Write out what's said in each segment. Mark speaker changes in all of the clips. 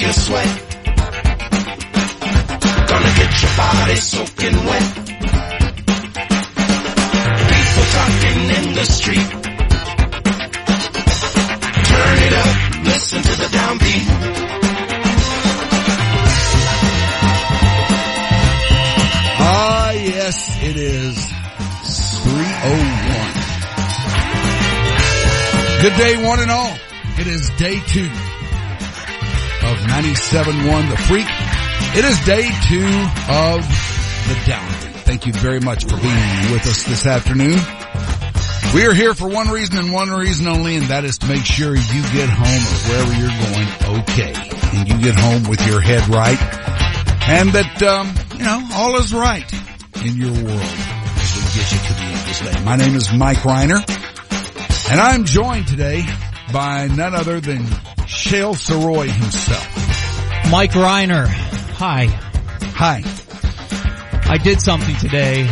Speaker 1: your sweat. Gonna get your body soaking wet. People talking in the street. Turn it up, listen to the downbeat.
Speaker 2: Ah, yes, it is 301. Good day, one and all. It is day two of 97.1 The Freak. It is day two of The Downbeat. Thank you very much for being with us this afternoon. We are here for one reason and one reason only, and that is to make sure you get home or wherever you're going okay. And you get home with your head right and that um, you know all is right in your world as we get you to the end of this day. My name is Mike Reiner, and I'm joined today by none other than Shale Soroy himself.
Speaker 3: Mike Reiner. Hi.
Speaker 2: Hi.
Speaker 3: I did something today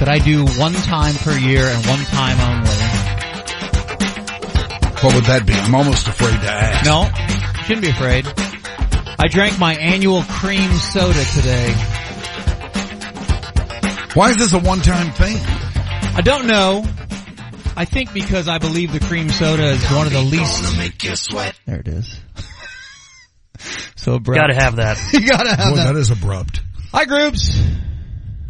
Speaker 3: that I do one time per year and one time only.
Speaker 2: What would that be? I'm almost afraid to ask.
Speaker 3: No, shouldn't be afraid. I drank my annual cream soda today.
Speaker 2: Why is this a one-time thing?
Speaker 3: I don't know. I think because I believe the cream soda is one of the least.
Speaker 1: Gonna make you sweat.
Speaker 3: There it is. so abrupt.
Speaker 4: Gotta have that.
Speaker 3: you gotta have
Speaker 2: Boy,
Speaker 3: that.
Speaker 2: that is abrupt.
Speaker 3: Hi, groups.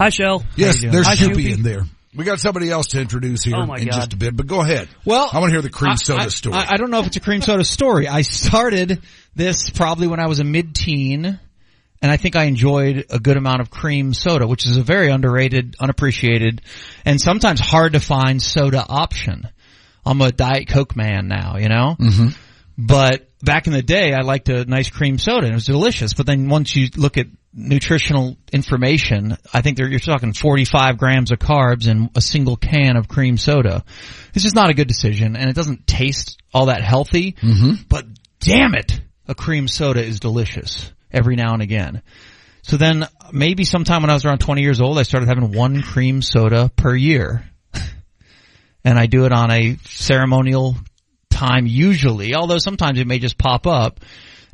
Speaker 4: Hi, Shell.
Speaker 2: Yes,
Speaker 3: doing?
Speaker 2: there's
Speaker 4: Hi,
Speaker 2: Shoopy
Speaker 4: Shoopy.
Speaker 2: in there. We got somebody else to introduce here
Speaker 4: Oh, my
Speaker 2: in
Speaker 4: God.
Speaker 2: just a bit, but go ahead.
Speaker 3: Well,
Speaker 2: I want to hear the cream
Speaker 3: I-
Speaker 2: soda
Speaker 3: I,
Speaker 2: story.
Speaker 3: I, I don't know if it's a cream soda story. I started this probably when I was a mid-teen, and I think I enjoyed a good amount of cream soda, which is a very underrated, unappreciated, and sometimes hard to find soda option. I'm a Diet Coke man now, you know? Mm-hmm. But back in the day, I liked a nice cream soda and it was delicious. But then once you look at nutritional information, I think they're, you're talking 45 grams of carbs in a single can of cream soda. It's just not a good decision and it doesn't taste all that healthy, but damn it, a cream soda is delicious every now and again. So then maybe sometime when I was around 20 years old, I started having one cream soda per year and I do it on a ceremonial time usually, although sometimes it may just pop up.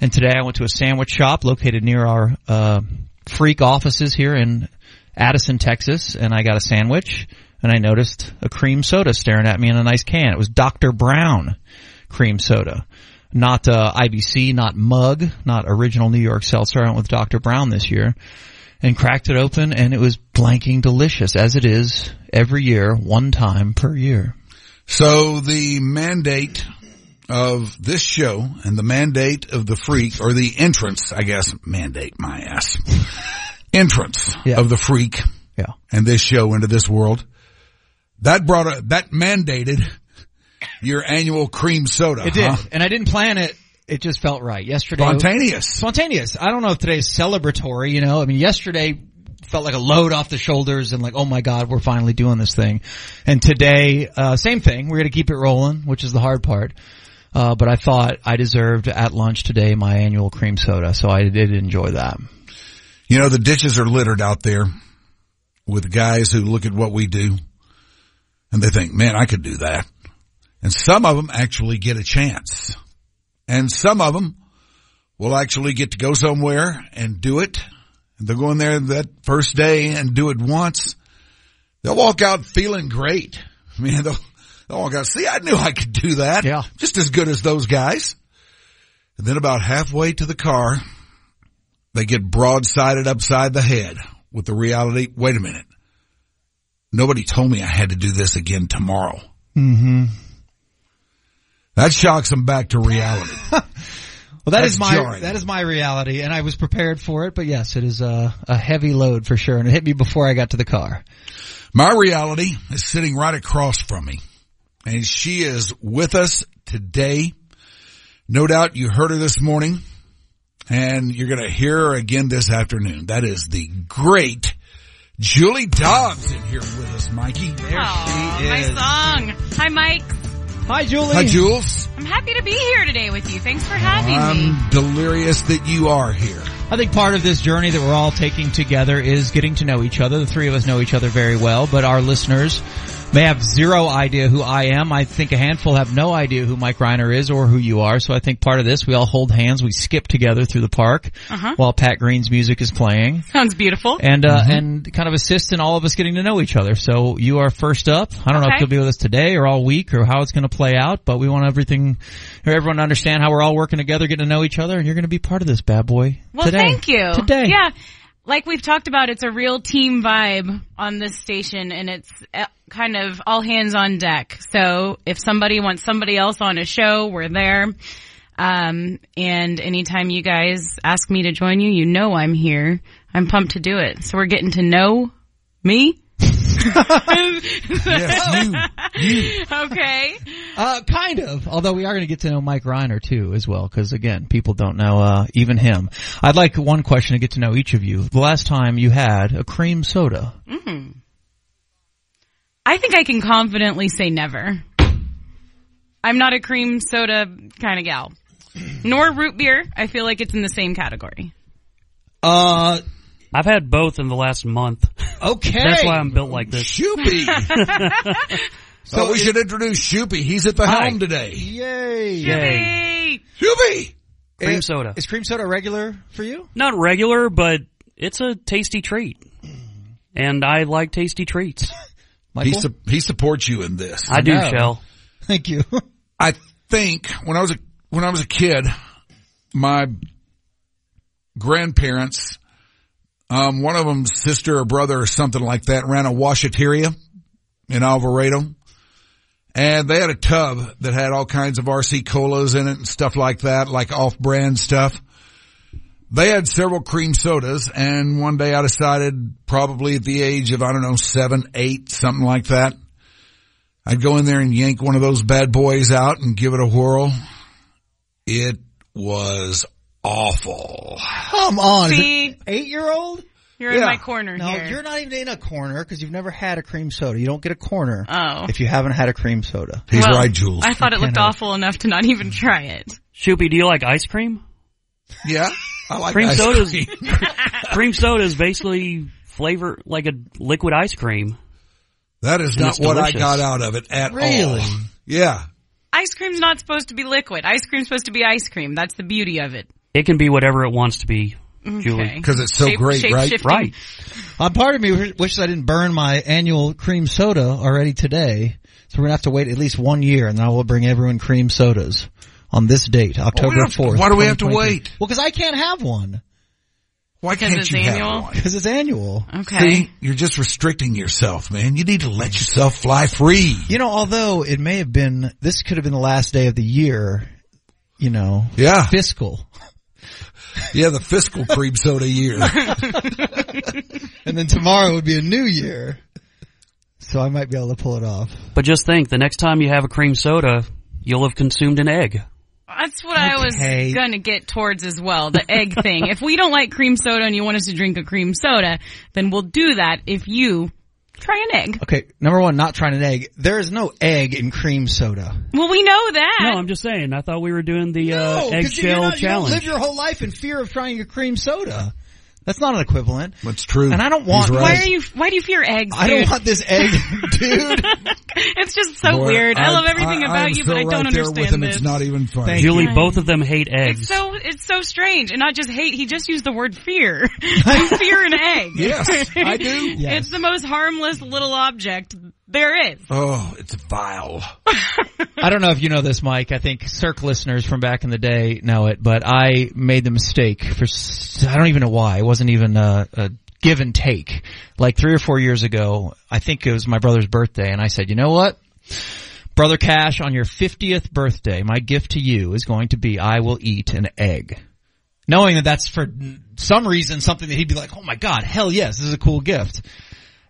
Speaker 3: And today I went to a sandwich shop located near our uh, freak offices here in Addison, Texas, and I got a sandwich and I noticed a cream soda staring at me in a nice can. It was Dr. Brown cream soda. Not uh, IBC, not Mug, not original New York Seltzer. I went with Dr. Brown this year and cracked it open and it was blanking delicious as it is every year, one time per year.
Speaker 2: So the mandate of this show and the mandate of the freak or the entrance, I guess, mandate my ass, entrance
Speaker 3: Yeah.
Speaker 2: of the freak
Speaker 3: Yeah.
Speaker 2: and this show into this world. That brought a, that mandated your annual cream soda.
Speaker 3: It did.
Speaker 2: huh?
Speaker 3: And I didn't plan it. It just felt right. Yesterday.
Speaker 2: Spontaneous.
Speaker 3: Spontaneous. I don't know if today's celebratory, you know. I mean, yesterday felt like a load off the shoulders and like, oh my God, we're finally doing this thing. And today, uh, same thing. We're going to keep it rolling, which is the hard part. Uh, but I thought I deserved at lunch today my annual cream soda. So I did enjoy that.
Speaker 2: You know, the ditches are littered out there with guys who look at what we do and they think, man, I could do that. And some of them actually get a chance and some of them will actually get to go somewhere and do it. And they'll go in there that first day and do it once. They'll walk out feeling great. I mean, they'll, they'll walk out, see, I knew I could do that.
Speaker 3: Yeah.
Speaker 2: Just as good as those guys. And then about halfway to the car, they get broadsided upside the head with the reality. Wait a minute. Nobody told me I had to do this again tomorrow. Mm-hmm. That shocks them back to reality.
Speaker 3: Well, that
Speaker 2: That's
Speaker 3: is my
Speaker 2: jarring.
Speaker 3: that is my reality, and I was prepared for it. But yes, it is a, a heavy load for sure, and it hit me before I got to the car.
Speaker 2: My reality is sitting right across from me and she is with us today. No doubt you heard her this morning and you're going to hear her again this afternoon. That is the great Julie Dobbs in here with us, Mikey.
Speaker 5: Aw,
Speaker 3: she
Speaker 5: my
Speaker 3: is.
Speaker 5: song. Hi, Mike.
Speaker 3: Hi, Julie.
Speaker 2: Hi, Jules.
Speaker 5: I'm happy to be here today with you. Thanks for having
Speaker 3: Um,
Speaker 5: me.
Speaker 2: I'm delirious that you are here.
Speaker 3: I think part of this journey that we're all taking together is getting to know each other. The three of us know each other very well, but our listeners may have zero idea who I am. I think a handful have no idea who Mike Reiner is or who you are. So I think part of this, we all hold hands, we skip together through the park while Pat Green's music is playing
Speaker 5: Sounds beautiful.
Speaker 3: and uh, and kind of assist in all of us getting to know each other. So you are first up. I don't know if
Speaker 5: Okay.
Speaker 3: you'll be with us today or all week or how it's going to play out, but we want everything, or everyone to understand how we're all working together, getting to know each other, and you're going to be part of this bad boy
Speaker 5: Well,
Speaker 3: today.
Speaker 5: thank you.
Speaker 3: Today,
Speaker 5: Yeah. Like we've talked about, it's a real team vibe on this station and it's uh, kind of all hands on deck. So if somebody wants somebody else on a show, we're there. Um, and anytime you guys ask me to join you, you know I'm here. I'm pumped to do it. So we're getting to know me.
Speaker 2: Yes, you.
Speaker 5: Okay.
Speaker 3: Uh, kind of. Although we are going to get to know Mike Reiner too, as well, because again, people don't know uh, even him. I'd like one question to get to know each of you. The last time you had a cream soda,
Speaker 5: I think I can confidently say never. I'm not a cream soda kind of gal. Nor root beer. I feel like it's in the same category.
Speaker 3: uh,
Speaker 4: I've had both in the last month.
Speaker 3: okay,
Speaker 4: That's why I'm built like this.
Speaker 2: Shoopy. so we should introduce Shoopy. He's at the
Speaker 4: Hi.
Speaker 2: helm today.
Speaker 3: Yay!
Speaker 4: Yay.
Speaker 5: Yay.
Speaker 2: Shoopy.
Speaker 4: Cream soda.
Speaker 3: Is cream soda regular for you?
Speaker 4: Not regular, but it's a tasty treat. And I like tasty treats.
Speaker 2: He,
Speaker 3: Michael?
Speaker 2: su- he supports you in this.
Speaker 4: I do,
Speaker 3: No.
Speaker 4: Shell.
Speaker 3: Thank you.
Speaker 2: I think when I was a when I was a kid, my grandparents, um, one of them's sister or brother or something like that, ran a washateria in Alvarado, and they had a tub that had all kinds of RC colas in it and stuff like that, like off-brand stuff. They had several cream sodas, and one day I decided, probably at the age of I don't know seven, eight, something like that. I'd go in there and yank one of those bad boys out and give it a whirl. It was awful.
Speaker 3: Come on,
Speaker 5: See,
Speaker 3: eight year old?
Speaker 5: you're in
Speaker 2: Yeah.
Speaker 5: my corner
Speaker 3: No,
Speaker 5: here.
Speaker 3: you're not even in a corner because you've never had a cream soda. You don't get a corner
Speaker 5: Oh.
Speaker 3: if you haven't had a cream soda.
Speaker 2: He's
Speaker 5: Well,
Speaker 2: right, Jules.
Speaker 5: I thought it looked
Speaker 3: cannot.
Speaker 5: awful enough to not even try it.
Speaker 4: Shoopy, do you like ice cream?
Speaker 2: yeah, I like
Speaker 4: Cream
Speaker 2: ice
Speaker 4: sodas.
Speaker 2: cream.
Speaker 4: cream soda is basically flavor like a liquid ice cream.
Speaker 2: That is not
Speaker 4: it's
Speaker 2: what I
Speaker 4: delicious.
Speaker 2: got out of it at
Speaker 3: Really?
Speaker 2: all. Yeah,
Speaker 5: Ice cream's not supposed to be liquid. Ice cream's supposed to be ice cream. That's the beauty of it.
Speaker 4: It can be whatever it wants to be,
Speaker 5: Okay.
Speaker 4: Julie.
Speaker 2: because it's so
Speaker 5: Shape-
Speaker 2: great,
Speaker 5: shape
Speaker 2: right?
Speaker 5: shifting.
Speaker 4: Right.
Speaker 3: Uh, part of me wishes I didn't burn my annual cream soda already today, so we're gonna have to wait at least one year, and then I will bring everyone cream sodas on this date,
Speaker 2: don't
Speaker 3: October
Speaker 2: have to-
Speaker 3: fourth.
Speaker 2: why do we have to wait?
Speaker 3: Well, because I can't have one
Speaker 2: Why can't
Speaker 5: it's
Speaker 2: you
Speaker 5: annual?
Speaker 2: have one?
Speaker 3: because it's annual.
Speaker 5: Okay.
Speaker 2: See, you're just restricting yourself, man. You need to let yourself fly free.
Speaker 3: You know, although it may have been, this could have been the last day of the year. You know,
Speaker 2: Yeah,
Speaker 3: fiscal,
Speaker 2: yeah, the fiscal cream soda year.
Speaker 3: and then tomorrow would be a new year, so I might be able to pull it off.
Speaker 4: But just think, the next time you have a cream soda, you'll have consumed an egg.
Speaker 5: That's what I
Speaker 3: Okay.
Speaker 5: was gonna get towards as well, the egg thing. If we don't like cream soda and you want us to drink a cream soda, then we'll do that if you try an egg.
Speaker 3: Okay, number one, not trying an egg. There is no egg in cream soda.
Speaker 5: Well, we know that.
Speaker 4: No, I'm just saying. I thought we were doing the
Speaker 3: No,
Speaker 4: uh,
Speaker 3: 'cause you're
Speaker 4: eggshell
Speaker 3: not- you don't
Speaker 4: challenge.
Speaker 3: live your whole life in fear of trying a cream soda. That's not an equivalent.
Speaker 2: That's true.
Speaker 3: And I don't
Speaker 2: He's
Speaker 3: want-
Speaker 2: right.
Speaker 5: why are you? Why do you fear eggs?
Speaker 3: I
Speaker 5: dude?
Speaker 3: don't want this egg, dude.
Speaker 5: It's just so
Speaker 2: Boy,
Speaker 5: weird. I, love everything
Speaker 2: I- I am
Speaker 5: about you,
Speaker 2: so
Speaker 5: but I
Speaker 2: right
Speaker 5: don't
Speaker 2: there with him.
Speaker 5: understand
Speaker 2: It's
Speaker 5: this.
Speaker 2: not even funny.
Speaker 3: Thank
Speaker 4: Julie, both of them hate eggs.
Speaker 5: It's so it's so strange, and not just hate. He just used the word fear. I fear an egg.
Speaker 2: Yes, I do.
Speaker 3: Yes.
Speaker 5: It's the most harmless little object there is.
Speaker 2: Oh, it's vile.
Speaker 3: I don't know if you know this, Mike. I think Cirque listeners from back in the day know it, but I made the mistake for, s- I don't even know why. It wasn't even a, a give and take. Like three or four years ago, I think it was my brother's birthday and I said, you know what? Brother Cash, on your 50th birthday, my gift to you is going to be I will eat an egg. Knowing that that's for some reason something that he'd be like, oh my god, hell yes, this is a cool gift.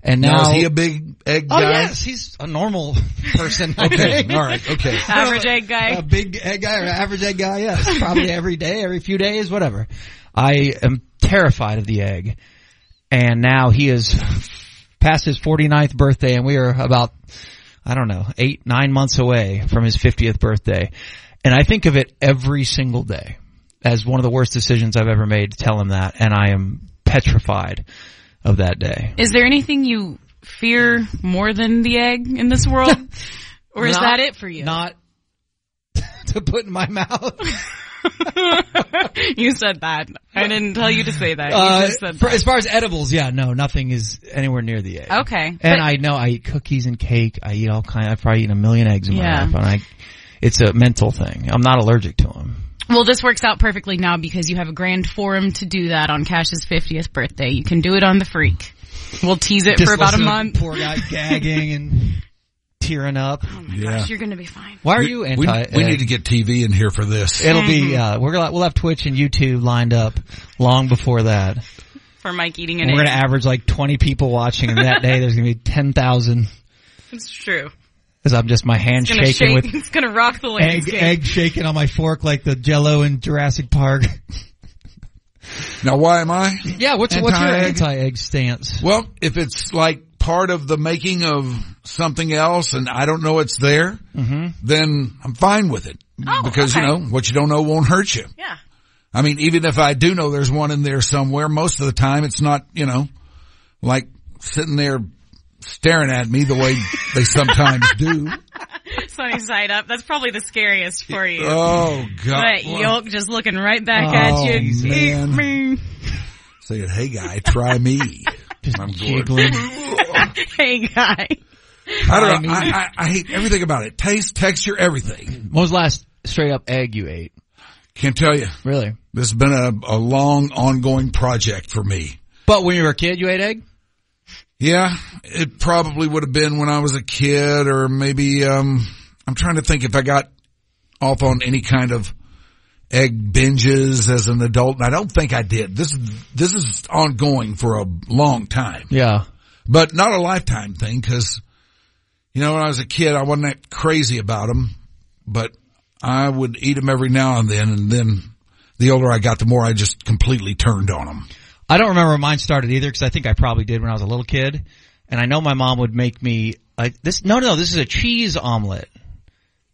Speaker 3: And now,
Speaker 2: Now, is he a big egg
Speaker 3: oh
Speaker 2: guy?
Speaker 3: yes, he's a normal person.
Speaker 2: Okay, all right, okay.
Speaker 5: Average egg
Speaker 3: a
Speaker 5: guy.
Speaker 3: big egg guy or average egg guy, yes. Probably every day, every few days, whatever. I am terrified of the egg. And now he is past his 49th birthday and we are about, I don't know, eight, nine months away from his 50th birthday. And I think of it every single day as one of the worst decisions I've ever made to tell him that. And I am petrified of that day.
Speaker 5: Is there anything you fear more than the egg in this world? or is
Speaker 3: Not-
Speaker 5: that it for you?
Speaker 3: Not to put in my mouth.
Speaker 5: you said that. I didn't tell you to say that. You
Speaker 3: Uh,
Speaker 5: just said
Speaker 3: for-
Speaker 5: that.
Speaker 3: as far as edibles, yeah, no, nothing is anywhere near the egg.
Speaker 5: Okay.
Speaker 3: And
Speaker 5: But-
Speaker 3: I know I eat cookies and cake. I eat all kind. I've probably eaten a million eggs in
Speaker 5: Yeah.
Speaker 3: my life, and I, it's a mental thing. I'm not allergic to them.
Speaker 5: Well, this works out perfectly now because you have a grand forum to do that on Cash's 50th birthday. You can do it on the freak. We'll tease it for about a month.
Speaker 3: poor guy gagging and tearing up.
Speaker 2: Yeah.
Speaker 5: Oh Gosh, you're going to be fine.
Speaker 3: Why are you
Speaker 2: We-
Speaker 3: anti?
Speaker 2: We, need to get TV in here for this.
Speaker 3: It'll be
Speaker 5: Mm-hmm.
Speaker 3: uh, we're gonna we'll have Twitch and YouTube lined up long before that.
Speaker 5: For Mike eating
Speaker 3: And
Speaker 5: an
Speaker 3: we're gonna
Speaker 5: egg.
Speaker 3: average like 20 people watching, and that day there's gonna be 10,000
Speaker 5: It's true.
Speaker 3: because I'm just my hand
Speaker 5: It's going to
Speaker 3: shaking
Speaker 5: shake.
Speaker 3: with
Speaker 5: it's going to rock the
Speaker 3: egg
Speaker 5: landscape.
Speaker 3: egg shaking on my fork like the Jello in Jurassic Park.
Speaker 2: Now, why am I?
Speaker 3: Yeah, what's
Speaker 2: what's your
Speaker 3: anti-egg stance?
Speaker 2: Well, if it's like part of the making of something else and I don't know it's there, then I'm fine with it.
Speaker 5: Mm-hmm. Oh,
Speaker 2: because, you
Speaker 5: okay.
Speaker 2: know, what you don't know won't hurt you.
Speaker 5: Yeah.
Speaker 2: I mean, even if I do know there's one in there somewhere, most of the time it's not, you know, like sitting there staring at me the way they sometimes do.
Speaker 5: Sunny side up. That's probably the scariest for you.
Speaker 2: Oh God.
Speaker 5: but
Speaker 2: Well,
Speaker 5: yolk just looking right back
Speaker 3: Oh,
Speaker 5: at you.
Speaker 2: man.
Speaker 5: Eat me.
Speaker 2: Saying, hey guy, try me. I'm going,
Speaker 3: Jiggling.
Speaker 5: Hey guy.
Speaker 2: I don't know. I, I, I hate everything about it. Taste, texture, everything.
Speaker 3: What was the last straight up egg you ate?
Speaker 2: Can't tell you.
Speaker 3: Really?
Speaker 2: This has been a, a long ongoing project for me.
Speaker 3: But when you were a kid, you ate egg.
Speaker 2: Yeah, it probably would have been when I was a kid or maybe, um, I'm trying to think if I got off on any kind of egg binges as an adult. And I don't think I did. This, this is ongoing for a long time,
Speaker 3: Yeah.
Speaker 2: but not a lifetime thing. Cause you know, when I was a kid, I wasn't that crazy about them, but I would eat them every now and then. And then the older I got, the more I just completely turned on them.
Speaker 3: I don't remember when mine started either because I think I probably did when I was a little kid. And I know my mom would make me uh, this. No, no, this is a cheese omelet.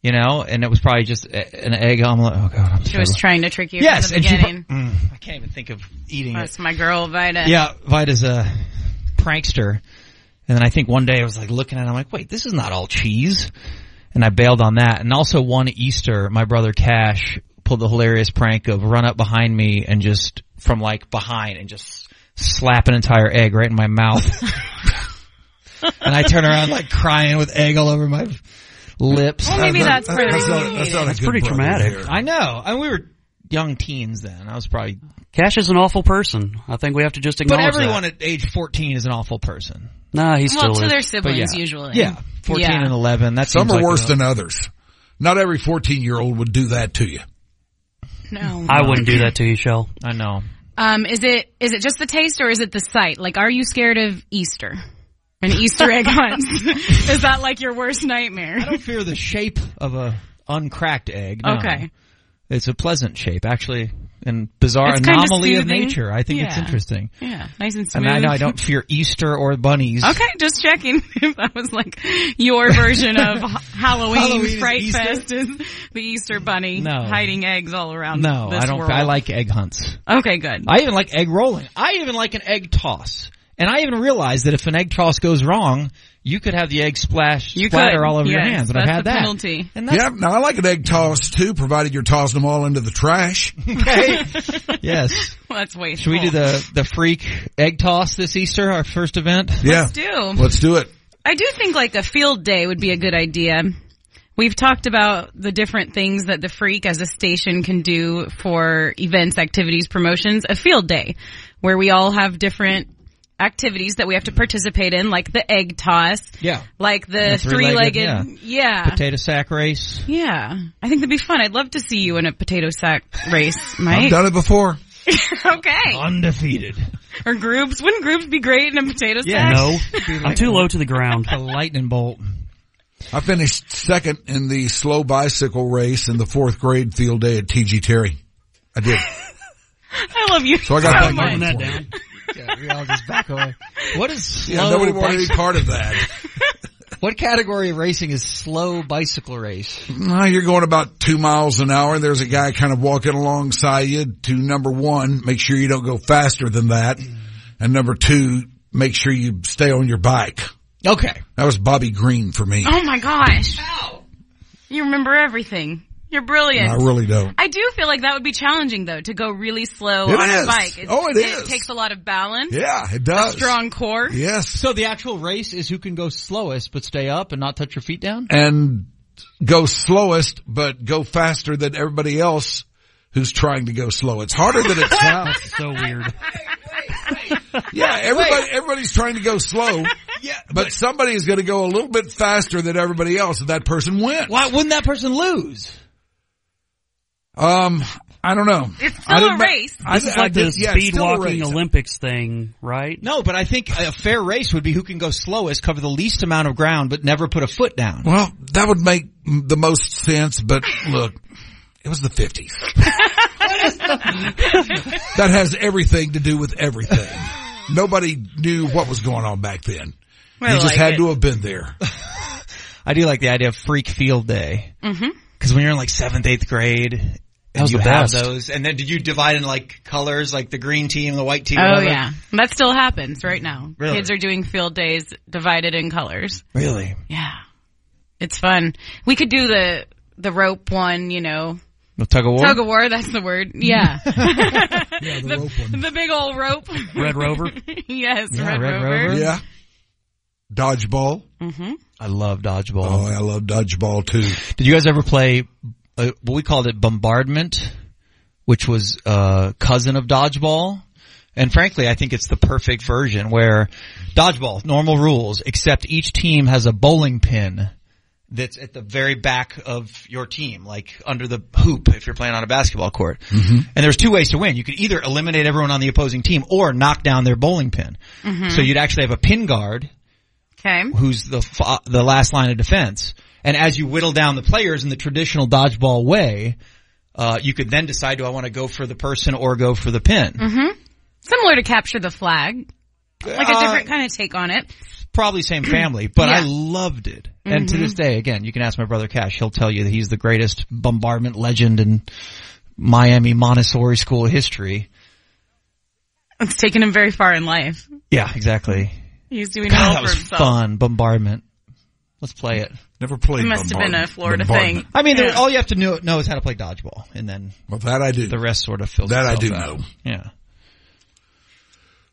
Speaker 3: You know, and it was probably just a, an egg omelet. Oh god, I'm
Speaker 5: She was
Speaker 3: terrible.
Speaker 5: trying to trick you
Speaker 3: Yes,
Speaker 5: from the
Speaker 3: and she. pro-
Speaker 5: beginning.
Speaker 3: Mm, I can't even think of eating it.
Speaker 5: That's my girl, Vida.
Speaker 3: Yeah, Vita's a prankster. And then I think one day I was like looking at it, I'm like, wait, this is not all cheese. And I bailed on that. And also one Easter, my brother Cash pulled the hilarious prank of run up behind me and just from like behind and just slap an entire egg right in my mouth. and I turn around like crying with egg all over my lips.
Speaker 5: Well, maybe that's
Speaker 2: That-
Speaker 5: where
Speaker 2: that's
Speaker 5: they
Speaker 2: not-
Speaker 5: need
Speaker 2: that's
Speaker 5: it.
Speaker 2: not a
Speaker 5: That's
Speaker 2: good
Speaker 4: pretty
Speaker 2: brother
Speaker 4: traumatic.
Speaker 2: there.
Speaker 3: I know. I mean, we were young teens then. I was probably, uh,
Speaker 4: Cash is an awful person. I think we have to just
Speaker 3: but
Speaker 4: acknowledge
Speaker 3: everyone
Speaker 4: that.
Speaker 3: at age 14 is an awful person.
Speaker 4: Nah, he still
Speaker 5: Well, to
Speaker 4: is.
Speaker 5: their siblings usually.
Speaker 3: Yeah, fourteen
Speaker 5: Yeah.
Speaker 3: and eleven. That's
Speaker 2: Some are worse than others. Not every 14 year old would do that to you.
Speaker 5: No.
Speaker 4: I wouldn't do that to you, Shell.
Speaker 3: I know.
Speaker 5: Um, is it is it just the taste or is it the sight? Like, are you scared of Easter? An Easter egg hunt? is that like your worst nightmare?
Speaker 3: I don't fear the shape of a uncracked egg. no.
Speaker 5: Okay.
Speaker 3: it's a pleasant shape actually, and bizarre
Speaker 5: It's kinda
Speaker 3: anomaly of
Speaker 5: soothing.
Speaker 3: nature. I think it's
Speaker 5: Yeah.
Speaker 3: interesting.
Speaker 5: Yeah. Nice and
Speaker 3: I
Speaker 5: smooth.
Speaker 3: mean, I know I don't fear Easter or bunnies.
Speaker 5: Okay, just checking if that was like your version of Ha- Halloween,
Speaker 3: Halloween is
Speaker 5: Fright
Speaker 3: Easter?
Speaker 5: Fest is the Easter bunny
Speaker 3: No.
Speaker 5: hiding eggs all around.
Speaker 3: No,
Speaker 5: this
Speaker 3: I don't.
Speaker 5: World.
Speaker 3: I like egg hunts.
Speaker 5: Okay, good.
Speaker 3: I even like egg rolling. I even like an egg toss. And I even realize that if an egg toss goes wrong, you could have the egg splash
Speaker 5: You
Speaker 3: splatter
Speaker 5: could.
Speaker 3: all over your
Speaker 5: Yes,
Speaker 3: hands. And I've
Speaker 5: that's
Speaker 3: had
Speaker 5: the
Speaker 3: that.
Speaker 5: penalty.
Speaker 3: And that's
Speaker 2: Yeah, now I like an egg toss too, provided you're tossing them all into the trash.
Speaker 3: okay. yes.
Speaker 5: Well, that's
Speaker 3: Should
Speaker 5: wasteful.
Speaker 3: we do the the freak egg toss this Easter, our first event?
Speaker 2: yeah.
Speaker 5: Let's do.
Speaker 2: Let's do it.
Speaker 5: I do think like a field day would be a good idea. We've talked about the different things that the Freak as a station can do for events, activities, promotions. A field day where we all have different activities that we have to participate in, like the egg toss,
Speaker 3: Yeah.
Speaker 5: like the,
Speaker 3: three-legged,
Speaker 5: three-legged, yeah.
Speaker 3: Potato sack race.
Speaker 5: yeah. I think that'd be fun. I'd love to see you in a potato sack race,
Speaker 2: I've
Speaker 5: Mike.
Speaker 2: done it before.
Speaker 5: okay.
Speaker 3: Undefeated.
Speaker 5: Or groups. Wouldn't groups be great in a potato
Speaker 3: Yeah,
Speaker 5: sack?
Speaker 3: no.
Speaker 4: I'm too low to the ground.
Speaker 3: A lightning bolt.
Speaker 2: I finished second in the slow bicycle race in the fourth grade field day at TG Terry. I did.
Speaker 5: I love you
Speaker 2: So I got
Speaker 5: so
Speaker 2: back
Speaker 5: much.
Speaker 2: on
Speaker 4: that
Speaker 2: for
Speaker 4: down.
Speaker 2: it.
Speaker 3: Yeah, we all just back away. What is
Speaker 2: Yeah,
Speaker 3: slow?
Speaker 2: nobody wanted
Speaker 3: bicy-
Speaker 2: any part of that.
Speaker 3: what category of racing is slow bicycle race?
Speaker 2: Well, you're going about two miles an hour and there's a guy kind of walking alongside you to number one, make sure you don't go faster than that. And number two, make sure you stay on your bike.
Speaker 3: Okay.
Speaker 2: That was Bobby Green for me.
Speaker 5: Oh my gosh. You remember everything. You're brilliant.
Speaker 2: I really don't.
Speaker 5: I do feel like that would be challenging though to go really slow
Speaker 2: It
Speaker 5: on
Speaker 2: is.
Speaker 5: a bike.
Speaker 2: Oh, it is.
Speaker 5: It takes a lot of balance,
Speaker 2: Yeah, it does.
Speaker 5: strong core.
Speaker 2: Yes.
Speaker 3: So the actual race is who can go slowest but stay up and not touch your feet down?
Speaker 2: And go slowest, but go faster than everybody else who's trying to go slow. It's harder than it sounds.
Speaker 3: So weird.
Speaker 2: Yeah, everybody, everybody's trying to go slow. Yeah, but somebody is going to go a little bit faster than everybody else, and that person wins.
Speaker 3: Why wouldn't that person lose?
Speaker 2: Um, I don't know.
Speaker 5: It's
Speaker 2: I
Speaker 5: still a
Speaker 2: didn't ma-
Speaker 5: race.
Speaker 2: I
Speaker 4: This
Speaker 2: did-
Speaker 4: is
Speaker 2: I
Speaker 4: like the
Speaker 2: did- yeah, it's
Speaker 4: speed
Speaker 2: still a
Speaker 4: walking
Speaker 2: race.
Speaker 4: Olympics thing, right?
Speaker 3: No, but I think a fair race would be who can go slowest, cover the least amount of ground, but never put a foot down.
Speaker 2: Well, that would make m- the most sense, but look, it was the fifties. that has everything to do with everything. Nobody knew what was going on back then. you
Speaker 5: I
Speaker 2: just
Speaker 5: like
Speaker 2: had
Speaker 5: it.
Speaker 2: to have been there.
Speaker 3: I do like the idea of freak field day. Mm-hmm. Cause when you're in like seventh, eighth grade, and
Speaker 4: was
Speaker 3: you
Speaker 4: the
Speaker 3: have
Speaker 4: best.
Speaker 3: those, and then did you divide in like colors, like the green team, the white team?
Speaker 5: Oh
Speaker 3: whatever?
Speaker 5: yeah, that still happens right now.
Speaker 3: Really?
Speaker 5: Kids are doing field days divided in colors.
Speaker 3: Really?
Speaker 5: Yeah, it's fun. We could do the the rope one, you know,
Speaker 3: The tug of war?
Speaker 5: tug of war. That's the word. Yeah,
Speaker 2: the,
Speaker 5: the big old rope.
Speaker 4: Red Rover.
Speaker 5: yes,
Speaker 3: Yeah,
Speaker 5: Red,
Speaker 3: Red
Speaker 5: Rover.
Speaker 3: Rover.
Speaker 2: Yeah. Dodgeball.
Speaker 3: I love dodgeball.
Speaker 2: Oh, I love dodgeball too.
Speaker 3: Did you guys ever play uh, what we called it bombardment, which was uh, cousin of dodgeball? And frankly, I think it's the perfect version where dodgeball, normal rules, except each team has a bowling pin that's at the very back of your team, like under the hoop if you're playing on a basketball court. And there's two ways to win. You could either eliminate everyone on the opposing team or knock down their bowling pin. So you'd actually have a pin guard
Speaker 5: Okay.
Speaker 3: who's the fa- the last line of defense. And as you whittle down the players in the traditional dodgeball way, uh, you could then decide: Do I want to go for the person or go for the pin?
Speaker 5: Mm-hmm. Similar to capture the flag, like a different kind of take on it.
Speaker 3: Probably same family, but I
Speaker 5: Yeah. Mm-hmm.
Speaker 3: loved it. And to this day, again, you can ask my brother Cash; he'll tell you that he's the greatest bombardment legend in Miami Montessori school history.
Speaker 5: It's taken him very far in life.
Speaker 3: Yeah, exactly.
Speaker 5: He's doing
Speaker 3: God,
Speaker 5: well
Speaker 3: that
Speaker 5: for
Speaker 3: was
Speaker 5: himself.
Speaker 3: fun bombardment. Let's play it.
Speaker 2: Never played.
Speaker 5: It must have been a
Speaker 2: bombardment-
Speaker 5: Florida
Speaker 2: bombardment.
Speaker 5: thing.
Speaker 3: I mean, there,
Speaker 5: Yeah.
Speaker 3: all you have to know, know is how to play dodgeball, and then
Speaker 2: Well, that I do.
Speaker 3: the rest sort of fills
Speaker 2: That I
Speaker 3: itself
Speaker 2: do
Speaker 3: out.
Speaker 2: know.
Speaker 3: Yeah.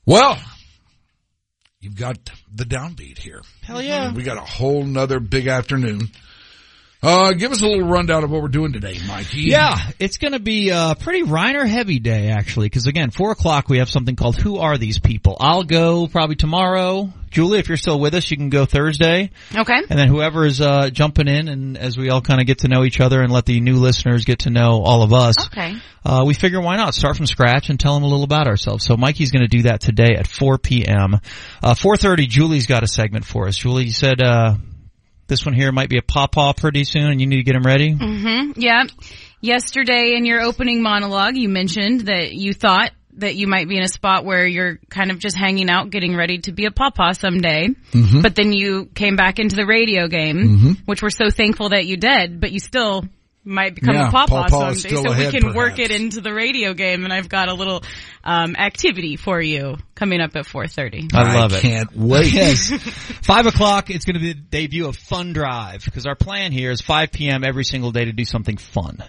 Speaker 2: Well, you've got the downbeat here.
Speaker 3: Hell yeah.
Speaker 2: We got a whole nother big afternoon. Uh, give us a little rundown of what we're doing today, Mikey.
Speaker 3: Yeah, it's going to be a pretty Reiner heavy day actually, because again, four o'clock we have something called "Who Are These People." I'll go probably tomorrow. Julie, if you're still with us, you can go Thursday,
Speaker 5: Okay.
Speaker 3: and then whoever is uh, jumping in, and as we all kind of get to know each other and let the new listeners get to know all of us,
Speaker 5: Okay.
Speaker 3: uh, we figure why not start from scratch and tell them a little about ourselves. So Mikey's going to do that today at 4 p.m. Uh, 4:30. Julie's got a segment for us. Julie, you said uh, this one here might be a pawpaw pretty soon, and you need to get him ready.
Speaker 5: Yeah. Yesterday in your opening monologue, you mentioned that you thought that you might be in a spot where you're kind of just hanging out, getting ready to be a papa someday.
Speaker 2: Mm-hmm.
Speaker 5: But then you came back into the radio game, which we're so thankful that you did, but you still might become
Speaker 2: Yeah,
Speaker 5: a papa
Speaker 2: pawpaw is
Speaker 5: someday.
Speaker 2: still
Speaker 5: so
Speaker 2: ahead,
Speaker 5: we can work it
Speaker 2: perhaps.
Speaker 5: into the radio game and I've got a little, um, activity for you coming up at 4.30.
Speaker 3: I love it.
Speaker 2: Can't wait.
Speaker 3: yes. Five o'clock, it's going to be the debut of Fun Drive because our plan here is 5 p.m. every single day to do something fun.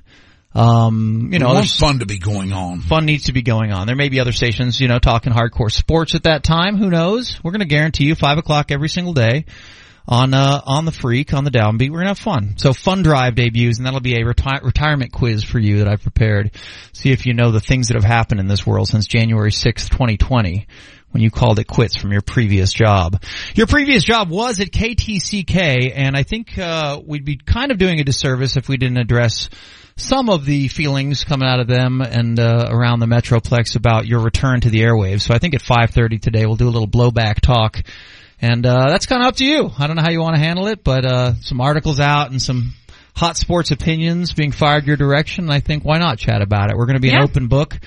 Speaker 3: Um, you know,
Speaker 2: Well, there's
Speaker 3: there's
Speaker 2: fun to be going on.
Speaker 3: fun needs to be going on. There may be other stations, you know, talking hardcore sports at that time. Who knows? We're going to guarantee you five o'clock every single day on uh, on the freak on the downbeat. We're gonna have fun. So fun drive debuts, and that'll be a reti- retirement quiz for you that I've prepared. See if you know the things that have happened in this world since January sixth, twenty twenty. When you called it quits from your previous job, your previous job was at KTCK, and I think uh, we'd be kind of doing a disservice if we didn't address some of the feelings coming out of them and uh, around the metroplex about your return to the airwaves. So I think at 5:30 today we'll do a little blowback talk, and uh, that's kind of up to you. I don't know how you want to handle it, but uh, some articles out and some hot sports opinions being fired your direction. And I think why not chat about it? We're going to be an
Speaker 5: Yeah.
Speaker 3: open book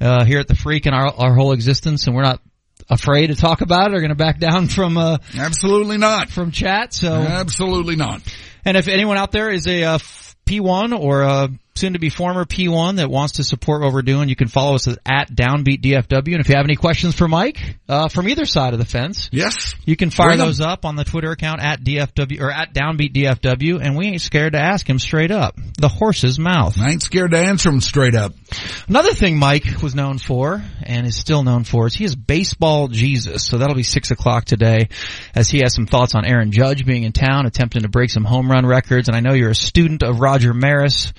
Speaker 3: uh, here at the Freak and our our whole existence, and we're not afraid to talk about it. We're going to back down from uh,
Speaker 2: Absolutely not.
Speaker 3: from chat. So
Speaker 2: Absolutely not.
Speaker 3: and if anyone out there is a uh, P1 or a soon to be former P1 that wants to support what we're doing, you can follow us at Downbeat DFW. And if you have any questions for Mike, uh, from either side of the fence,
Speaker 2: Yes.
Speaker 3: you can fire
Speaker 2: Bring 'em.
Speaker 3: those up on the Twitter account at DFW or at Downbeat DFW. And we ain't scared to ask him straight up. The horse's mouth.
Speaker 2: I ain't scared to answer them straight up.
Speaker 3: Another thing Mike was known for and is still known for is he is baseball Jesus. So that'll be six o'clock today as he has some thoughts on Aaron Judge being in town, attempting to break some home run records. And I know you're a student of Roger Maris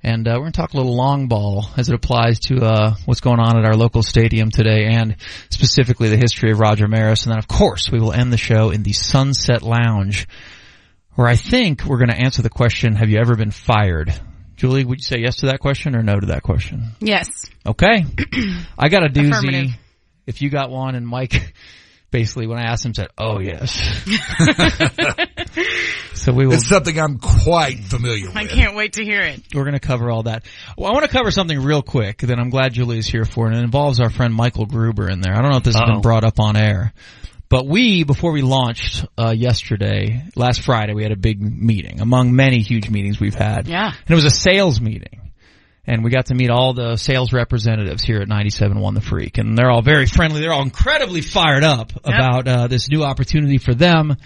Speaker 3: and uh, we're going to talk a little long ball as it applies to uh, what's going on at our local stadium today and specifically the history of Roger Maris. And then of course we will end the show in the Sunset Lounge where I think we're going to answer the question, have you ever been fired? Julie, would you say yes to that question or no to that question?
Speaker 5: Yes.
Speaker 3: Okay. I got a doozy.
Speaker 5: Affirmative.
Speaker 3: If you got one and Mike basically when I asked him said, Oh yes. so we will
Speaker 2: It's something I'm quite familiar
Speaker 5: I
Speaker 2: with.
Speaker 5: can't wait to hear it.
Speaker 3: we're gonna cover all that. Well I wanna cover something real quick that I'm glad Julie is here for and it involves our friend Michael Gruber in there. I don't know if this has been
Speaker 4: Uh-oh.
Speaker 3: brought up on air. But we, before we launched, uh, yesterday, last Friday, we had a big meeting among many huge meetings we've had.
Speaker 5: Yeah.
Speaker 3: And it was a sales meeting. And we got to meet all the sales representatives here at 97.1 The Freak. And they're all very friendly. They're all incredibly fired up about uh, this new opportunity for them.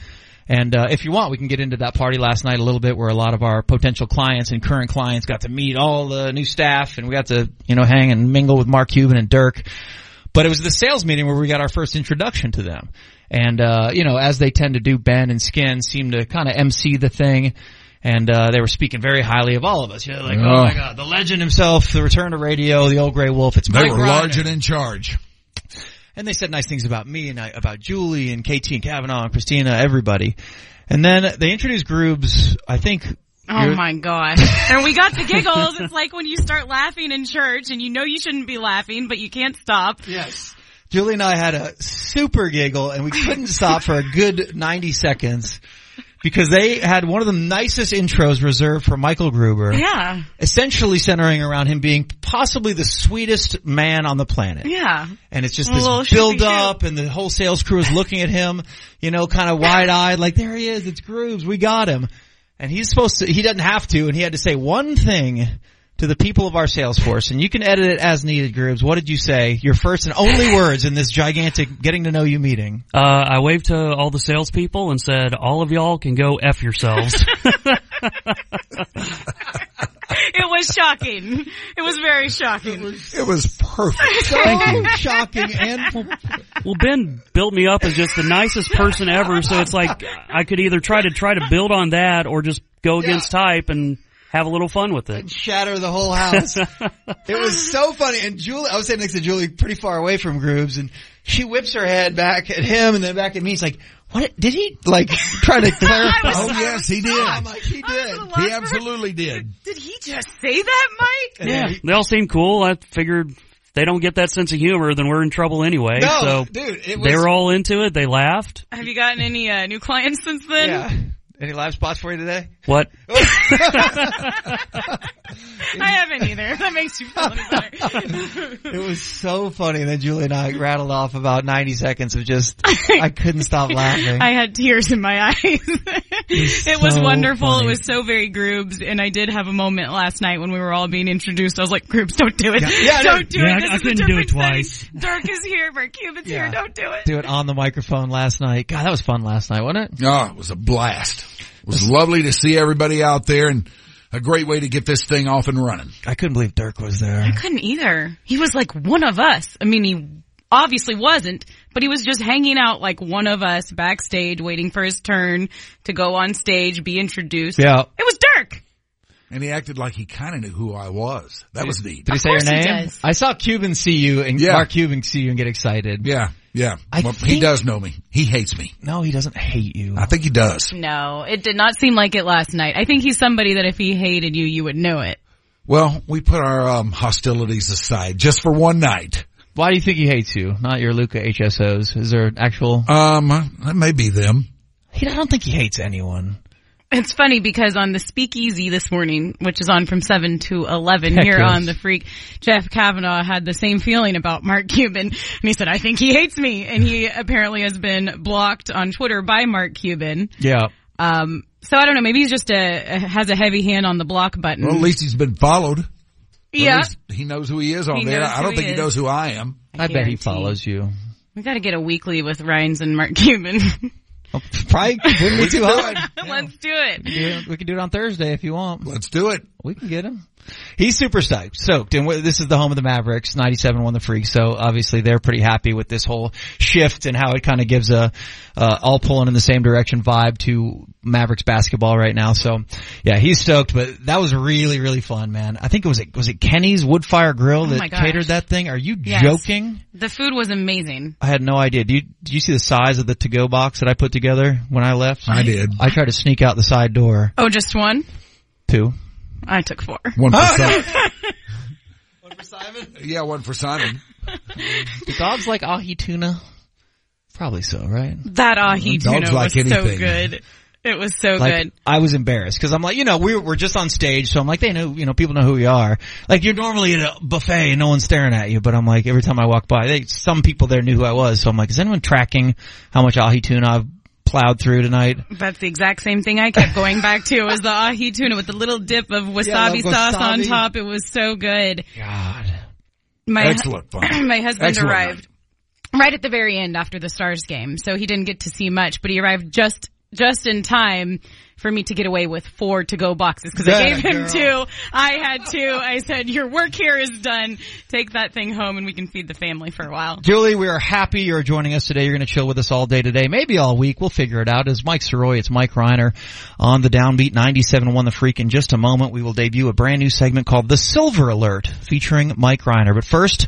Speaker 3: And uh, if you want, we can get into that party last night a little bit where a lot of our potential clients and current clients got to meet all the new staff and we got to, you know, hang and mingle with Mark Cuban and Dirk but it was the sales meeting where we got our first introduction to them. And, uh, you know, as they tend to do, Ben and Skin seemed to kind of MC the thing. And, uh, they were speaking very highly of all of us. You know, like, oh.
Speaker 2: Oh.
Speaker 3: my God, the legend himself, the return to radio, the old gray wolf, it's
Speaker 2: They
Speaker 3: Mike
Speaker 2: were
Speaker 3: Ryder.
Speaker 2: large and in charge.
Speaker 3: And they said nice things about me and I, about Julie and KT and Kavanaugh and Christina, everybody. And then they introduced groups, I think,
Speaker 5: Oh
Speaker 3: You're-
Speaker 5: my gosh. And we got the giggles. It's like when you start laughing in church and you know you shouldn't be laughing, but you can't stop.
Speaker 3: Yes. Julie and I had a super giggle and we couldn't stop for a good 90 seconds because they had one of the nicest intros reserved for Michael Gruber,
Speaker 5: Yeah.
Speaker 3: essentially centering around him being possibly the sweetest man on the planet.
Speaker 5: Yeah.
Speaker 3: And it's just
Speaker 5: A little
Speaker 3: this
Speaker 5: shoo-shoo.
Speaker 3: build up and the whole sales crew is looking at him, you know, kind of wide eyed, like there he is, it's Grooves, we got him. And he's supposed to, he doesn't have to, and he had to say one thing to the people of our sales force, and you can edit it as needed, Grooves. What did you say? Your first and only words in this gigantic getting to know you meeting.
Speaker 4: Uh, I waved to all the salespeople and said, all of y'all can go F yourselves.
Speaker 5: It was shocking. It was very shocking.
Speaker 2: It was perfect.
Speaker 3: Thank you. Shocking and,
Speaker 4: well, Ben built me up as just the nicest person ever. So it's like I could either try to try to build on that or just go against type and have a little fun with it.
Speaker 3: shatter the whole house. it was so funny. And Julie, I was sitting next to Julie, pretty far away from Grooves, and she whips her head back at him and then back at me. He's like, "What did he like? Try to clarify?"
Speaker 2: oh yes, he did.
Speaker 3: I'm like, "He did."
Speaker 5: I was
Speaker 2: He
Speaker 5: laughing.
Speaker 2: absolutely did.
Speaker 5: Did he just say that, Mike?
Speaker 3: And then he-
Speaker 4: They all seem cool. I figured if they don't get that sense of humor, then we're in trouble anyway.
Speaker 3: no,
Speaker 4: so
Speaker 3: dude, it was.
Speaker 4: they were all into it. They laughed.
Speaker 5: Have you gotten any uh, new clients since then?
Speaker 3: yeah. Any live spots for you today?
Speaker 4: What?
Speaker 5: I haven't either. That makes you feel any better.
Speaker 3: It was so funny. And then Julie and I rattled off about 90 seconds of just, I couldn't stop laughing.
Speaker 5: I had tears in my eyes. it was
Speaker 3: so
Speaker 5: wonderful.
Speaker 3: funny.
Speaker 5: It was so very Groobs, and I did have a moment last night when we were all being introduced. I was like, Groobs, don't do it.
Speaker 3: Yeah, I know.
Speaker 5: don't do
Speaker 4: Yeah, I-
Speaker 5: it. This
Speaker 4: I
Speaker 5: is a
Speaker 4: couldn't do it
Speaker 5: different
Speaker 4: twice.
Speaker 5: Thing. Dirk is here, Mark Cuban's
Speaker 3: Yeah.
Speaker 5: here. Don't do it.
Speaker 3: do it on the microphone last night. God, that was fun last night, wasn't it?
Speaker 2: Oh, it was a blast. It was lovely to see everybody out there and a great way to get this thing off and running.
Speaker 3: I couldn't believe Dirk was there.
Speaker 5: I couldn't either. He was like one of us. I mean, he obviously wasn't, but he was just hanging out like one of us backstage, waiting for his turn to go on stage, be introduced.
Speaker 3: Yeah.
Speaker 5: It was Dirk.
Speaker 2: And he acted like he kind of knew who I was. That was neat.
Speaker 3: Did he say your
Speaker 5: course he
Speaker 3: name?
Speaker 5: does.
Speaker 3: I saw Cuban see you and
Speaker 2: Yeah.
Speaker 3: Mark Cuban see you and get excited.
Speaker 2: Yeah, yeah.
Speaker 3: I
Speaker 2: well, he
Speaker 3: think-
Speaker 2: does know me. He hates me.
Speaker 3: No, he doesn't hate you.
Speaker 2: I think he does.
Speaker 5: No, it did not seem like it last night. I think he's somebody that if he hated you, you would know it.
Speaker 2: Well, we put our um, hostilities aside just for one night.
Speaker 3: Why do you think he hates you? Not your Luca HSOs. Is there an actual?
Speaker 2: Um, that may be them.
Speaker 3: He, I don't think he hates anyone.
Speaker 5: It's funny because on the speakeasy this morning, which is on from 7 to 11
Speaker 3: Heck
Speaker 5: here
Speaker 3: yes.
Speaker 5: on The Freak, Jeff Kavanaugh had the same feeling about Mark Cuban. And he said, I think he hates me. And he apparently has been blocked on Twitter by Mark Cuban.
Speaker 3: Yeah.
Speaker 5: Um, so I don't know. Maybe he's just a has a heavy hand on the block button.
Speaker 2: Well, at least he's been followed. At
Speaker 5: yeah,
Speaker 2: least He knows who he is on
Speaker 5: He
Speaker 2: there.
Speaker 5: knows
Speaker 2: I don't
Speaker 5: who
Speaker 2: think
Speaker 5: he
Speaker 2: he
Speaker 5: is.
Speaker 2: knows who I am.
Speaker 3: I bet he
Speaker 5: guarantee.
Speaker 3: follows you.
Speaker 5: we got to get a weekly with Rhines and Mark Cuban.
Speaker 3: Oh, Probably wouldn't be too hard.
Speaker 5: Let's do it.
Speaker 3: Yeah, we can do it on Thursday if you want.
Speaker 2: Let's do it.
Speaker 3: We can get him. He's super stoked, soaked, and wh- this is the home of the Mavericks. Ninety-seven won the freak, so obviously they're pretty happy with this whole shift and how it kind of gives a uh, all pulling in the same direction vibe to Mavericks basketball right now. So, yeah, he's stoked. But that was really, really fun, man. I think it was it was it Kenny's Woodfire Grill
Speaker 5: Oh my
Speaker 3: that
Speaker 5: gosh.
Speaker 3: catered that thing. Are you
Speaker 5: Yes.
Speaker 3: joking?
Speaker 5: The food was amazing.
Speaker 3: I had no idea. Do you do you see the size of the to-go box that I put together when I left?
Speaker 2: I did.
Speaker 3: I tried to sneak out the side door
Speaker 5: Oh, just one.
Speaker 3: too.
Speaker 5: I took four.
Speaker 2: Ah! One for Simon. Yeah, one for Simon.
Speaker 3: The dog's like ahi tuna. Probably so, right?
Speaker 5: That ahi
Speaker 2: Dogs
Speaker 5: tuna
Speaker 2: like
Speaker 5: was so
Speaker 2: anything.
Speaker 5: good. It was so
Speaker 3: Like
Speaker 5: good.
Speaker 3: I was embarrassed because I'm like, you know, we're we're just on stage, so I'm like, they know, you know, people know who we are. Like you're normally at a buffet and no one's staring at you, but I'm like, every time I walk by, they, some people there knew who I was, so I'm like, is anyone tracking how much ahi tuna I've plowed through tonight?
Speaker 5: That's the exact same thing I kept going back to was the ahi tuna with the little dip of wasabi
Speaker 3: little
Speaker 5: sauce on
Speaker 3: wasabi.
Speaker 5: top. It was so good.
Speaker 3: God,
Speaker 5: My
Speaker 2: Excellent fun.
Speaker 5: my husband
Speaker 2: Excellent.
Speaker 5: arrived right at the very end after the Stars game, so he didn't get to see much, but he arrived just just in time for me to get away with four to go boxes because I
Speaker 3: Yeah,
Speaker 5: gave him
Speaker 3: girl.
Speaker 5: two. I had two. I said, "Your work here is done. Take that thing home, and we can feed the family for a while."
Speaker 3: Julie, we are happy you're joining us today. You're going to chill with us all day today, maybe all week. We'll figure it out. It's Mike Soroy. It's Mike Reiner on the Downbeat 97 One The Freak. In just a moment, we will debut a brand new segment called The Silver Alert featuring Mike Reiner. But first,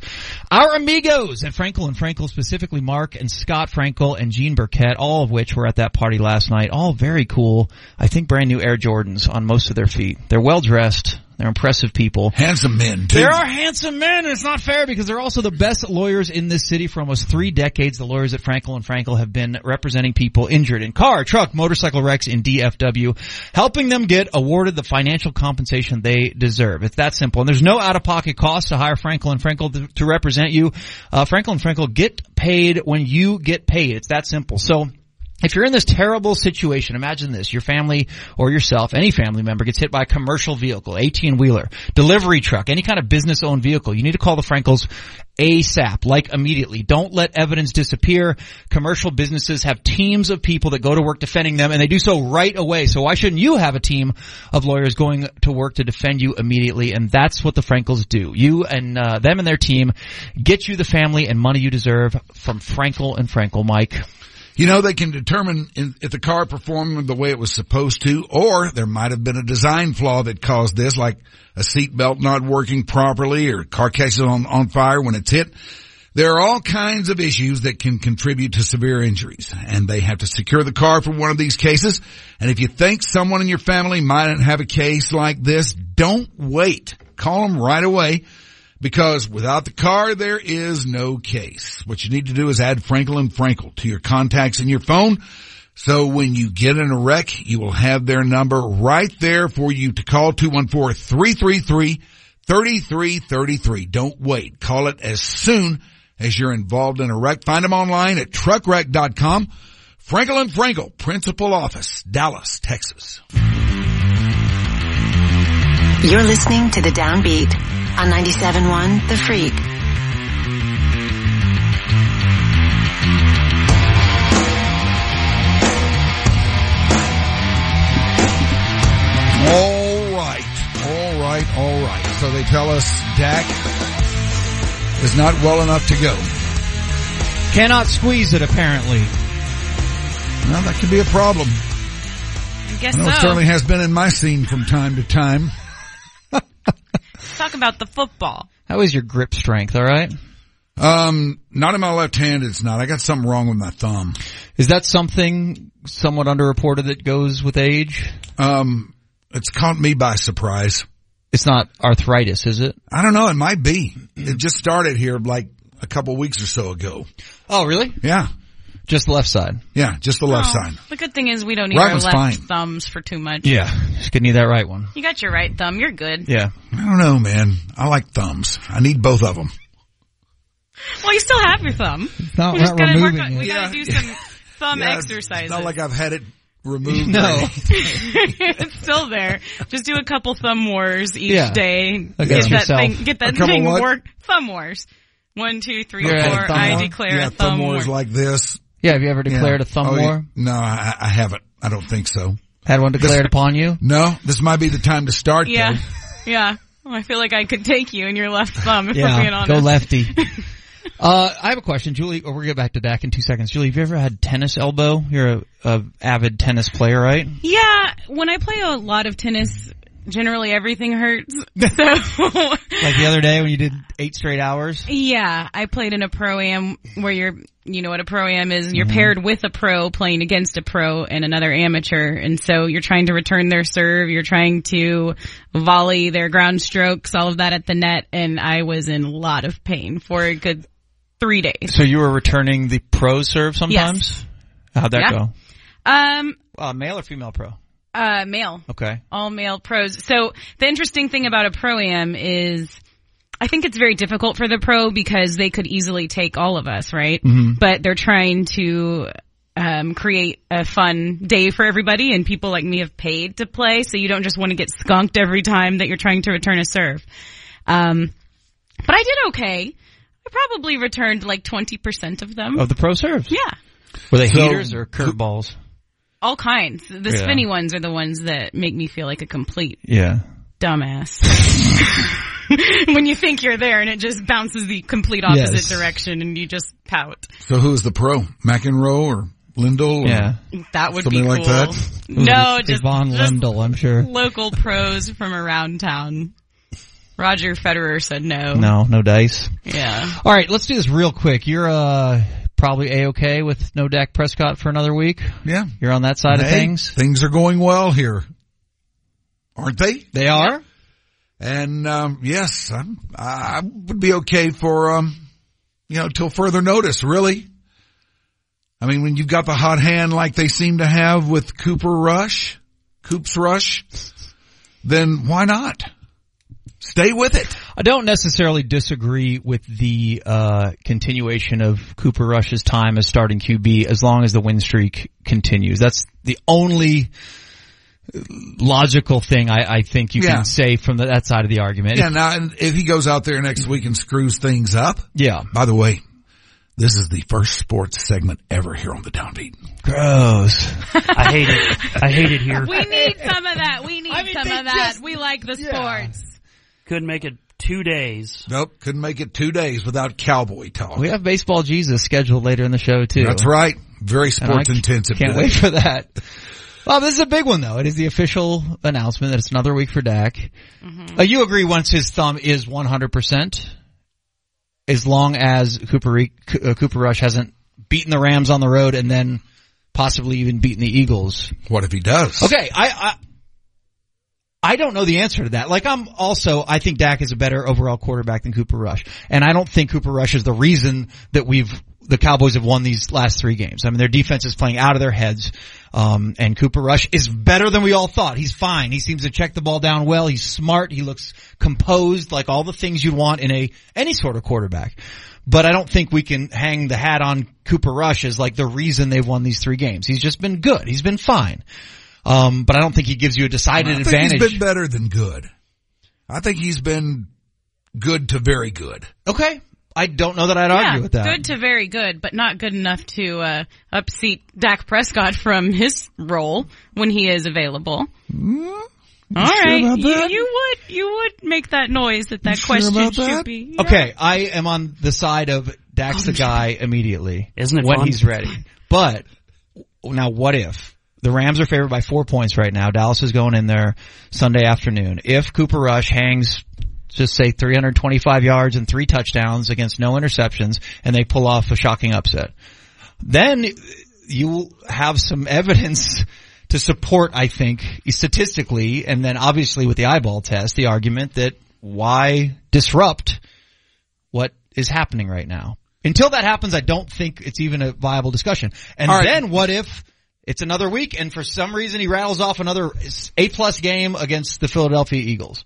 Speaker 3: our amigos at Frankel and Frankel, specifically Mark and Scott Frankel and Gene Burkett, all of which were at that party last night. All very cool. I think brand new Air Jordans on most of their feet. They're well dressed. They're impressive people.
Speaker 2: Handsome men, too.
Speaker 3: There are handsome men, and it's not fair because they're also the best lawyers in this city for almost three decades. The lawyers at Frankel and Frankel have been representing people injured in car, truck, motorcycle wrecks in DFW, helping them get awarded the financial compensation they deserve. It's that simple. And there's no out-of-pocket cost to hire Frankel and Frankel to, to represent you. Uh, Frankel and Frankel get paid when you get paid. It's that simple. So, if you're in this terrible situation, imagine this, your family or yourself, any family member gets hit by a commercial vehicle, 18 wheeler, delivery truck, any kind of business owned vehicle, you need to call the Frankels ASAP, like immediately. Don't let evidence disappear. Commercial businesses have teams of people that go to work defending them and they do so right away. So why shouldn't you have a team of lawyers going to work to defend you immediately? And that's what the Frankels do. You and uh, them and their team get you the family and money you deserve from Frankel and Frankel, Mike.
Speaker 2: You know, they can determine in, if the car performed the way it was supposed to, or there might have been a design flaw that caused this, like a seat belt not working properly or car catches on, on fire when it's hit. There are all kinds of issues that can contribute to severe injuries, and they have to secure the car for one of these cases. And if you think someone in your family might have a case like this, don't wait. Call them right away because without the car, there is no case. What you need to do is add Frankel and Frankel to your contacts in your phone. So when you get in a wreck, you will have their number right there for you to call 214-333-3333. Don't wait. Call it as soon as you're involved in a wreck. Find them online at truckwreck.com. Frankel and Frankel, principal office, Dallas, Texas.
Speaker 6: You're listening to The Downbeat on 97.1 The Freak.
Speaker 2: All right, all right, all right. So they tell us Dak is not well enough to go.
Speaker 3: Cannot squeeze it apparently.
Speaker 2: Well, that could be a problem.
Speaker 5: I guess
Speaker 2: I know it
Speaker 5: so.
Speaker 2: certainly has been in my scene from time to time.
Speaker 5: Let's talk about the football.
Speaker 3: How is your grip strength, alright?
Speaker 2: Um, not in my left hand, it's not. I got something wrong with my thumb.
Speaker 3: Is that something somewhat underreported that goes with age?
Speaker 2: Um, it's caught me by surprise.
Speaker 3: It's not arthritis, is it?
Speaker 2: I don't know, it might be. It just started here like a couple weeks or so ago.
Speaker 3: Oh really?
Speaker 2: Yeah,
Speaker 3: Just the left side.
Speaker 2: yeah, just the left
Speaker 5: Oh,
Speaker 2: side.
Speaker 5: The good thing is we don't need
Speaker 2: Right
Speaker 5: our
Speaker 2: one's
Speaker 5: left
Speaker 2: fine.
Speaker 5: thumbs for too much.
Speaker 3: Yeah. Just gonna need that right one.
Speaker 5: You got your right thumb. You're good.
Speaker 3: Yeah.
Speaker 2: I don't know, man. I like thumbs. I need both of them.
Speaker 5: Well, you still have your thumb.
Speaker 3: Not,
Speaker 5: We just
Speaker 3: not
Speaker 5: gotta work
Speaker 3: removing
Speaker 5: on.
Speaker 3: it.
Speaker 5: We gotta
Speaker 2: Yeah.
Speaker 5: do some thumb
Speaker 2: Yeah, it's
Speaker 5: exercises.
Speaker 2: Not like I've had it removed.
Speaker 3: No.
Speaker 5: it's still there. Just do a couple thumb wars each
Speaker 3: Yeah.
Speaker 5: day.
Speaker 3: Against
Speaker 5: get
Speaker 3: yourself.
Speaker 5: that thing. Get
Speaker 2: A
Speaker 5: that
Speaker 2: couple
Speaker 5: thing
Speaker 2: what?
Speaker 5: work. Thumb wars. One, two, three, four.
Speaker 2: Yeah, thumb
Speaker 5: I
Speaker 2: war.
Speaker 5: declare
Speaker 2: yeah,
Speaker 5: a thumb, war.
Speaker 2: wars like this.
Speaker 3: Yeah, have you ever declared a thumb
Speaker 2: Oh, yeah.
Speaker 3: war?
Speaker 2: No, I, I haven't. I don't think so.
Speaker 3: Had one declared upon you?
Speaker 2: No, this might be the time to start.
Speaker 5: yeah,
Speaker 2: though.
Speaker 5: yeah. Well, I feel like I could take you in your left thumb if we're being honest.
Speaker 3: go lefty. Uh, I have a question, Julie. Or we're gonna get back to Dak in two seconds. Julie, have you ever had tennis elbow? You're a, a avid tennis player, right?
Speaker 5: Yeah, when I play a lot of tennis, generally everything hurts. So
Speaker 3: Like the other day when you did eight straight hours.
Speaker 5: Yeah, I played in a pro am where you're, you know what a pro am is. You're paired with a pro playing against a pro and another amateur, and so you're trying to return their serve. You're trying to volley their ground strokes, all of that at the net, and I was in a lot of pain for a good three days.
Speaker 3: So you were returning the pro serve sometimes. How'd that
Speaker 5: Yeah.
Speaker 3: go?
Speaker 5: Um,
Speaker 3: Uh, male or female pro?
Speaker 5: uh, male,
Speaker 3: Okay.
Speaker 5: all male pros. So the interesting thing about a pro am is I think it's very difficult for the pro because they could easily take all of us, right?
Speaker 3: Mm-hmm.
Speaker 5: But they're trying to um, create a fun day for everybody, and people like me have paid to play, so you don't just want to get skunked every time that you're trying to return a serve. Um, but I did okay. I probably returned like 20% of them.
Speaker 3: Of Oh, the pro serves.
Speaker 5: Yeah.
Speaker 3: Were they
Speaker 2: So-
Speaker 3: heaters or curveballs?
Speaker 5: All kinds. The
Speaker 3: Yeah.
Speaker 5: spinny ones are the ones that make me feel like a complete
Speaker 3: Yeah.
Speaker 5: dumbass. when you think you're there and it just bounces the complete opposite
Speaker 3: Yes.
Speaker 5: direction and you just pout.
Speaker 2: So who is the pro? McEnroe or Lindell? Or,
Speaker 3: Yeah.
Speaker 5: That would
Speaker 2: Something
Speaker 5: be cool.
Speaker 2: like that?
Speaker 5: No, just,
Speaker 3: Mm-hmm. Yvonne
Speaker 5: just
Speaker 3: Lindell, I'm sure.
Speaker 5: local pros from around town. Roger Federer said no.
Speaker 3: No, no dice.
Speaker 5: Yeah.
Speaker 3: All right, let's do this real quick. You're uh probably a okay with no Dak Prescott for another week.
Speaker 2: Yeah.
Speaker 3: You're on that side of
Speaker 2: Hey,
Speaker 3: things.
Speaker 2: Things are going well here, aren't they?
Speaker 3: They are.
Speaker 2: And um, yes, I'm, I would be okay for um, you know till further notice. Really, I mean, when you've got the hot hand like they seem to have with Cooper Rush, Coops Rush, then why not stay with it?
Speaker 3: I don't necessarily disagree with the uh, continuation of Cooper Rush's time as starting QB as long as the win streak continues. That's the only logical thing I, I think you
Speaker 2: Yeah.
Speaker 3: can say from the, that side of the argument.
Speaker 2: Yeah. Now, and if he goes out there next week and screws things up,
Speaker 3: Yeah.
Speaker 2: by the way. This is the first sports segment ever here on the Downbeat.
Speaker 3: Gross.
Speaker 4: I hate it. I hate it here.
Speaker 5: We need some of that. We need some of that. we like the sports.
Speaker 4: Couldn't make it two days.
Speaker 2: Nope, couldn't make it two days without cowboy talk.
Speaker 3: We have Baseball Jesus scheduled later in the show too.
Speaker 2: That's right. Very
Speaker 3: And I
Speaker 2: sports intensive.
Speaker 3: Can't
Speaker 2: today.
Speaker 3: wait for that. Well, this is a big one though. It is the official announcement that it's another week for Dak. Uh, you agree once his thumb is 100%, as long as Cooper, Re- C- uh, Cooper Rush hasn't beaten the Rams on the road and then possibly even beaten the Eagles.
Speaker 2: What if he does?
Speaker 3: Okay, I, I, I don't know the answer to that. Like I'm also, I think Dak is a better overall quarterback than Cooper Rush. And I don't think Cooper Rush is the reason that we've, the Cowboys have won these last three games. I mean, their defense is playing out of their heads. Um, and Cooper Rush is better than we all thought. He's fine. He seems to check the ball down well. He's smart. He looks composed, like all the things you'd want in a, any sort of quarterback. But I don't think we can hang the hat on Cooper Rush as like the reason they've won these three games. He's just been good. He's been fine. Um, but I don't think he gives you a decided
Speaker 2: I think
Speaker 3: advantage.
Speaker 2: he's been better than good. I think he's been good to very good.
Speaker 3: Okay. I don't know that I'd
Speaker 5: Yeah,
Speaker 3: argue with that.
Speaker 5: good to very good, but not good enough to uh, upseat Dak Prescott from his role when he is available. All right,
Speaker 2: Hmm? about
Speaker 5: you,
Speaker 2: that?
Speaker 5: you would you would make that noise that that
Speaker 2: sure
Speaker 5: question
Speaker 2: about
Speaker 5: should
Speaker 2: that?
Speaker 5: be.
Speaker 3: Okay, I am on the side of Dax the guy immediately.
Speaker 4: Isn't it
Speaker 3: when
Speaker 4: fun?
Speaker 3: he's ready? But now, what if the Rams are favored by four points right now? Dallas is going in there Sunday afternoon. If Cooper Rush hangs, just say 325 yards and three touchdowns against no interceptions, and they pull off a shocking upset, then you have some evidence. To support, I think, statistically, and then obviously with the eyeball test, the argument that why disrupt what is happening right now. Until that happens, I don't think it's even a viable discussion. And
Speaker 2: All right.
Speaker 3: then what if it's another week and for some reason he rattles off another eight plus game against the Philadelphia Eagles?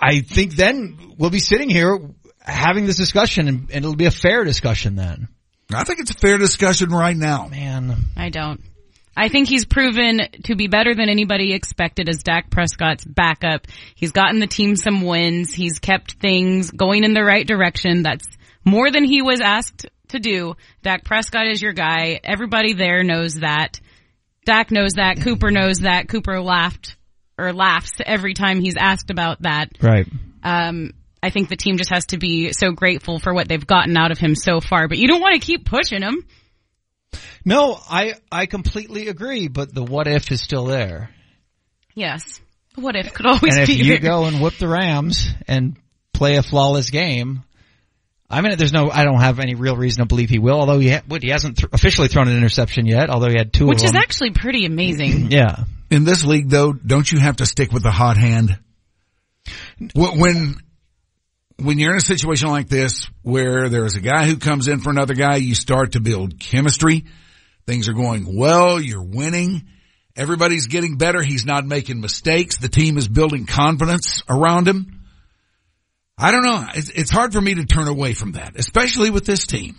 Speaker 3: I think then we'll be sitting here having this discussion and, and it'll be a fair discussion then.
Speaker 2: I think it's a fair discussion right now.
Speaker 3: Man,
Speaker 5: I don't. I think he's proven to be better than anybody expected as Dak Prescott's backup. He's gotten the team some wins. He's kept things going in the right direction. That's more than he was asked to do. Dak Prescott is your guy. Everybody there knows that. Dak knows that. Cooper knows that. Cooper laughed or laughs every time he's asked about that.
Speaker 3: Right.
Speaker 5: Um, I think the team just has to be so grateful for what they've gotten out of him so far, but you don't want to keep pushing him.
Speaker 3: No, I I completely agree, but the what if is still there.
Speaker 5: Yes. What if could always
Speaker 3: And if
Speaker 5: be
Speaker 3: you
Speaker 5: there.
Speaker 3: go and whip the Rams and play a flawless game, I mean, there's no, I don't have any real reason to believe he will. Although he ha- would, he hasn't th- officially thrown an interception yet. Although he had two,
Speaker 5: which
Speaker 3: of
Speaker 5: is
Speaker 3: them.
Speaker 5: actually pretty amazing.
Speaker 3: yeah.
Speaker 2: In this league, though, don't you have to stick with the hot hand? Wh- When when you're in a situation like this, where there's a guy who comes in for another guy, you start to build chemistry. Things are going well. You're winning. Everybody's getting better. He's not making mistakes. The team is building confidence around him. I don't know. It's, it's hard for me to turn away from that, especially with this team.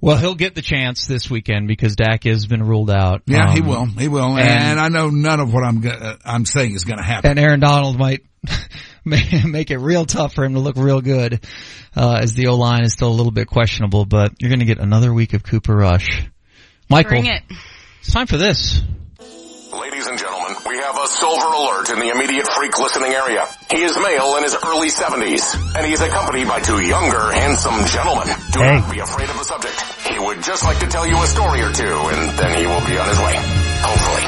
Speaker 3: Well, he'll get the chance this weekend because Dak has been ruled out.
Speaker 2: Yeah, he
Speaker 3: Um,
Speaker 2: will. He will. And, I know none of what I'm go- I'm saying is going to happen.
Speaker 3: and Aaron Donald might ma- make it real tough for him to look real good, uh, as the O line is still a little bit questionable. But you're going to get another week of Cooper Rush. Michael,
Speaker 5: Bring it.
Speaker 3: it's time for this.
Speaker 7: Ladies and gentlemen, we have a silver alert in the immediate freak listening area. He is male in his early 70s, and he is accompanied by two younger, handsome gentlemen. Do not be afraid of the subject. He would just like to tell you a story or two, and then he will be on his way. Hopefully.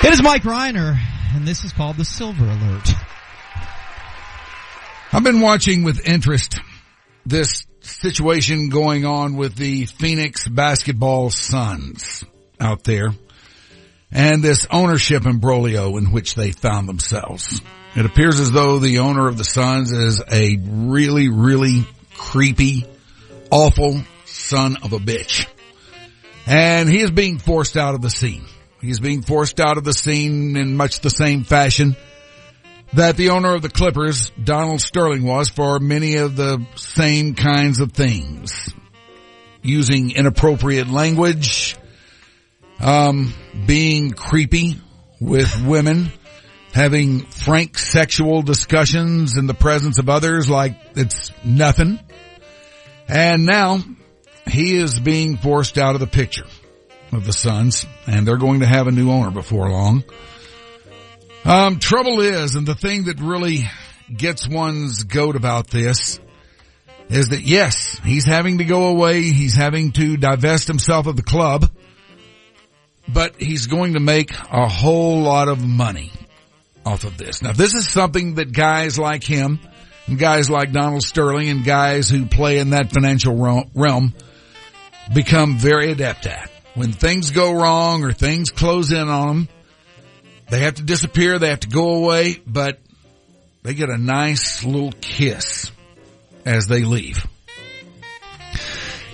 Speaker 3: It is Mike Reiner, and this is called the Silver Alert.
Speaker 2: I've been watching with interest this situation going on with the Phoenix basketball Suns out there and this ownership imbroglio in which they found themselves. It appears as though the owner of the Suns is a really, really creepy, awful son of a bitch. And he is being forced out of the scene. He's being forced out of the scene in much the same fashion that the owner of the Clippers, Donald Sterling, was for many of the same kinds of things. Using inappropriate language, um, being creepy with women, having frank sexual discussions in the presence of others like it's nothing. And now he is being forced out of the picture of the Suns and they're going to have a new owner before long. Um, trouble is, and the thing that really gets one's goat about this is that yes, he's having to go away. He's having to divest himself of the club, but he's going to make a whole lot of money off of this. Now, this is something that guys like him and guys like Donald Sterling and guys who play in that financial ro- realm become very adept at. When things go wrong or things close in on them, they have to disappear. They have to go away, but they get a nice little kiss as they leave.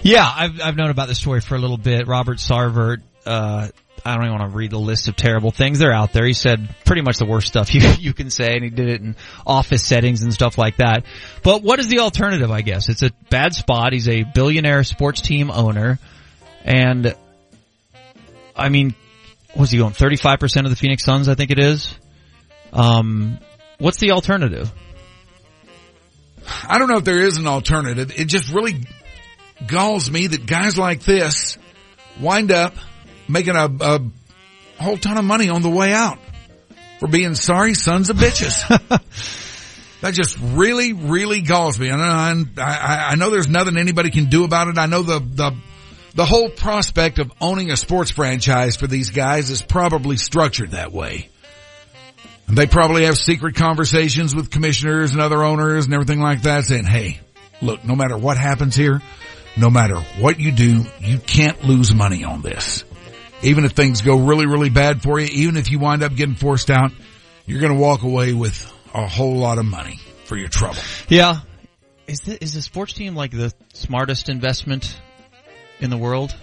Speaker 3: Yeah, I've I've known about this story for a little bit. Robert Sarvert, uh, I don't even want to read the list of terrible things. They're out there. He said pretty much the worst stuff you you can say, and he did it in office settings and stuff like that. But what is the alternative? I guess it's a bad spot. He's a billionaire sports team owner, and I mean, what's he going? Thirty five percent of the Phoenix Suns, I think it is. Um, what's the alternative?
Speaker 2: I don't know if there is an alternative. It just really galls me that guys like this wind up making a, a whole ton of money on the way out for being sorry sons of bitches. that just really, really galls me. And I, I, I know there's nothing anybody can do about it. I know the, the, the whole prospect of owning a sports franchise for these guys is probably structured that way. And they probably have secret conversations with commissioners and other owners and everything like that saying, hey, look, no matter what happens here, no matter what you do, you can't lose money on this. Even if things go really, really bad for you, even if you wind up getting forced out, you're going to walk away with a whole lot of money for your trouble.
Speaker 3: Yeah. Is the, is the sports team like the smartest investment in the world?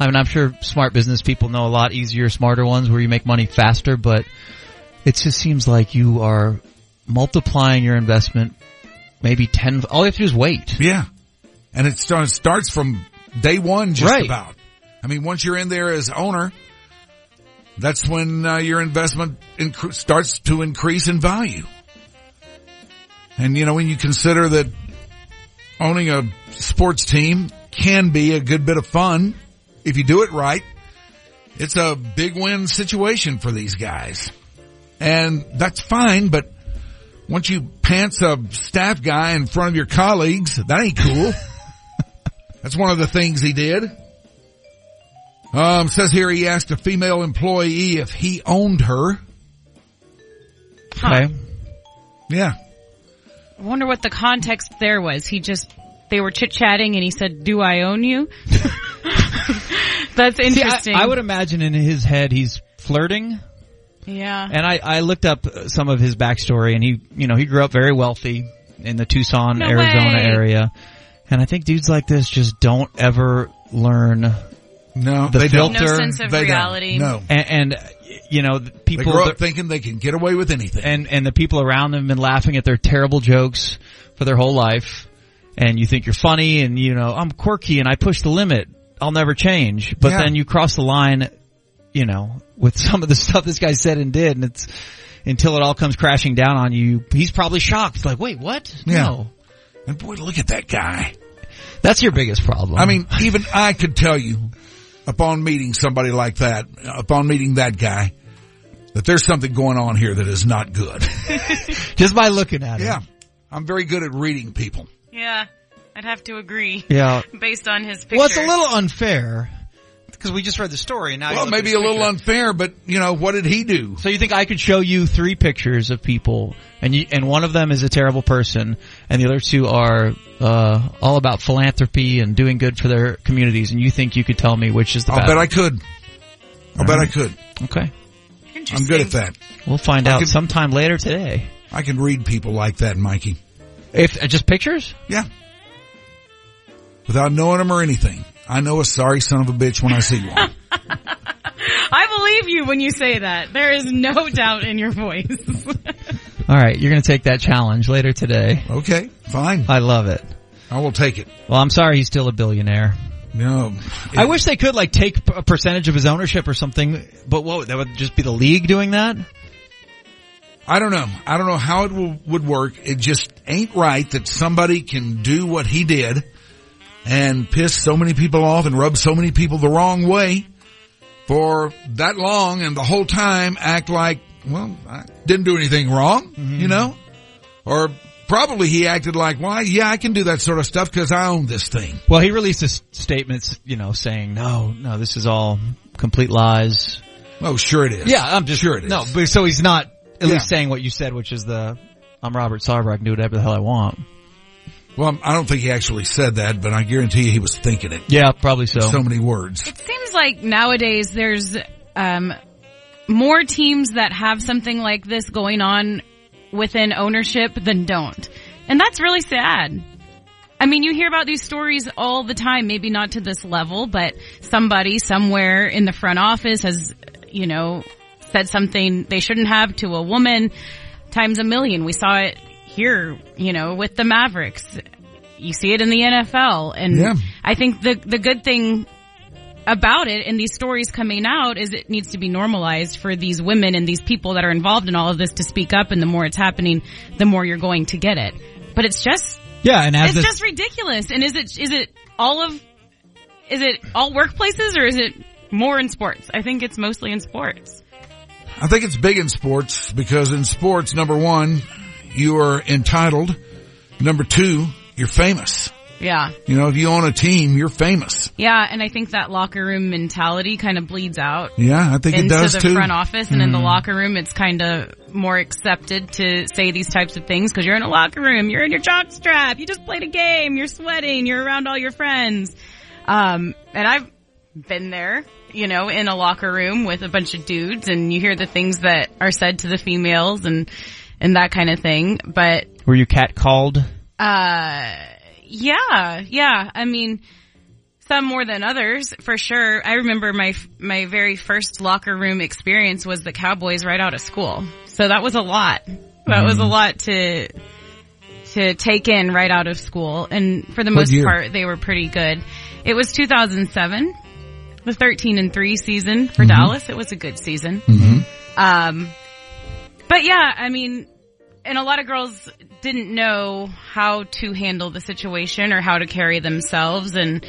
Speaker 3: I mean, I'm sure smart business people know a lot easier, smarter ones where you make money faster, but it just seems like you are multiplying your investment maybe 10, all you have to do is wait.
Speaker 2: Yeah. And it starts, starts from day one just
Speaker 3: Right.
Speaker 2: about. I mean, once you're in there as owner, that's when uh, your investment incre- starts to increase in value. And you know, when you consider that owning a sports team can be a good bit of fun if you do it right, it's a big win situation for these guys. And that's fine, but once you pants a staff guy in front of your colleagues, that ain't cool. That's one of the things he did. Um, says here he asked a female employee if he owned her.
Speaker 3: Okay.
Speaker 2: Yeah.
Speaker 5: I wonder what the context there was. He just, they were chit chatting and he said, do I own you? That's
Speaker 3: See, I-
Speaker 5: interesting.
Speaker 3: I, would imagine in his head he's flirting.
Speaker 5: Yeah.
Speaker 3: And I, I looked up uh, some of his backstory and he, you know, he grew up very wealthy in the Tucson,
Speaker 5: No
Speaker 3: Arizona
Speaker 5: way.
Speaker 3: area. And I think dudes like this just don't ever learn
Speaker 2: No,
Speaker 3: The
Speaker 2: they don't.
Speaker 5: no
Speaker 3: filter,
Speaker 5: sense of
Speaker 2: they don't.
Speaker 5: reality.
Speaker 2: No.
Speaker 3: and, and uh, you know, the
Speaker 2: They
Speaker 3: people
Speaker 2: grow
Speaker 3: that-
Speaker 2: up thinking they can get away with anything.
Speaker 3: and, and the people around them have been laughing at their terrible jokes for their whole life. And you think you're funny and you know, I'm quirky and I push the limit. I'll never change. But
Speaker 2: Yeah.
Speaker 3: then you cross the line, you know, with some of the stuff this guy said and did and it's until it all comes crashing down on you, he's probably shocked. It's like, wait, what?
Speaker 2: Yeah.
Speaker 3: No.
Speaker 2: and boy, look at that guy.
Speaker 3: That's your biggest problem.
Speaker 2: I mean, even I could tell you upon meeting somebody like that, upon meeting that guy, that there's something going on here that is not good.
Speaker 3: just by looking at it.
Speaker 2: yeah. I'm very good at reading people.
Speaker 5: Yeah. I'd have to agree
Speaker 3: Yeah.
Speaker 5: based on his picture.
Speaker 3: Well, it's a little unfair because we just read the story and now you
Speaker 2: Well,
Speaker 3: look at
Speaker 2: maybe
Speaker 3: his
Speaker 2: a little
Speaker 3: picture.
Speaker 2: unfair, but you know, what did he do?
Speaker 3: So you think I could show you three pictures of people, and you, and one of them is a terrible person, and the other two are uh, all about philanthropy and doing good for their communities, and you think you could tell me which is the
Speaker 2: I'll
Speaker 3: bad?
Speaker 2: bet I could. I'll bet I could.
Speaker 3: one? Okay,
Speaker 2: I'm good at that.
Speaker 3: we'll find out
Speaker 2: could-
Speaker 3: sometime later today.
Speaker 2: I can read people like that, Mikey.
Speaker 3: If uh, just pictures?
Speaker 2: Yeah. Without knowing them or anything. I know a sorry son of a bitch when I see one.
Speaker 5: I believe you when you say that. There is no doubt in your voice.
Speaker 3: All right, you're gonna take that challenge later today.
Speaker 2: okay, fine.
Speaker 3: I love it.
Speaker 2: I will take it.
Speaker 3: Well, I'm sorry he's still a billionaire.
Speaker 2: No.
Speaker 3: I wish they could like take p- a percentage of his ownership or something, but whoa, that would just be the league doing that.
Speaker 2: I don't know. I don't know how it will, would work. It just ain't right that somebody can do what he did and piss so many people off and rub so many people the wrong way for that long and the whole time act like, well, I didn't do anything wrong,
Speaker 3: Mm-hmm.
Speaker 2: you know? Or probably he acted like, well, I- yeah, I can do that sort of stuff because I own this thing.
Speaker 3: Well, he released his statements, you know, saying, no, no, this is all complete lies.
Speaker 2: Oh, sure it is.
Speaker 3: I'm just,
Speaker 2: Sure it is.
Speaker 3: um, No, but so he's not at
Speaker 2: Yeah.
Speaker 3: least saying what you said, which is the, I'm Robert Sarver, I can do whatever the hell I want.
Speaker 2: Well, I don't think he actually said that, but I guarantee you he was thinking it.
Speaker 3: Yeah, probably so.
Speaker 2: So many words.
Speaker 5: It seems like nowadays there's um, more teams that have something like this going on within ownership than don't. And that's really sad. I mean, you hear about these stories all the time, maybe not to this level, but somebody somewhere in the front office has, you know, said something they shouldn't have to a woman times a million. We saw it here, you know, with the Mavericks. You see it in the NFL. And
Speaker 2: Yeah.
Speaker 5: I think the, the good thing about it and these stories coming out is it needs to be normalized for these women and these people that are involved in all of this to speak up. And the more it's happening, the more you're going to get it. But it's just
Speaker 3: yeah, and as
Speaker 5: it's
Speaker 3: this,
Speaker 5: just ridiculous. And is it is it all of is it all workplaces or is it more in sports? I think it's mostly in sports.
Speaker 2: I think it's big in sports because in sports, number one, you are entitled. Number two, you're famous.
Speaker 5: Yeah.
Speaker 2: You know, if you own a team, you're famous.
Speaker 5: Yeah, and I think that locker room mentality kind of bleeds out
Speaker 2: Yeah, I think it
Speaker 5: into
Speaker 2: does
Speaker 5: the
Speaker 2: too. Hmm.
Speaker 5: front office and in the locker room it's kind of more accepted to say these types of things because you're in a locker room, you're in your jock strap, you just played a game, you're sweating, you're around all your friends. Um, and I've been there, you know, in a locker room with a bunch of dudes and you hear the things that are said to the females and, and that kind of thing. But
Speaker 3: were you catcalled?
Speaker 5: Uh, yeah, yeah. I mean, some more than others, for sure. I remember my my very first locker room experience was the Cowboys right out of school. So that was a lot. That was a lot to to take in right out of school. And for the most
Speaker 2: year?
Speaker 5: part, they were pretty good. It was 2007. the 13 and 3 season for Dallas. It was a good season. Um, but yeah, I mean, and a lot of girls didn't know how to handle the situation or how to carry themselves and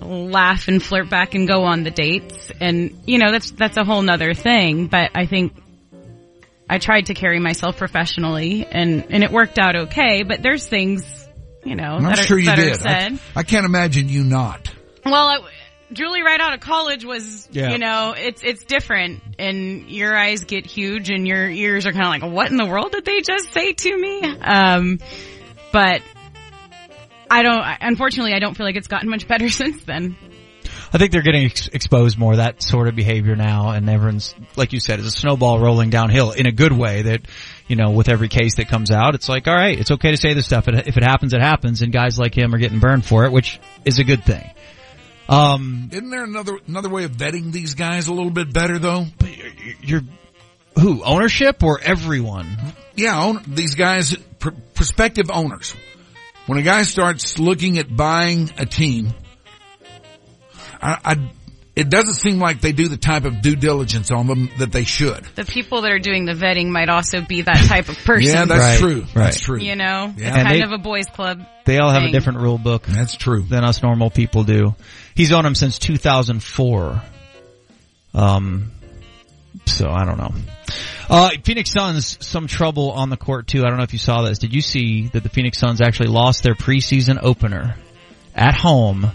Speaker 5: laugh and flirt back and go on the dates. And, you know, that's, that's a whole nother thing, but I think I tried to carry myself professionally and, and it worked out okay, but there's things, you know,
Speaker 2: I'm
Speaker 5: that are,
Speaker 2: sure you
Speaker 5: that are
Speaker 2: did.
Speaker 5: said.
Speaker 2: I, I can't imagine you not.
Speaker 5: Well, I, Julie, right out of college was,
Speaker 3: Yeah.
Speaker 5: you know, it's it's different, and your eyes get huge, and your ears are kind of like, what in the world did they just say to me? Um, but I don't. Unfortunately, I don't feel like it's gotten much better since then.
Speaker 3: I think they're getting ex- exposed more that sort of behavior now, and everyone's like you said, it's a snowball rolling downhill in a good way. That you know, with every case that comes out, it's like, all right, it's okay to say this stuff. It- If it happens, it happens, and guys like him are getting burned for it, which is a good thing. Um,
Speaker 2: Isn't there another another way of vetting these guys a little bit better though?
Speaker 3: you're who ownership or everyone?
Speaker 2: yeah, own, these guys, pr- prospective owners, when a guy starts looking at buying a team, I, I, it doesn't seem like they do the type of due diligence on them that they should.
Speaker 5: The people that are doing the vetting might also be that type of person.
Speaker 2: Yeah, that's
Speaker 3: Right,
Speaker 2: true. That's
Speaker 3: right.
Speaker 2: true.
Speaker 5: you know,
Speaker 2: Yeah.
Speaker 5: it's
Speaker 3: And
Speaker 5: kind
Speaker 3: they-
Speaker 5: of a boys' club.
Speaker 3: They all have a
Speaker 5: Thing.
Speaker 3: different rule book
Speaker 2: That's true.
Speaker 3: than us normal people do. He's owned them since 2004. Um, so I don't know. Uh, Phoenix Suns, some trouble on the court too. I don't know if you saw this. Did you see that the Phoenix Suns actually lost their preseason opener at home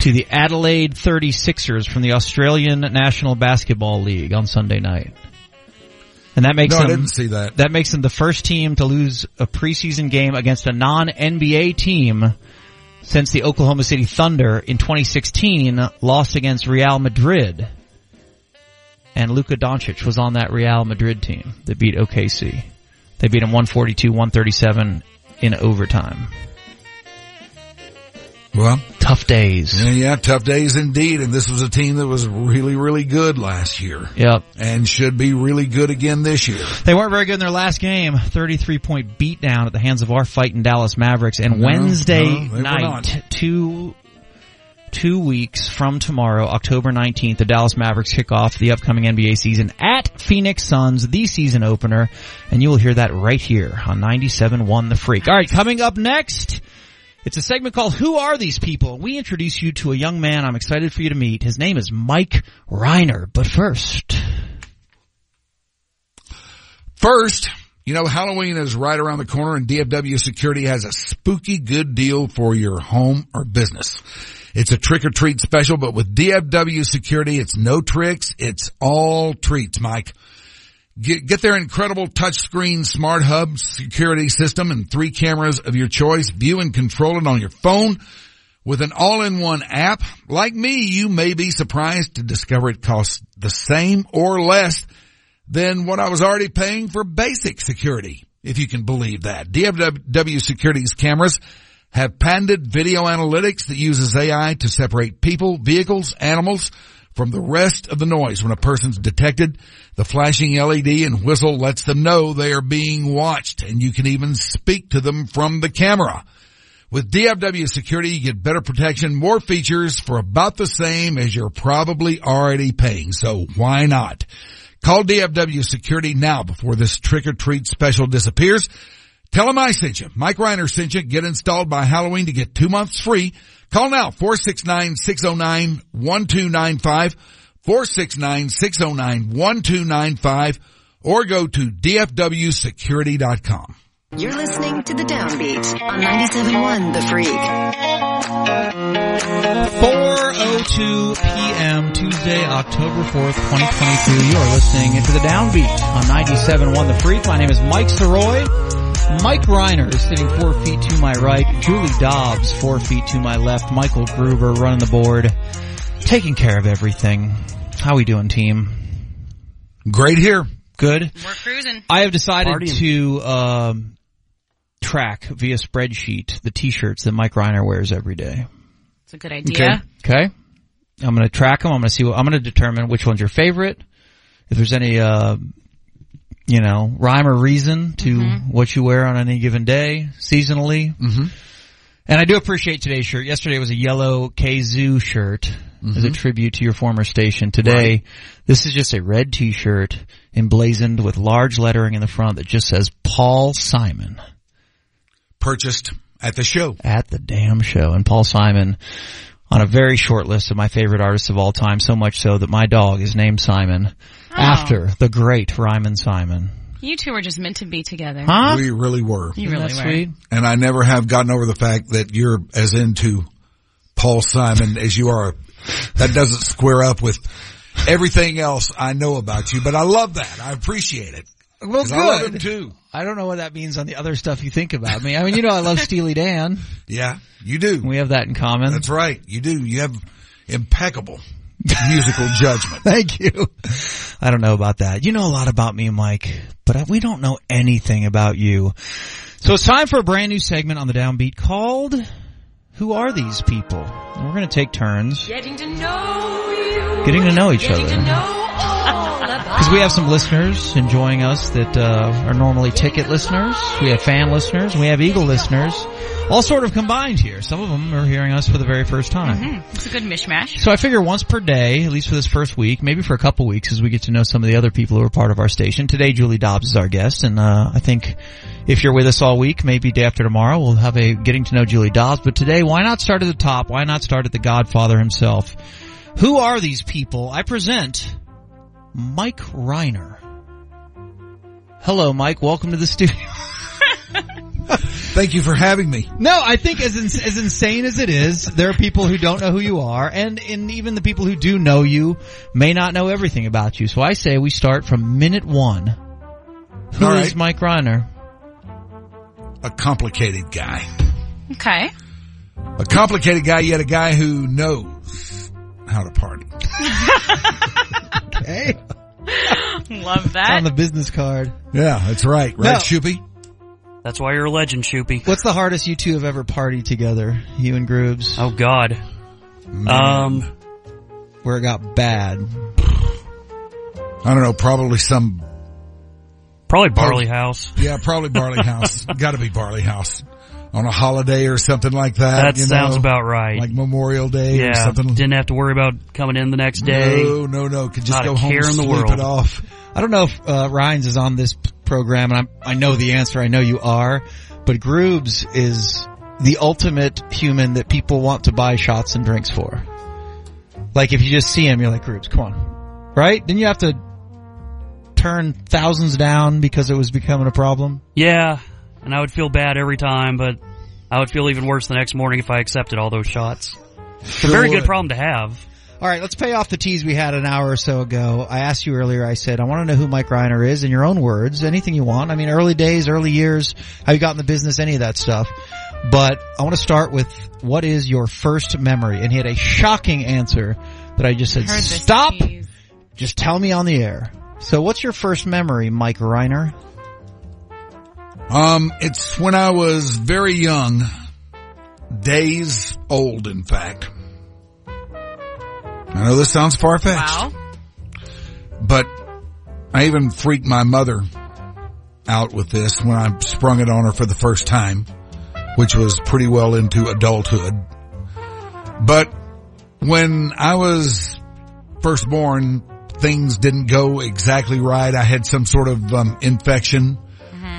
Speaker 3: to the Adelaide 36ers from the Australian National Basketball League on Sunday night? And that makes
Speaker 2: No, I
Speaker 3: them,
Speaker 2: didn't see that.
Speaker 3: that makes them the first team to lose a preseason game against a non-NBA team since the Oklahoma City Thunder in 2016 lost against Real Madrid. And Luka Doncic was on that Real Madrid team that beat OKC. They beat them 142-137 in overtime.
Speaker 2: Well,
Speaker 3: Tough days.
Speaker 2: yeah, yeah, tough days indeed. And this was a team that was really, really good last year
Speaker 3: Yep.
Speaker 2: and should be really good again this year.
Speaker 3: They weren't very good in their last game. 33 point beatdown at the hands of our fighting Dallas Mavericks. And Wednesday
Speaker 2: no, they were
Speaker 3: night,
Speaker 2: not.
Speaker 3: two, two weeks from tomorrow, October 19th, the Dallas Mavericks kick off the upcoming NBA season at Phoenix Suns, the season opener. And you will hear that right here on 97.1 The Freak. All right, coming up next. It's a segment called Who Are These People? We introduce you to a young man I'm excited for you to meet. His name is Mike Reiner. But first,
Speaker 2: First, you know, Halloween is right around the corner and DFW Security has a spooky good deal for your home or business. It's a trick or treat special, but with DFW Security, it's no tricks. It's all treats, Mike. Get, get their incredible touchscreen smart hub security system and three cameras of your choice. View and control it on your phone with an all-in-one app. Like me, you may be surprised to discover it costs the same or less than what I was already paying for basic security, if you can believe that. DFW Security's cameras have patented video analytics that uses AI to separate people, vehicles, animals from the rest of the noise. When a person's detected, the flashing LED and whistle lets them know they are being watched and you can even speak to them from the camera. With DFW security, you get better protection, more features for about the same as you're probably already paying. So why not? Call DFW security now before this trick or treat special disappears. Tell them I sent you. Mike Reiner sent you. Get installed by Halloween to get two months free. Call now 469-609-1295, 469-609-1295, or go to dfwsecurity.com.
Speaker 6: You're listening to the Downbeat on 97.1 The Freak.
Speaker 3: 4.02 p.m. Tuesday, October 4th, 2022. You are listening into The Downbeat on 97.1 The Freak. My name is Mike Soroy. Mike Reiner is sitting four feet to my right. Julie Dobbs, four feet to my left. Michael Gruber running the board, taking care of everything. How we doing, team?
Speaker 2: Great here.
Speaker 3: Good?
Speaker 5: We're cruising.
Speaker 3: I have decided
Speaker 4: Partying.
Speaker 3: to um, track via spreadsheet the t-shirts that Mike Reiner wears every day.
Speaker 5: It's a good idea.
Speaker 3: Okay. I'm going to track them. I'm going to see what, I'm going to determine which one's your favorite. If there's any, uh, you know, rhyme or reason to what you wear on any given day, seasonally. Mm-hmm. And I do appreciate today's shirt. Yesterday was a yellow Kazoo shirt as a tribute to your former station. Today, this is just a red t-shirt emblazoned with large lettering in the front that just says Paul Simon
Speaker 2: Purchased at the show.
Speaker 3: at the damn show. And Paul Simon on a very short list of my favorite artists of all time, so much so that my dog is named Simon
Speaker 5: Oh.
Speaker 3: after the great Ryman Simon.
Speaker 5: You two were just meant to be together.
Speaker 3: Huh?
Speaker 2: We really were.
Speaker 5: You
Speaker 3: Isn't
Speaker 5: really
Speaker 3: that
Speaker 5: were.
Speaker 3: sweet?
Speaker 2: And I never have gotten over the fact that you're as into Paul Simon as you are. That doesn't square up with everything else I know about you, but I love that. I appreciate it.
Speaker 3: Well,
Speaker 2: 'Cause I love him too.
Speaker 3: I don't know what that means on the other stuff you think about me. I mean, you know, I love Steely Dan.
Speaker 2: Yeah, you do.
Speaker 3: We have that in common.
Speaker 2: That's right. You do. You have impeccable musical judgment.
Speaker 3: Thank you. I don't know about that. You know a lot about me, Mike, but I, we don't know anything about you. So it's time for a brand new segment on the Downbeat called "Who Are These People?" And we're going to take turns
Speaker 8: Getting to know you.
Speaker 3: getting to know each
Speaker 8: Getting to
Speaker 3: other
Speaker 8: know all about
Speaker 3: because we have some listeners enjoying us that uh, are normally ticket listeners. We have fan listeners. We have Eagle listeners. All sort of combined here. Some of them are hearing us for the very first time.
Speaker 8: Mm-hmm.
Speaker 5: It's a good mishmash.
Speaker 3: So I figure once per day, at least for this first week, maybe for a couple weeks as we get to know some of the other people who are part of our station. Today, Julie Dobbs is our guest, and uh, I think if you're with us all week, maybe day after tomorrow, we'll have a getting to know Julie Dobbs. But today, why not start at the top? Why not start at the Godfather himself? Who are these people? I present Mike Reiner. Hello, Mike. Welcome to the studio.
Speaker 2: Thank you for having me.
Speaker 3: No, I think as ins- as insane as it is, there are people who don't know who you are, and and even the people who do know you may not know everything about you. So I say we start from minute one. Who is
Speaker 2: All right.
Speaker 3: Mike Reiner?
Speaker 2: A complicated guy.
Speaker 5: Okay.
Speaker 2: A complicated guy, yet a guy who knows how to party.
Speaker 3: Hey,
Speaker 5: Love
Speaker 3: on
Speaker 5: that.
Speaker 3: the business card.
Speaker 2: Yeah, that's right. Right,
Speaker 3: No.
Speaker 2: Shoopy?
Speaker 4: That's why you're a legend, Shoopy.
Speaker 3: What's the hardest you two have ever partied together? You and Groobs,
Speaker 4: Oh God. Um,
Speaker 3: where it got bad.
Speaker 2: I don't know, probably some,
Speaker 4: probably Barley House.
Speaker 2: yeah, probably Barley House. Gotta be Barley House. On a holiday or something like that.
Speaker 4: That
Speaker 2: uh, you
Speaker 4: sounds
Speaker 2: know?
Speaker 4: about right.
Speaker 2: Like Memorial Day or
Speaker 4: yeah,
Speaker 2: something.
Speaker 4: didn't have to worry about coming in the next day.
Speaker 2: No, no, no. Could just
Speaker 4: Not a
Speaker 2: go home
Speaker 4: care
Speaker 2: and
Speaker 4: in the
Speaker 2: sleep
Speaker 4: world.
Speaker 2: it off.
Speaker 3: I don't know if uh, Ryan's is on this p- program, and I'm, I know the answer. I know you are, but Groobs is the ultimate human that people want to buy shots and drinks for. Like if you just see him, you're like Groobs, come on, right? Didn't you have to turn thousands down because it was becoming a problem?
Speaker 4: Yeah, and I would feel bad every time, but I would feel even worse the next morning if I accepted all those shots. It's a very
Speaker 2: would.
Speaker 4: good problem to have.
Speaker 3: All right, let's pay off the tease we had an hour or so ago. I asked you earlier. I said I want to know who Mike Reiner is in your own words, anything you want. I mean, early days, early years, how you got in the business, any of that stuff. But I want to start with what is your first memory? And he had a shocking answer that I just said,
Speaker 5: Heard this
Speaker 3: "Stop!
Speaker 5: tease.
Speaker 3: Just tell me on the air." So, what's your first memory, Mike Reiner?
Speaker 2: Um, it's when I was very young, days old, in fact. I know this sounds far fetched,
Speaker 5: Wow.
Speaker 2: but I even freaked my mother out with this when I sprung it on her for the first time, which was pretty well into adulthood. But when I was first born, things didn't go exactly right. I had some sort of um, infection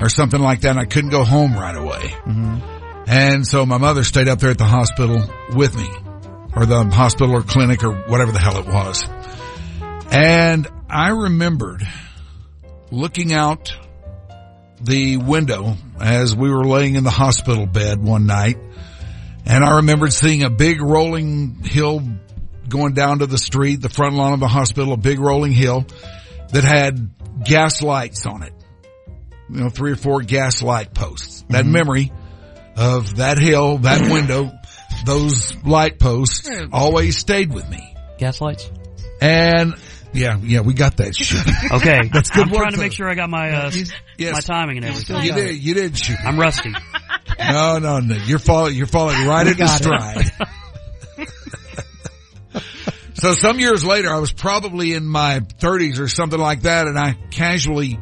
Speaker 2: or something like that and I couldn't go home right away. And so my mother stayed up there at the hospital with me or the hospital or clinic or whatever the hell it was. And I remembered looking out the window as we were laying in the hospital bed one night. And I remembered seeing a big rolling hill going down to the street, the front lawn of the hospital, a big rolling hill that had gas lights on it. You know, three or four gas light posts. That memory of that hill, that window, those light posts always stayed with me.
Speaker 4: Gaslights.
Speaker 2: And yeah, yeah, we got that shit.
Speaker 4: Okay, I'm
Speaker 2: work,
Speaker 4: trying to
Speaker 2: though.
Speaker 4: make sure I got my uh, s-
Speaker 2: yes.
Speaker 4: my timing and everything.
Speaker 2: you did, you did shoot.
Speaker 4: I'm rusty.
Speaker 2: No, no, no. You're following, you're following right at the
Speaker 3: got it.
Speaker 2: stride. so some years later, I was probably in my thirties or something like that. And I casually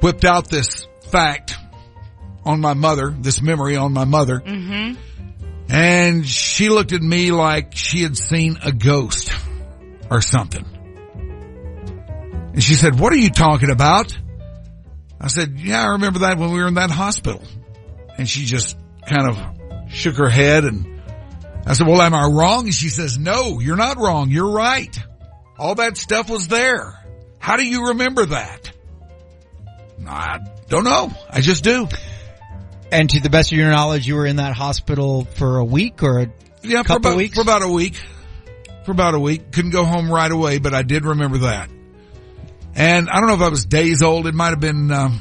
Speaker 2: whipped
Speaker 3: Mm-hmm.
Speaker 2: out this fact on my mother, this memory on my mother. and she looked at me like she had seen a ghost or something. And she said, what are you talking about? I said, yeah, I remember that when we were in that hospital. And she just kind of shook her head and I said, well, am I wrong? And she says, no, you're not wrong. You're right. All that stuff was there. How do you remember that? I don't know. I just do.
Speaker 3: And to the best of your knowledge, you were in that hospital for a week or a
Speaker 2: Yeah, for
Speaker 3: Couple
Speaker 2: about,
Speaker 3: weeks?
Speaker 2: for about a week. For about a week. Couldn't go home right away, but I did remember that. And I don't know if I was days old. It might have been, um,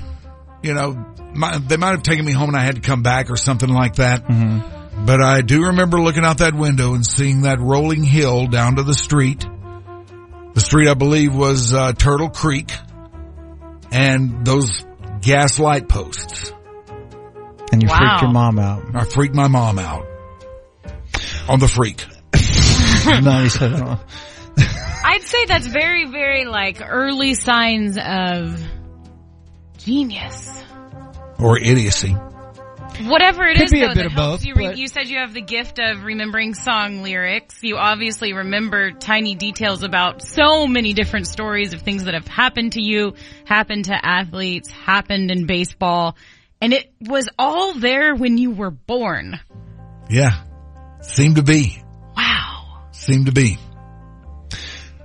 Speaker 2: you know, my, they might have taken me home and I had to come back or something like that.
Speaker 3: Mm-hmm.
Speaker 2: But I do remember looking out that window and seeing that rolling hill down to the street. The street I believe was, uh, Turtle Creek and those gaslight posts.
Speaker 3: and you
Speaker 5: Wow.
Speaker 3: freaked your mom out.
Speaker 2: I freaked my mom out on the freak.
Speaker 3: no, you said, oh.
Speaker 5: I'd say that's very, very like early signs of genius.
Speaker 2: or idiocy.
Speaker 5: Whatever it
Speaker 3: Could
Speaker 5: is,
Speaker 3: be a
Speaker 5: though,
Speaker 3: bit
Speaker 5: that
Speaker 3: of
Speaker 5: helps
Speaker 3: both,
Speaker 5: you. Re-
Speaker 3: but-
Speaker 5: You said you have the gift of remembering song lyrics. You obviously remember tiny details about so many different stories of things that have happened to you, happened to athletes, happened in baseball, and it was all there when you were born.
Speaker 2: Yeah. Seemed to be.
Speaker 5: Wow.
Speaker 2: Seemed to be.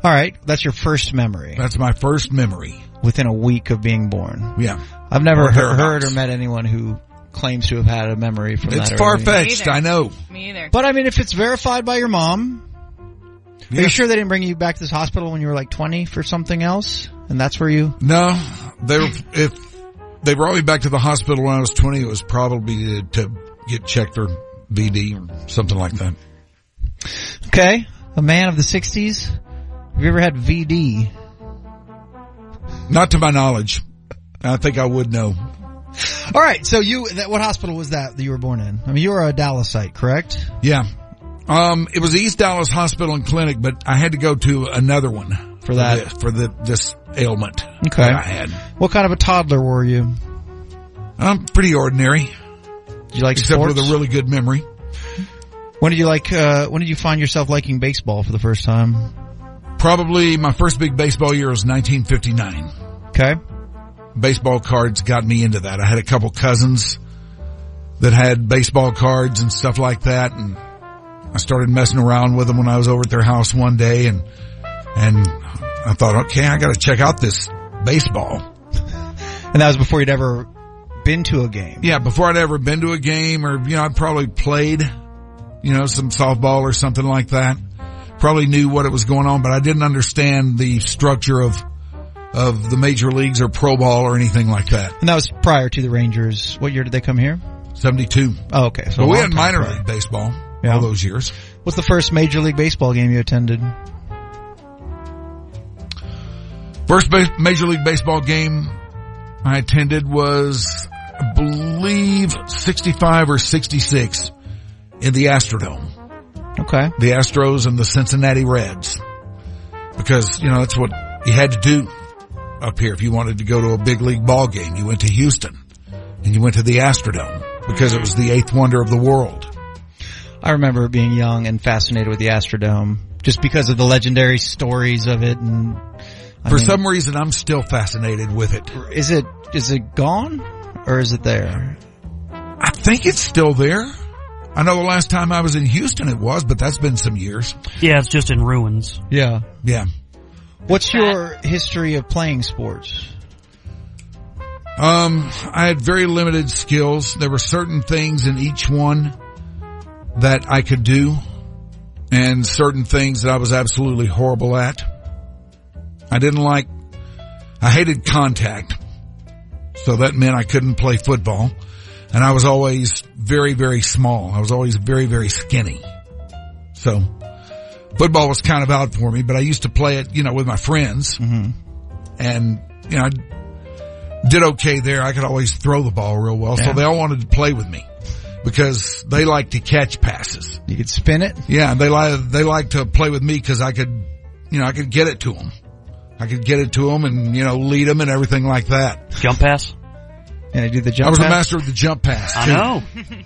Speaker 3: All right, that's your first memory
Speaker 2: That's my first memory.
Speaker 3: within a week of being born.
Speaker 2: Yeah.
Speaker 3: I've never
Speaker 2: Or
Speaker 3: he- heard
Speaker 2: thereabouts.
Speaker 3: or met anyone who claims to have had a memory from that.
Speaker 2: It's
Speaker 3: early.
Speaker 2: far fetched.
Speaker 5: Neither.
Speaker 2: I know.
Speaker 5: Me either.
Speaker 3: But I mean, if it's verified by your mom, are
Speaker 2: Yeah.
Speaker 3: you sure they didn't bring you back to this hospital when you were like 20 for something else? And that's where you,
Speaker 2: No, they were, if they brought me back to the hospital when I was 20, it was probably to, to get checked for VD or something like that.
Speaker 3: okay, a man of the 60s. Have you ever had VD?
Speaker 2: Not to my knowledge. I think I would know.
Speaker 3: All right. So you, that, what hospital was that that you were born in? I mean, you were a Dallasite, correct?
Speaker 2: Yeah. Um, it was the East Dallas Hospital and Clinic, but I had to go to another one
Speaker 3: For that.
Speaker 2: this- for the, this ailment
Speaker 3: Okay.
Speaker 2: that I had.
Speaker 3: What kind of a toddler were you?
Speaker 2: I'm pretty ordinary,
Speaker 3: Did you like
Speaker 2: except
Speaker 3: sports?
Speaker 2: with a really good memory.
Speaker 3: when did you like, uh, when did you find yourself liking baseball for the first time?
Speaker 2: Probably my first big baseball year was 1959.
Speaker 3: Okay.
Speaker 2: Baseball cards got me into that. I had a couple cousins that had baseball cards and stuff like that and I started messing around with them when I was over at their house one day and, and I thought, okay, I gotta check out this baseball.
Speaker 3: And that was before you'd ever been to a game.
Speaker 2: Yeah, before I'd ever been to a game or, you know, I'd probably played, you know, some softball or something like that. Probably knew what it was going on, but I didn't understand the structure of, of the major leagues or pro ball or anything like that.
Speaker 3: And that was prior to the Rangers. What year did they come here?
Speaker 2: 72.
Speaker 3: Oh, okay. So
Speaker 2: But
Speaker 3: a
Speaker 2: we
Speaker 3: long
Speaker 2: had
Speaker 3: time
Speaker 2: minor
Speaker 3: prior.
Speaker 2: league baseball
Speaker 3: Yeah.
Speaker 2: all those years.
Speaker 3: What's the first Major League Baseball game you attended?
Speaker 2: First base, major league baseball game I attended was, I believe, 65 or 66 in the Astrodome.
Speaker 3: Okay.
Speaker 2: the Astros and the Cincinnati Reds because, you know, that's what you had to do up here. If you wanted to go to a big league ball game, you went to Houston and you went to the Astrodome because it was the eighth wonder of the world.
Speaker 3: I remember being young and fascinated with the Astrodome just because of the legendary stories of it and I
Speaker 2: For
Speaker 3: mean,
Speaker 2: some reason, I'm still fascinated with it.
Speaker 3: is it is it gone or is it there?
Speaker 2: I think it's still there. I know the last time I was in Houston it was, but that's been some years.
Speaker 4: Yeah, it's just in ruins.
Speaker 3: Yeah.
Speaker 2: Yeah.
Speaker 3: What's your history of playing sports?
Speaker 2: Um, I had very limited skills. There were certain things in each one that I could do and certain things that I was absolutely horrible at. I didn't like, I hated contact. So that meant I couldn't play football and I was always very, very small. I was always very, very skinny. So football was kind of out for me, but I used to play it, you know, with my friends and you know, I did okay there. I could always throw the ball real well. So they all wanted to play with me because they like to catch passes.
Speaker 3: You could spin it.
Speaker 2: Yeah. They like, they like to play with me because I could, you know, I could get it to them. I could get it to them and, you know, lead them and everything like that.
Speaker 4: Jump pass.
Speaker 3: and I do the
Speaker 2: I
Speaker 3: jump.
Speaker 2: was a
Speaker 3: pass.
Speaker 2: master of the jump pass.
Speaker 4: I
Speaker 2: too.
Speaker 4: know.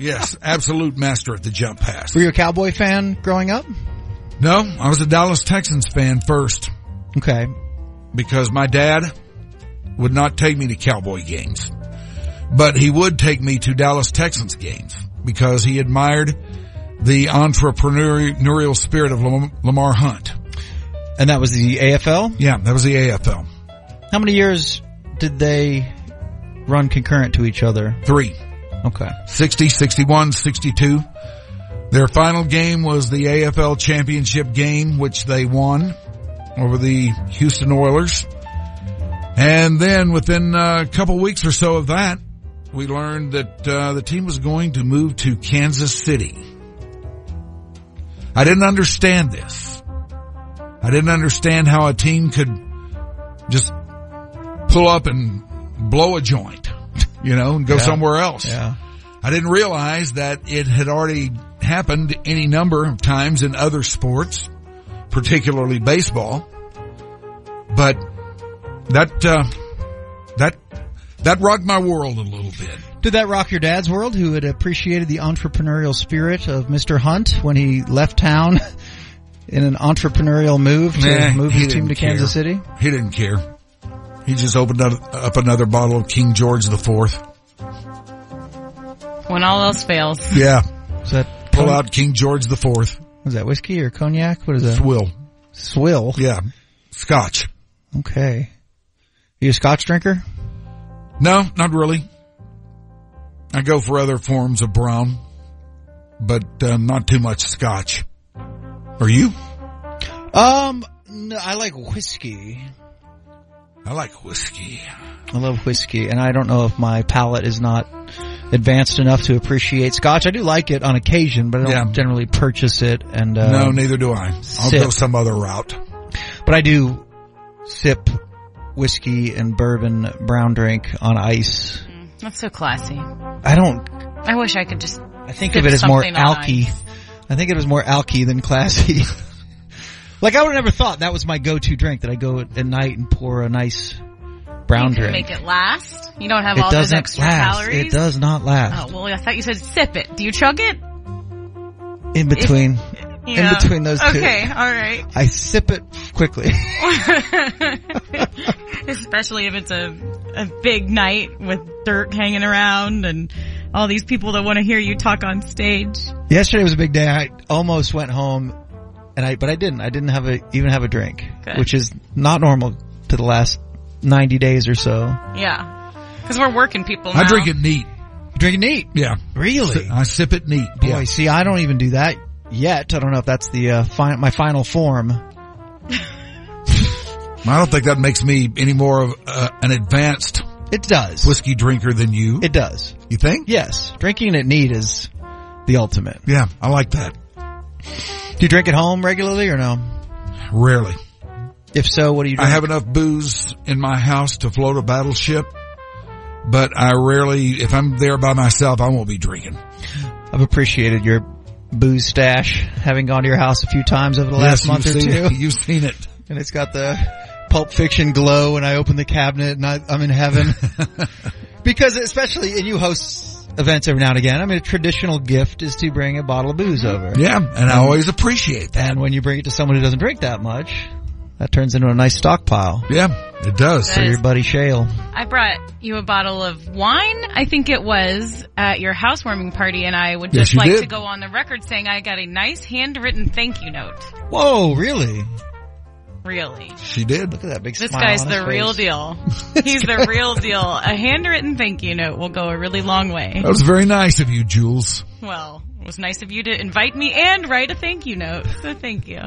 Speaker 2: Yes, absolute master at the jump pass.
Speaker 3: Were you a Cowboy fan growing up?
Speaker 2: No, I was a Dallas Texans fan first
Speaker 3: Okay.
Speaker 2: because my dad would not take me to Cowboy games, but he would take me to Dallas Texans games because he admired the entrepreneurial spirit of Lam- Lamar Hunt.
Speaker 3: And that was the AFL.
Speaker 2: Yeah, that was the AFL.
Speaker 3: How many years did they run concurrent to each other?
Speaker 2: Three.
Speaker 3: Okay.
Speaker 2: 60, 61, 62. Their final game was the AFL championship game, which they won over the Houston Oilers. And then within a couple weeks or so of that, we learned that uh, the team was going to move to Kansas City. I didn't understand this. I didn't understand how a team could just pull up and blow a joint, you know, and go somewhere else.
Speaker 3: Yeah.
Speaker 2: I didn't realize that it had already happened any number of times in other sports, particularly baseball. But that uh, that that rocked my world a little bit.
Speaker 3: Did that rock your dad's world, who had appreciated the entrepreneurial spirit of Mr. Hunt when he left town in an entrepreneurial move to
Speaker 2: Nah,
Speaker 3: move
Speaker 2: he
Speaker 3: his
Speaker 2: didn't
Speaker 3: team to Kansas
Speaker 2: care.
Speaker 3: City?
Speaker 2: He didn't care. He just opened up, up another bottle of King George the Fourth.
Speaker 5: When all else fails.
Speaker 2: Yeah,
Speaker 3: Is that
Speaker 2: pull out King George the Fourth.
Speaker 3: Was that whiskey or cognac? What is that?
Speaker 2: Swill.
Speaker 3: Swill.
Speaker 2: Yeah, Scotch.
Speaker 3: Okay. You a Scotch drinker?
Speaker 2: No, not really. I go for other forms of brown, but uh, not too much scotch. Are you?
Speaker 3: Um, no, I like whiskey.
Speaker 2: I like whiskey.
Speaker 3: I love whiskey, and I don't know if my palate is not advanced enough to appreciate Scotch. I do like it on occasion, but I don't
Speaker 2: Yeah.
Speaker 3: generally purchase it. And um,
Speaker 2: no, neither do I. I'll go
Speaker 3: sip.
Speaker 2: some other route.
Speaker 3: but I do sip whiskey and bourbon brown drink on ice.
Speaker 5: That's so classy.
Speaker 3: I don't.
Speaker 5: I wish I could just.
Speaker 3: I think
Speaker 5: Sip
Speaker 3: of it as more
Speaker 5: Mm. something on
Speaker 3: alky. I think it was more alky than classy. like I would have never thought that was my go-to drink that I go at at night and pour a nice brown
Speaker 5: you can
Speaker 3: drink.
Speaker 5: make it last. You don't have
Speaker 3: It
Speaker 5: all those
Speaker 3: doesn't
Speaker 5: extra
Speaker 3: last.
Speaker 5: calories.
Speaker 3: It does not last.
Speaker 5: Oh well, I thought you said sip it. Do you chug it? Oh.
Speaker 3: In between,
Speaker 5: Yeah.
Speaker 3: between those two.
Speaker 5: Okay, all right.
Speaker 3: I sip it quickly.
Speaker 5: Especially if it's a a big night with dirt hanging around and all these people that want to hear you talk on stage.
Speaker 3: Yesterday was a big day. I almost went home, and I but I didn't. I didn't have a even have a drink,
Speaker 5: Good.
Speaker 3: which is not normal to the last ninety days or so.
Speaker 5: Yeah, because we're working people.
Speaker 2: I
Speaker 5: now.
Speaker 2: drink it neat.
Speaker 3: Drinking neat,
Speaker 2: Yeah.
Speaker 3: really?
Speaker 2: I sip it neat.
Speaker 3: Boy,
Speaker 2: Yeah.
Speaker 3: see, I don't even do that yet. I don't know if that's the uh, fi- my final form.
Speaker 2: I don't think that makes me any more of uh, an advanced
Speaker 3: It does.
Speaker 2: whiskey drinker than you.
Speaker 3: It does.
Speaker 2: you think?
Speaker 3: Yes, drinking it neat is the ultimate.
Speaker 2: Yeah, I like that.
Speaker 3: Do you drink at home regularly or no?
Speaker 2: Rarely.
Speaker 3: If so, what do you
Speaker 2: I
Speaker 3: drink?
Speaker 2: have enough booze in my house to float a battleship, but I rarely, if I'm there by myself, I won't be drinking.
Speaker 3: I've appreciated your booze stash, having gone to your house a few times over the last
Speaker 2: Yes,
Speaker 3: month or
Speaker 2: you've
Speaker 3: two,
Speaker 2: seen It. You've seen it.
Speaker 3: and it's got the Pulp Fiction glow when I open the cabinet, and I, I'm in heaven. because especially, and you host events every now and again. I mean, a traditional gift is to bring a bottle of booze over,
Speaker 2: Yeah, and
Speaker 3: Um,
Speaker 2: I always appreciate that.
Speaker 3: and when you bring it to someone who doesn't drink that much, that turns into a nice stockpile.
Speaker 2: Yeah, it does.
Speaker 5: That
Speaker 3: for
Speaker 5: is-
Speaker 3: Your buddy Shale.
Speaker 5: I brought you a bottle of wine. I think it was at your housewarming party, and I would
Speaker 2: Yes,
Speaker 5: just
Speaker 2: you
Speaker 5: like
Speaker 2: did.
Speaker 5: to go on the record saying I got a nice handwritten thank you note.
Speaker 3: Whoa, really?
Speaker 5: Really.
Speaker 2: She did.
Speaker 3: Look at that big
Speaker 5: This
Speaker 3: smile
Speaker 5: guy's
Speaker 3: on his
Speaker 5: the real
Speaker 3: face.
Speaker 5: deal. He's the real deal. A handwritten thank you note will go a really long way.
Speaker 2: That was very nice of you, Jules.
Speaker 5: Well, it was nice of you to invite me and write a thank you note. So thank you.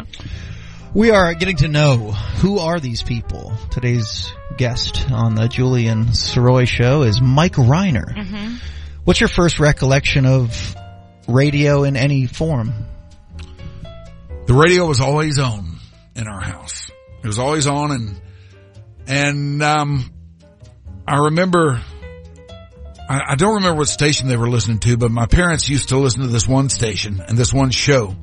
Speaker 3: We are getting to know who are these people. Today's guest on the Julian Soroy show is Mike Reiner. What's your first recollection of radio in any form?
Speaker 2: The radio was always on in our house. It was always on and, and, um, I remember, I, I don't remember what station they were listening to, but my parents used to listen to this one station and this one show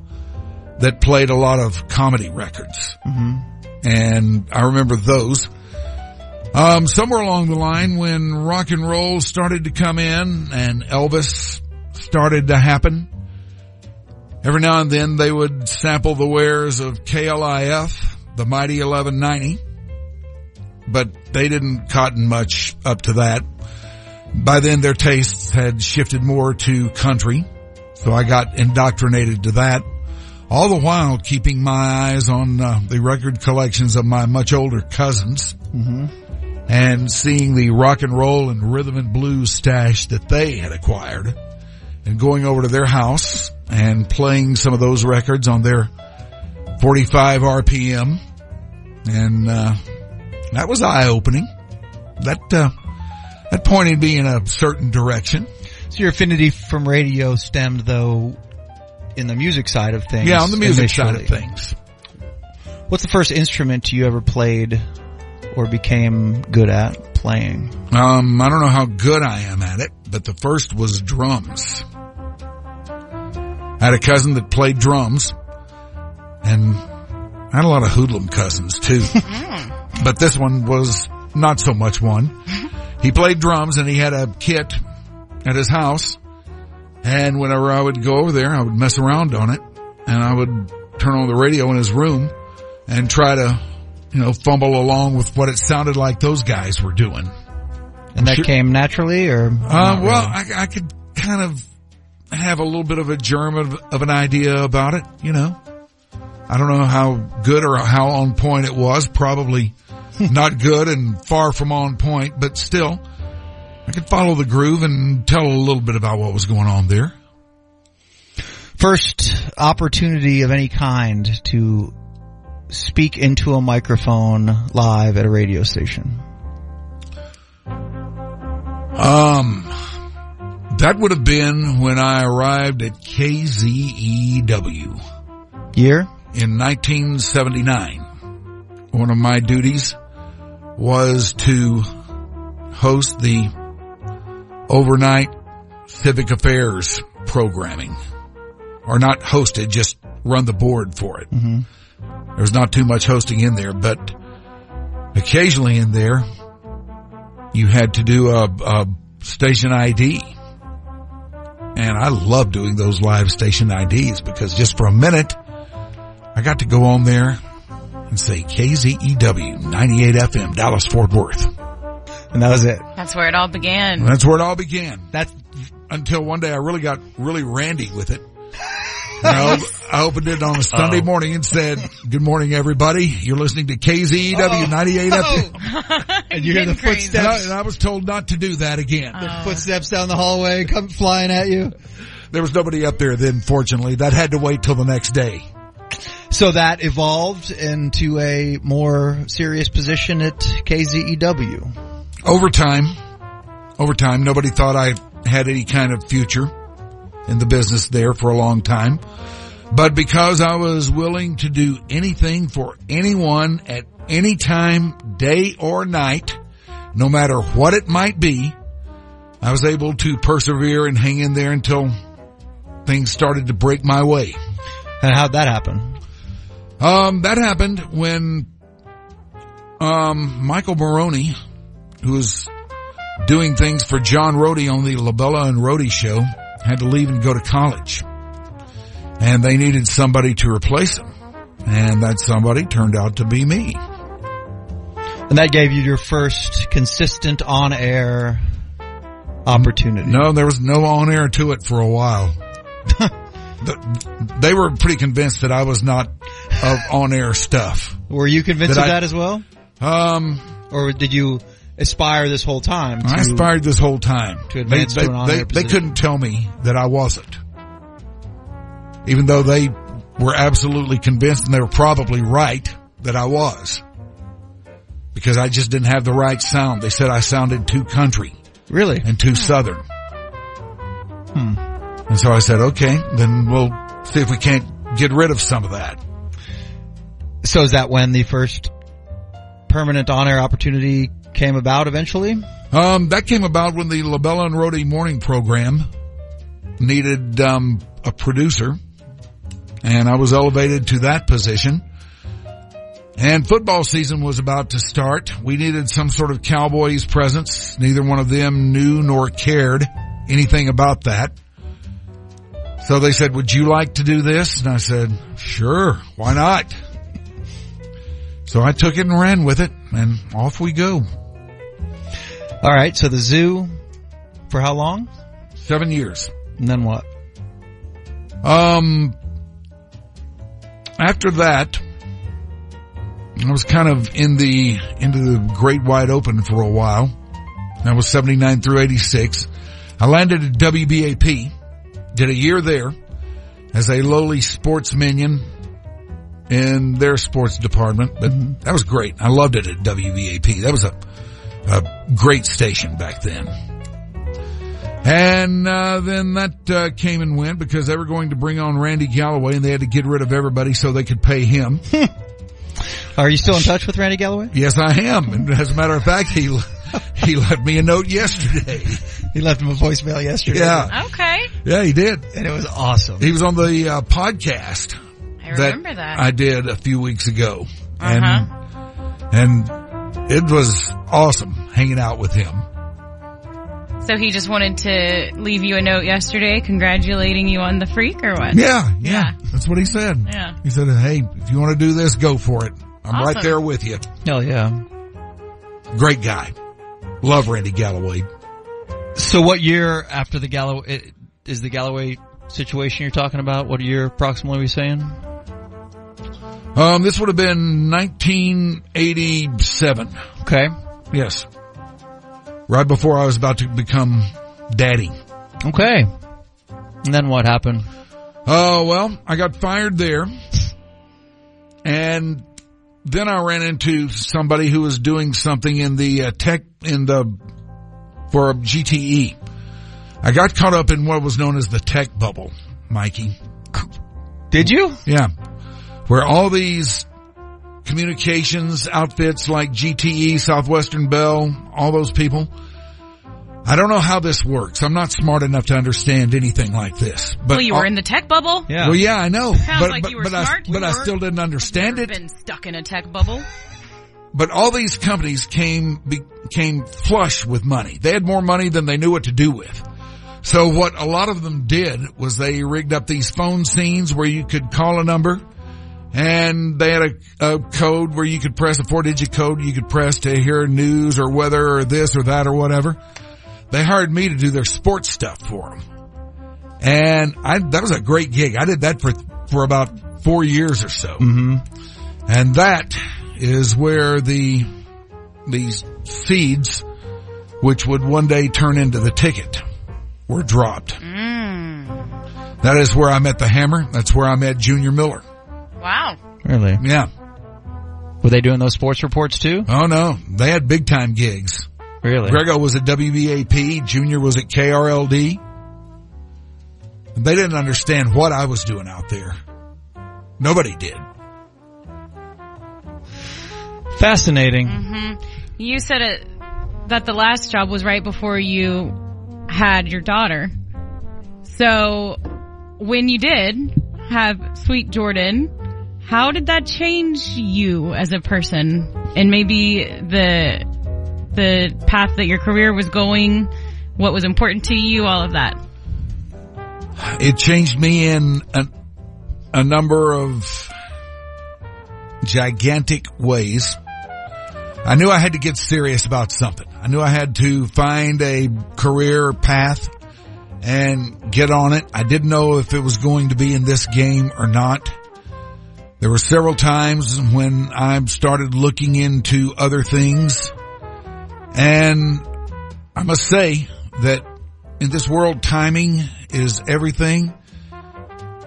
Speaker 2: that played a lot of comedy records. Mm-hmm. And I remember those. Um, somewhere along the line when rock and roll started to come in and Elvis started to happen, every now and then they would sample the wares of KLIF, the mighty 1190, but they didn't cotton much up to that. By then their tastes had shifted more to country, so I got indoctrinated to that. All the while keeping my eyes on uh, the record collections of my much older cousins and seeing the rock and roll and rhythm and blues stash that they had acquired and going over to their house and playing some of those records on their 45 RPM. And, uh, that was eye opening. That, uh, that pointed me in a certain direction.
Speaker 3: So your affinity from radio stemmed though in the music side of things.
Speaker 2: Yeah, on the music side of
Speaker 3: initially.
Speaker 2: things.
Speaker 3: What's the first instrument you ever played or became good at playing?
Speaker 2: Um, I don't know how good I am at it, but the first was drums. I had a cousin that played drums and I had a lot of hoodlum cousins too, but this one was not so much one. He played drums and he had a kit at his house. And whenever I would go over there, I would mess around on it and I would turn on the radio in his room and try to, you know, fumble along with what it sounded like those guys were doing.
Speaker 3: And that
Speaker 2: Sure.
Speaker 3: came naturally or?
Speaker 2: Uh, well, I, I could kind of have a little bit of a germ of, of an idea about it, you know. I don't know how good or how on point it was. Probably not good and far from on point, but still, I could follow the groove and tell a little bit about what was going on there.
Speaker 3: first opportunity of any kind to speak into a microphone live at a radio station.
Speaker 2: Um, that would have been when I arrived at E KZEW.
Speaker 3: Year?
Speaker 2: in 1979, one of my duties was to host the overnight civic affairs programming. Or not host it, just run the board for it. Mm-hmm. There was not too much hosting in there, but occasionally in there, you had to do a, a station ID. And I love doing those live station IDs because just for a minute, I got to go on there and say E KZEW 98 FM Dallas Fort Worth.
Speaker 3: And that was it.
Speaker 5: That's where it all
Speaker 2: And
Speaker 5: began.
Speaker 2: that's where it all began.
Speaker 3: That's,
Speaker 2: Until one day I really got really randy with it. And I, op- I opened it on a Sunday morning and said, good morning everybody. You're listening to E KZEW 98 FM.
Speaker 3: and you hear the
Speaker 5: Getting crazy.
Speaker 2: And
Speaker 5: Uh-huh.
Speaker 2: I,
Speaker 3: footsteps,
Speaker 2: and I was told not to do that again.
Speaker 3: Uh. footsteps down the hallway come flying at you.
Speaker 2: There was nobody up there then, fortunately. That had to wait till the next day.
Speaker 3: So that evolved into a more serious position at E KZEW.
Speaker 2: overtime, overtime, nobody thought I had any kind of future in the business there for a long time. But because I was willing to do anything for anyone at any time, day or night, no matter what it might be, I was able to persevere and hang in there until things started to break my way.
Speaker 3: And how'd that happen?
Speaker 2: Um, that happened when, um, Michael Maroney, who was doing things for John Rohde on the Labella and Rohde show, had to leave and go to college. And they needed somebody to replace him. And that somebody turned out to be me.
Speaker 3: And that gave you your first consistent on-air opportunity.
Speaker 2: No, there was no on air to it for a while. The- they were pretty convinced that I was not of on air stuff.
Speaker 3: Were you convinced
Speaker 2: Did
Speaker 3: of
Speaker 2: I-
Speaker 3: that as well?
Speaker 2: Um,
Speaker 3: Or did you aspire this whole time to
Speaker 2: I aspired this whole time.
Speaker 3: to advance
Speaker 2: they,
Speaker 3: to an
Speaker 2: they,
Speaker 3: honorary
Speaker 2: they, they
Speaker 3: position.
Speaker 2: couldn't tell me that I wasn't. Even though they were absolutely convinced and they were probably right that I was. Because I just didn't have the right sound. They said I sounded too country
Speaker 3: really?
Speaker 2: and too southern.
Speaker 3: Hmm.
Speaker 2: And so I said, okay, then we'll see if we can't get rid of some of that.
Speaker 3: So is that when the first permanent on-air opportunity came about eventually?
Speaker 2: Um, that came about when the Labella and Rhodey morning program needed um, a producer, and I was elevated to that position. And football season was about to start. We needed some sort of Cowboys presence. Neither one of them knew nor cared anything about that. So they said, would you like to do this? And I said, sure, why not? So I took it and ran with it and off we go.
Speaker 3: All right. So the zoo for how long?
Speaker 2: Seven years.
Speaker 3: And then what?
Speaker 2: Um, after that, I was kind of in the, into the great wide open for a while. That was 79 through 86. I landed at WBAP, did a year there as a lowly sports minion in their sports department, but that was great. I loved it at WBAP. That was a, a great station back then. And uh, then that uh, came and went because they were going to bring on Randy Galloway and they had to get rid of everybody so they could pay him.
Speaker 3: Are you still in touch with Randy Galloway?
Speaker 2: yes, I am. And as a matter of fact, he he left me a note yesterday.
Speaker 3: He left him a voicemail yesterday.
Speaker 2: Yeah,
Speaker 5: Okay.
Speaker 2: yeah, he did.
Speaker 3: And it was awesome.
Speaker 2: He was on the uh, podcast
Speaker 5: I remember that.
Speaker 2: I did a few weeks ago,
Speaker 5: Uh-huh.
Speaker 2: and and it was awesome hanging out with him.
Speaker 5: so he just wanted to leave you a note yesterday congratulating you on the freak or what?
Speaker 2: Yeah, yeah,
Speaker 5: Yeah.
Speaker 2: that's what he said.
Speaker 5: Yeah.
Speaker 2: He said, "Hey, if you want to do this, go for it. I'm right
Speaker 5: Awesome.
Speaker 2: there with you."
Speaker 3: Hell yeah.
Speaker 2: Great guy. Love Randy Galloway.
Speaker 3: So what year after the Galloway, is the Galloway situation you're talking about? What year approximately are we saying?
Speaker 2: Um, this would have been 1987.
Speaker 3: Okay.
Speaker 2: Yes. Right before I was about to become daddy.
Speaker 3: Okay. And then what happened?
Speaker 2: Oh, well, I got fired there. And then I ran into somebody who was doing something in the uh, tech, in the, for GTE. I got caught up in what was known as the tech bubble, Mikey.
Speaker 3: Did you?
Speaker 2: Yeah. Where all these communications outfits like GTE, Southwestern Bell, all those people. I don't know how this works. I'm not smart enough to understand anything like this. But
Speaker 5: Well, you were in the tech bubble?
Speaker 3: Yeah.
Speaker 2: Well, yeah, I know.
Speaker 5: Sounds
Speaker 2: but
Speaker 5: like
Speaker 2: but,
Speaker 5: you were
Speaker 2: but
Speaker 5: smart.
Speaker 2: I but
Speaker 5: You
Speaker 2: I
Speaker 5: were.
Speaker 2: still didn't understand
Speaker 5: You've
Speaker 2: it.
Speaker 5: been stuck in a tech bubble.
Speaker 2: But all these companies came became flush with money. They had more money than they knew what to do with. So what a lot of them did was they rigged up these phone scenes where you could call a number and they had a, a code where you could press a four digit code you could press to hear news or weather or this or that or whatever. They hired me to do their sports stuff for them. And I, that was a great gig. I did that for, for about four years or so. And that is where the, these seeds, which would one day turn into the ticket, were dropped. That is where I met the hammer. That's where I met Junior Miller.
Speaker 5: Wow.
Speaker 3: Really?
Speaker 2: Yeah.
Speaker 3: Were they doing those sports reports too?
Speaker 2: Oh no. They had big time gigs.
Speaker 3: Really?
Speaker 2: Grego was at WBAP. Junior was at KRLD. They didn't understand what I was doing out there. Nobody did.
Speaker 3: Fascinating.
Speaker 5: Mm-hmm. You said it, that the last job was right before you had your daughter. So when you did have sweet Jordan, how did that change you as a person and maybe the the path that your career was going, what was important to you, all of that?
Speaker 2: it changed me in a, a number of gigantic ways. I knew I had to get serious about something. I knew I had to find a career path and get on it. I didn't know if it was going to be in this game or not. There were several times when I started looking into other things and I must say that in this world, timing is everything.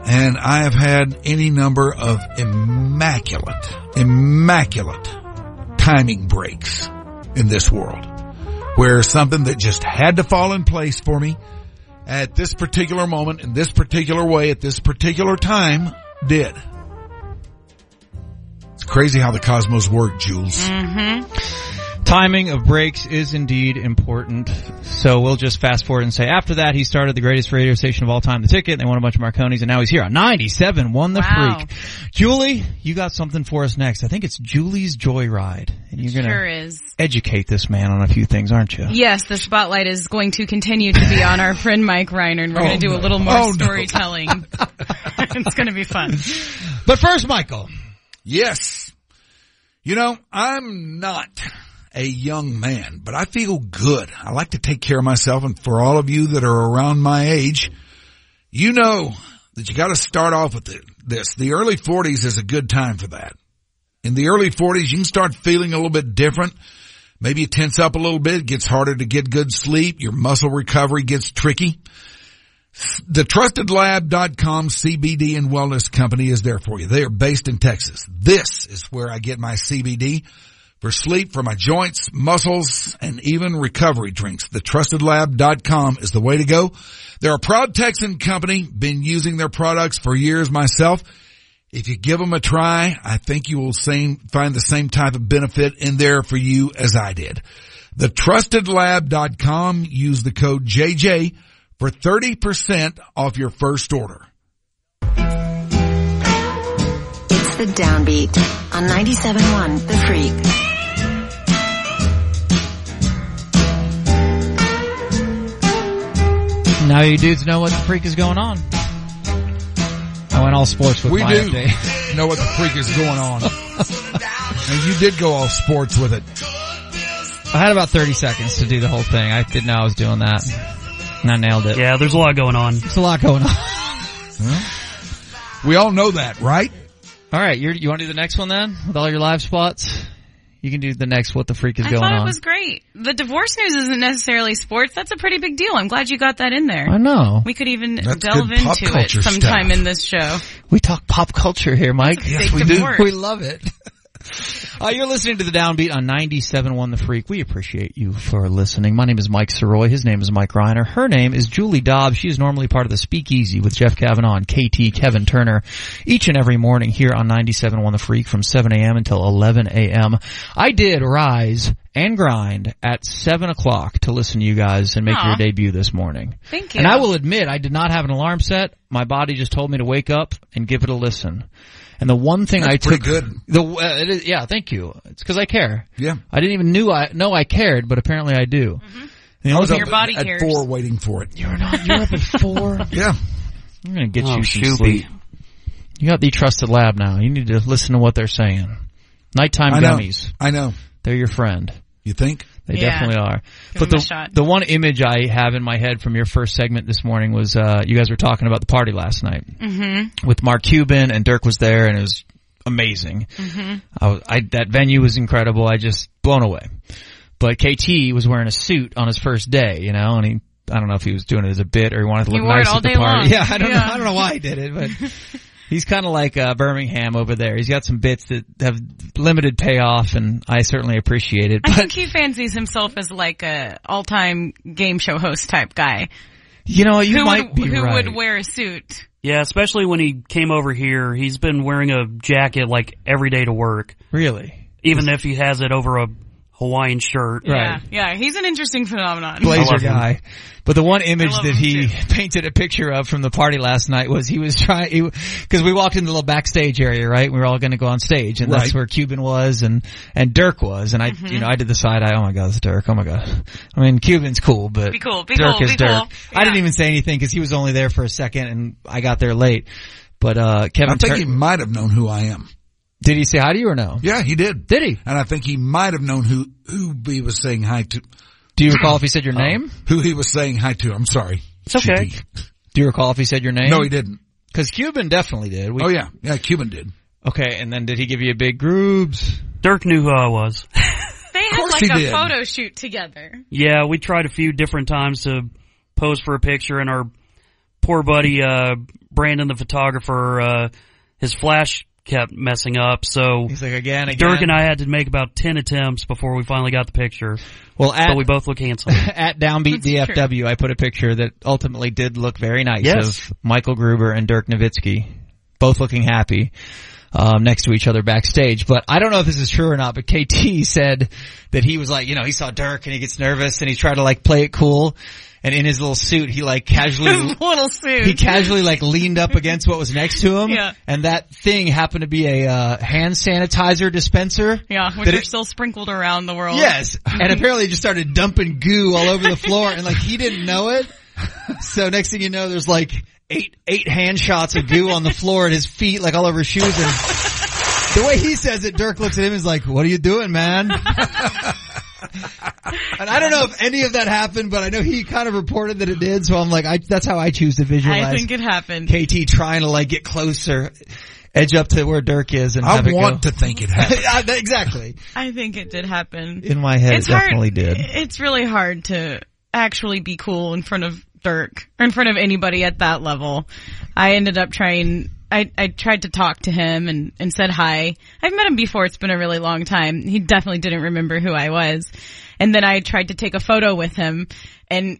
Speaker 2: And I have had any number of immaculate, immaculate timing breaks in this world where something that just had to fall in place for me at this particular moment, in this particular way, at this particular time did. It's crazy how the cosmos work, Jules.
Speaker 3: Timing of breaks is indeed important. So we'll just fast forward and say after that he started the greatest radio station of all time, the ticket, and they won a bunch of Marconis, and now he's here on 97, won the
Speaker 5: Wow.
Speaker 3: freak. Julie, you got something for us next. I think it's Julie's Joyride. And you're gonna
Speaker 5: Sure is.
Speaker 3: educate this man on a few things, aren't you?
Speaker 5: Yes, the spotlight is going to continue to be on our friend Mike Reiner, and we're
Speaker 2: Oh,
Speaker 5: going to do
Speaker 2: no.
Speaker 5: a little more
Speaker 2: Oh, no.
Speaker 5: storytelling. it's going to be fun.
Speaker 3: But first, Michael.
Speaker 2: Yes. You know, I'm not a young man, but I feel good. I like to take care of myself. And for all of you that are around my age, you know that you got to start off with it- this. The early forties is a good time for that. In the early forties, you can start feeling a little bit different. Maybe you tense up a little bit. It gets harder to get good sleep. Your muscle recovery gets tricky. The trustedlab.com CBD and wellness company is there for you. They are based in Texas. This is where I get my CBD for sleep, for my joints, muscles, and even recovery drinks. The trustedlab.com is the way to go. They're a proud Texan company, been using their products for years myself. If you give them a try, I think you will same, find the same type of benefit in there for you as I did. The trustedlab.com use the code JJ for 30% off your first order.
Speaker 6: It's the downbeat on 97.1 The Freak.
Speaker 3: Now you dudes know what the freak is going on. I went all sports with
Speaker 2: We
Speaker 3: my
Speaker 2: do
Speaker 3: update.
Speaker 2: know what the freak is going on. and you did go off sports with it.
Speaker 3: I had about 30 seconds to do the whole thing. I didn't know I was doing that. And I nailed it.
Speaker 4: Yeah, there's a lot going on.
Speaker 3: It's a lot going on.
Speaker 2: We all know that, right?
Speaker 3: All right, you're, you want to do the next one then? With all your live spots? You can do the next what the freak is
Speaker 5: I
Speaker 3: going
Speaker 5: thought
Speaker 3: on.
Speaker 5: it was great. The divorce news isn't necessarily sports. That's a pretty big deal. I'm glad you got that in there.
Speaker 3: I know.
Speaker 5: We could even
Speaker 2: That's
Speaker 5: delve
Speaker 2: good pop
Speaker 5: into it
Speaker 2: culture
Speaker 5: sometime
Speaker 2: stuff.
Speaker 5: in this show.
Speaker 3: We talk pop culture here, Mike.
Speaker 5: That's a Yes, big we do. divorce.
Speaker 3: We love it. Uh, you're listening to the Downbeat on 97.1 The Freak. We appreciate you for listening. My name is Mike Soroy. His name is Mike Reiner. Her name is Julie Dobbs. She is normally part of the Speakeasy with Jeff Kavanaugh and KT Kevin Turner each and every morning here on 97.1 The Freak from 7 a.m. until 11 a.m. I did rise and grind at 7 o'clock to listen to you guys and make
Speaker 5: Aw.
Speaker 3: your debut this morning.
Speaker 5: Thank you.
Speaker 3: And I will admit, I did not have an alarm set. My body just told me to wake up and give it a listen. And the one thing I
Speaker 2: pretty
Speaker 3: took,
Speaker 2: good.
Speaker 3: the uh, it is, yeah, thank you. It's because I care.
Speaker 2: Yeah.
Speaker 3: I didn't even knew I know I cared, but apparently I do. The only
Speaker 2: was
Speaker 3: thing
Speaker 5: Your
Speaker 2: up
Speaker 5: body
Speaker 2: at
Speaker 5: cares.
Speaker 2: four waiting for it.
Speaker 3: you're not you're up at four.
Speaker 2: Yeah.
Speaker 3: I'm gonna get
Speaker 2: Oh,
Speaker 3: you some
Speaker 4: shoopy.
Speaker 3: sleep. You got the trusted lab now. You need to listen to what they're saying. Nighttime
Speaker 2: I know.
Speaker 3: gummies.
Speaker 2: I know.
Speaker 3: They're your friend.
Speaker 2: You think?
Speaker 3: They
Speaker 5: Yeah.
Speaker 3: definitely are. but
Speaker 5: them a
Speaker 3: the
Speaker 5: shot.
Speaker 3: the one image I have in my head from your first segment this morning was uh, you guys were talking about the party last night mm-hmm. with Mark Cuban and Dirk was there and it was amazing. Mm-hmm. I, was- I that venue was incredible. I just blown away. But KT was wearing a suit on his first day, you know, and he. I don't know if he was doing it as a bit or he wanted to
Speaker 5: He
Speaker 3: look
Speaker 5: wore it
Speaker 3: nice
Speaker 5: all
Speaker 3: at the
Speaker 5: day
Speaker 3: party.
Speaker 5: long.
Speaker 3: Yeah, I don't know.
Speaker 5: Yeah.
Speaker 3: I don't know why he did it, but he's kind of like uh, Birmingham over there. He's got some bits that have limited payoff, and I certainly appreciate it.
Speaker 5: I
Speaker 3: But
Speaker 5: think he fancies himself as like a all-time game show host type guy.
Speaker 3: You know, you
Speaker 5: who
Speaker 3: might
Speaker 5: would,
Speaker 3: be
Speaker 5: who
Speaker 3: right.
Speaker 5: would wear a suit?
Speaker 4: Yeah, especially when he came over here, he's been wearing a jacket like every day to work,
Speaker 3: really?
Speaker 4: even if he has it over a Hawaiian shirt.
Speaker 3: Right.
Speaker 5: Yeah, yeah. He's an interesting phenomenon.
Speaker 3: Blazer
Speaker 4: love him.
Speaker 3: guy. But the one image
Speaker 5: love
Speaker 3: that
Speaker 5: him
Speaker 3: he
Speaker 5: too.
Speaker 3: painted a picture of from the party last night was he was trying, because we walked in the little backstage area, right? We were all going to go on stage and that's
Speaker 2: Right.
Speaker 3: where Cuban was and, and Dirk was. And I,
Speaker 5: Mm-hmm.
Speaker 3: you know, I did the side eye. Oh my God, it's Dirk. Oh my God. I mean, Cuban's cool, but
Speaker 5: Be cool, be
Speaker 3: Dirk
Speaker 5: cool,
Speaker 3: is
Speaker 5: be
Speaker 3: Dirk.
Speaker 5: cool.
Speaker 3: I didn't
Speaker 5: Yeah.
Speaker 3: even say anything because he was only there for a second and I got there late. But, uh,
Speaker 2: I
Speaker 3: Kevin,
Speaker 2: think he
Speaker 3: Tur-
Speaker 2: might have known who I am.
Speaker 3: did he say hi to you or no?
Speaker 2: Yeah, he did.
Speaker 3: Did he?
Speaker 2: And I think he might have known who, who he was saying hi to,
Speaker 3: Do you recall if he said your name?
Speaker 2: who he was saying hi to. I'm sorry.
Speaker 4: It's okay.
Speaker 2: Should be.
Speaker 3: Do you recall if he said your name?
Speaker 2: No, he didn't.
Speaker 3: Because Cuban definitely did. We,
Speaker 2: Oh yeah. Yeah, Cuban did.
Speaker 3: Okay, and then did he give you a big groups?
Speaker 4: Dirk knew who I was.
Speaker 5: They had
Speaker 2: course
Speaker 5: like
Speaker 2: he
Speaker 5: a
Speaker 2: did.
Speaker 5: photo shoot together.
Speaker 4: Yeah, we tried a few different times to pose for a picture, and our poor buddy uh, Brandon, the photographer, uh, his flash kept messing up. So
Speaker 3: He's like again, again.
Speaker 4: Dirk and I had to make about ten attempts before we finally got the picture.
Speaker 3: Well, at
Speaker 4: But we both look handsome.
Speaker 3: at Downbeat
Speaker 5: That's
Speaker 3: DFW, I put a picture that ultimately did look very nice
Speaker 4: Yes.
Speaker 3: of Michael Gruber and Dirk Nowitzki, both looking happy. um, next to each other backstage. But I don't know if this is true or not, but KT said that he was like, you know, he saw Dirk and he gets nervous and he tried to like play it cool. And in his little suit, he like casually
Speaker 5: little suit.
Speaker 3: he casually like leaned up against what was next to him,
Speaker 5: Yeah.
Speaker 3: and that thing happened to be a uh, hand sanitizer dispenser.
Speaker 5: yeah, which
Speaker 3: That
Speaker 5: are
Speaker 3: it-
Speaker 5: still sprinkled around the world.
Speaker 3: Yes, and apparently it just started dumping goo all over the floor, and like he didn't know it. So next thing you know, there's like eight eight hand shots of goo on the floor at his feet, like all over his shoes. And the way he says it, Dirk looks at him and is like, "What are you doing, man?" and I don't know if any of that happened, but I know he kind of reported that it did. So I'm like, I, that's how I choose to visualize.
Speaker 5: I think it happened.
Speaker 3: KT trying to like get closer, edge up to where Dirk is, and
Speaker 2: I
Speaker 3: have it
Speaker 2: want
Speaker 3: go.
Speaker 2: to think it happened.
Speaker 3: Yeah, that- exactly.
Speaker 5: I think it did happen.
Speaker 3: In my head, it definitely
Speaker 5: hard.
Speaker 3: did.
Speaker 5: It's really hard to actually be cool in front of Dirk or in front of anybody at that level. I ended up trying. I, I tried to talk to him and, and said hi. I've met him before. It's been a really long time. He definitely didn't remember who I was. And then I tried to take a photo with him and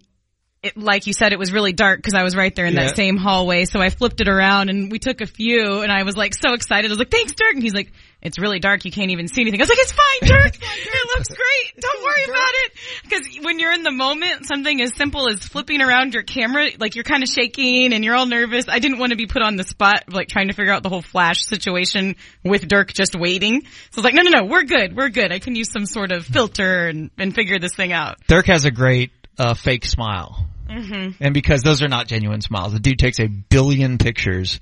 Speaker 5: it, like you said, it was really dark because I was right there in
Speaker 3: Yeah.
Speaker 5: that same hallway. So I flipped it around and we took a few and I was like so excited. I was like, thanks, Dirk. And he's like, it's really dark. You can't even see anything. I was like, it's fine, Dirk. it looks great. Don't worry about it. Cause when you're in the moment, something as simple as flipping around your camera, like you're kind of shaking and you're all nervous. I didn't want to be put on the spot, like trying to figure out the whole flash situation with Dirk just waiting. So I was like, no, no, no, we're good. We're good. I can use some sort of filter and, and figure this thing out.
Speaker 3: Dirk has a great uh, fake smile, mm-hmm. and because those are not genuine smiles, the dude takes a billion pictures,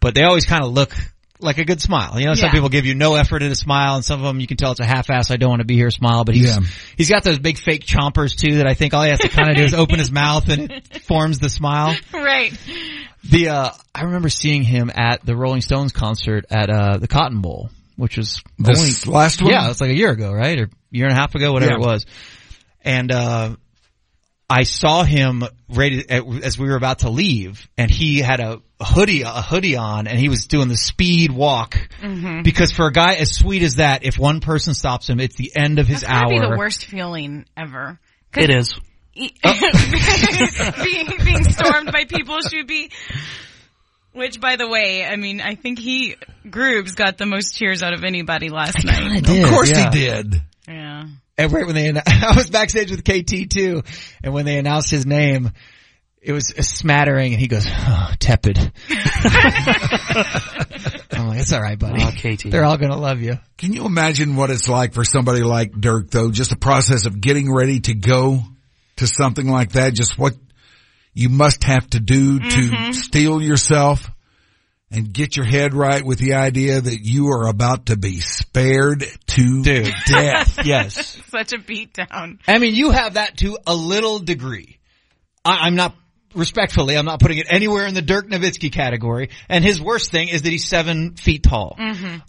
Speaker 3: but they always kind of look like a good smile. You know, some
Speaker 5: Yeah.
Speaker 3: people give you no effort in a smile, and some of them you can tell it's a half-ass "I don't want to be here" smile. But he's
Speaker 2: Yeah.
Speaker 3: he's got those big fake chompers too that I think all he has to kind of do is open his mouth and it forms the smile.
Speaker 5: Right.
Speaker 3: The uh, I remember seeing him at the Rolling Stones concert at uh, the Cotton Bowl, which was
Speaker 2: This last one?
Speaker 3: Yeah, it's like a year ago, right, or year and a half ago, whatever
Speaker 2: Yeah.
Speaker 3: it was. And uh, I saw him right at, as we were about to leave, and he had a hoodie a hoodie on, and he was doing the speed walk
Speaker 5: Mm-hmm.
Speaker 3: because for a guy as sweet as that, if one person stops him, it's the end of his
Speaker 5: That'd be
Speaker 3: hour.
Speaker 5: the worst feeling ever.
Speaker 4: It is.
Speaker 5: being, e- being stormed by people should be. Which, by the way, I mean, I think he Grooves got the most cheers out of anybody last night.
Speaker 2: Of course
Speaker 3: yeah.
Speaker 2: he did.
Speaker 5: Yeah.
Speaker 3: and right when they, anno- I was backstage with KT too, and when they announced his name, it was a smattering, and he goes, oh, tepid. I'm like, it's all right, buddy.
Speaker 4: Oh, KT.
Speaker 3: They're all gonna love you.
Speaker 2: Can you imagine what it's like for somebody like Dirk though? Just the process of getting ready to go to something like that. Just what you must have to do
Speaker 3: Mm-hmm.
Speaker 2: to steel yourself and get your head right with the idea that you are about to be spared to death.
Speaker 3: Yes.
Speaker 5: Such a beatdown.
Speaker 3: I mean, you have that to a little degree. I, I'm not, respectfully, I'm not putting it anywhere in the Dirk Nowitzki category. And his worst thing is that he's seven feet tall.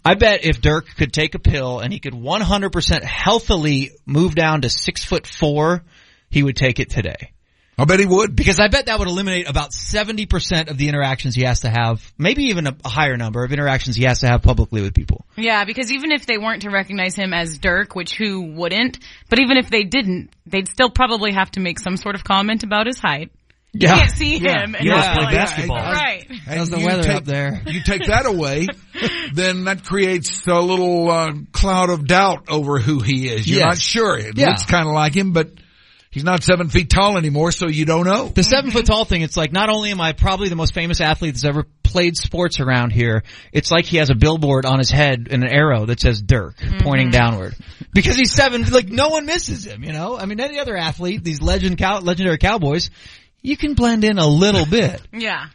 Speaker 3: I bet if Dirk could take a pill and he could 100% healthily move down to six foot four, he would take it today.
Speaker 2: I bet he would.
Speaker 3: Because I bet that would eliminate about 70% of the interactions he has to have, maybe even a, a higher number of interactions he has to have publicly with people.
Speaker 5: Yeah, because even if they weren't to recognize him as Dirk, which who wouldn't, but even if they didn't, they'd still probably have to make some sort of comment about his height.
Speaker 3: Yeah.
Speaker 5: Can't see him. And
Speaker 4: You
Speaker 5: not
Speaker 4: must play
Speaker 5: like-
Speaker 4: basketball.
Speaker 5: Right.
Speaker 2: And
Speaker 3: How's the
Speaker 2: you
Speaker 3: weather
Speaker 2: take-
Speaker 3: up there?
Speaker 2: You take that away, then that creates a little uh, cloud of doubt over who he is. You're
Speaker 3: Yes.
Speaker 2: not sure. It
Speaker 3: Yeah.
Speaker 2: looks kind of like him, but he's not seven feet tall anymore, so you don't know.
Speaker 3: The seven foot tall thing, it's like not only am I probably the most famous athlete that's ever played sports around here, it's like he has a billboard on his head and an arrow that says Dirk pointing downward. Because he's seven, like no one misses him, you know? I mean, any other athlete, these legend cow, legendary cowboys, you can blend in a little bit.
Speaker 5: Yeah.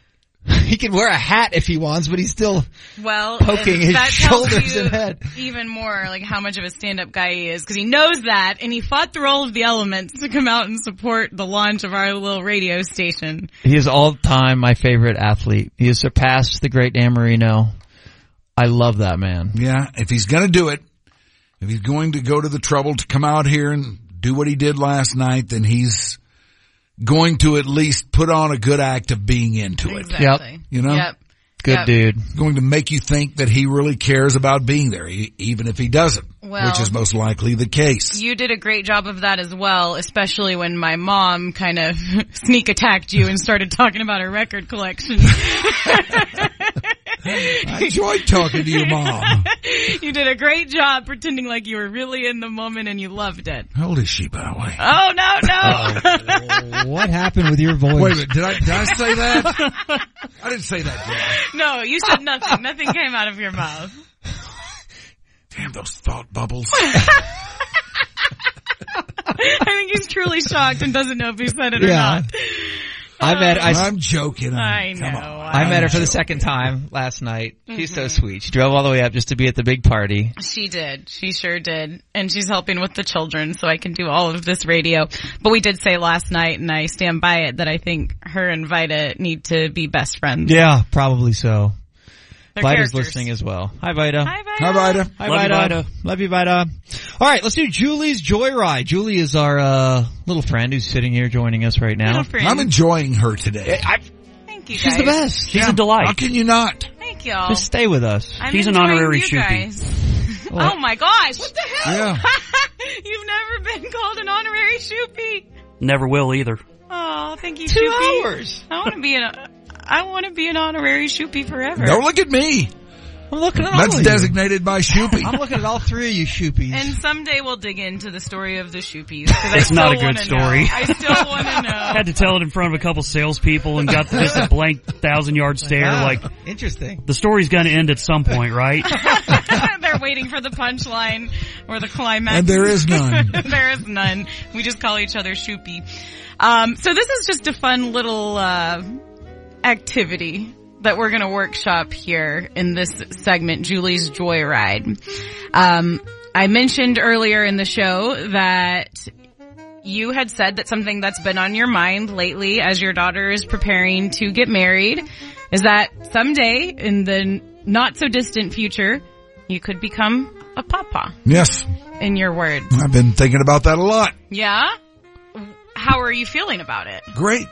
Speaker 3: he can wear a hat if he wants, but he's still,
Speaker 5: well
Speaker 3: poking
Speaker 5: and
Speaker 3: his
Speaker 5: that tells
Speaker 3: shoulders
Speaker 5: you
Speaker 3: and head.
Speaker 5: even more like how much of a stand-up guy he is because he knows that and he fought through all of the elements to come out and support the launch of our little radio station
Speaker 3: he is all time my favorite athlete. He has surpassed the great Dan Marino. I love that man.
Speaker 2: Yeah, if he's going to do it, if he's going to go to the trouble to come out here and do what he did last night, then he's going to at least put on a good act of being into it.
Speaker 5: exactly
Speaker 2: You know?
Speaker 5: yep
Speaker 3: Good
Speaker 5: Yep.
Speaker 3: dude.
Speaker 2: Going to make you think that he really cares about being there, e- even if he doesn't,
Speaker 5: Well-
Speaker 2: which is most likely the case.
Speaker 5: you did a great job of that as well, especially when my mom kind of sneak attacked you and started talking about her record collection.
Speaker 2: I enjoyed talking to you, mom.
Speaker 5: You did a great job pretending like you were really in the moment and you loved it.
Speaker 2: How old is she, by the way?
Speaker 5: Oh no, no.
Speaker 3: What happened with your voice?
Speaker 2: Wait a minute, did I, did I say that? I didn't say that, Jack.
Speaker 5: no, you said nothing. Nothing came out of your mouth.
Speaker 2: Damn those thought bubbles.
Speaker 5: I think he's truly shocked and doesn't know if he said it or
Speaker 3: Yeah.
Speaker 5: not.
Speaker 3: I met I,
Speaker 2: I'm joking.
Speaker 5: I know. Um,
Speaker 2: Come on.
Speaker 3: I met her for the second time last night. She's
Speaker 5: Mm-hmm.
Speaker 3: so sweet. She drove all the way up just to be at the big party.
Speaker 5: She did. She sure did. And she's helping with the children so I can do all of this radio. But we did say last night and I stand by it that I think her and Vita need to be best friends.
Speaker 3: Yeah, probably so.
Speaker 5: They're
Speaker 3: Vita's
Speaker 5: characters.
Speaker 3: listening as well. Hi, Vita.
Speaker 5: Hi Vita.
Speaker 2: Hi, Vida.
Speaker 3: Hi,
Speaker 4: Love you,
Speaker 3: Vida. Love you, Vida. All right, let's do Julie's Joyride. Julie is our uh, little friend who's sitting here joining us right now.
Speaker 5: Little friend.
Speaker 2: I'm enjoying her today.
Speaker 5: Thank you
Speaker 3: She's the
Speaker 5: guys.
Speaker 3: best.
Speaker 4: She's a
Speaker 2: How
Speaker 4: delight.
Speaker 2: can you not?
Speaker 5: Thank y'all.
Speaker 3: Just stay with us.
Speaker 5: I'm
Speaker 4: She's an
Speaker 5: enjoying
Speaker 4: honorary
Speaker 5: you
Speaker 4: Shuki.
Speaker 5: guys.
Speaker 3: Well,
Speaker 5: Oh my gosh. What the hell?
Speaker 2: Yeah.
Speaker 5: You've never been called an honorary Shoopy.
Speaker 4: Never will either.
Speaker 5: Oh, thank you,
Speaker 3: Two
Speaker 5: Shoopy.
Speaker 3: hours.
Speaker 5: I want to be an I want to be an honorary Shoopy forever.
Speaker 2: Don't look at me.
Speaker 3: I'm looking at all
Speaker 2: That's
Speaker 3: of you.
Speaker 2: designated by Shoopy.
Speaker 3: I'm looking at all three of you shoopies.
Speaker 5: And someday we'll dig into the story of the Shoopies. 'cause I
Speaker 4: It's not
Speaker 5: still
Speaker 4: a good
Speaker 5: wanna
Speaker 4: story.
Speaker 5: know. I still want to know.
Speaker 4: Had to tell it in front of a couple salespeople and got just a blank thousand yard stare.
Speaker 3: Ah,
Speaker 4: Like
Speaker 3: interesting.
Speaker 4: the story's going to end at some point, right?
Speaker 5: They're waiting for the punchline or the climax.
Speaker 2: And there is none.
Speaker 5: there is none. We just call each other Shoopy. Um, so this is just a fun little uh, activity that we're going to workshop here in this segment, Julie's Joyride. Um, I mentioned earlier in the show that you had said that something that's been on your mind lately as your daughter is preparing to get married is that someday in the not so distant future, you could become a papa,
Speaker 2: yes.
Speaker 5: in your words.
Speaker 2: I've been thinking about that a lot.
Speaker 5: Yeah? How are you feeling about it?
Speaker 2: Great.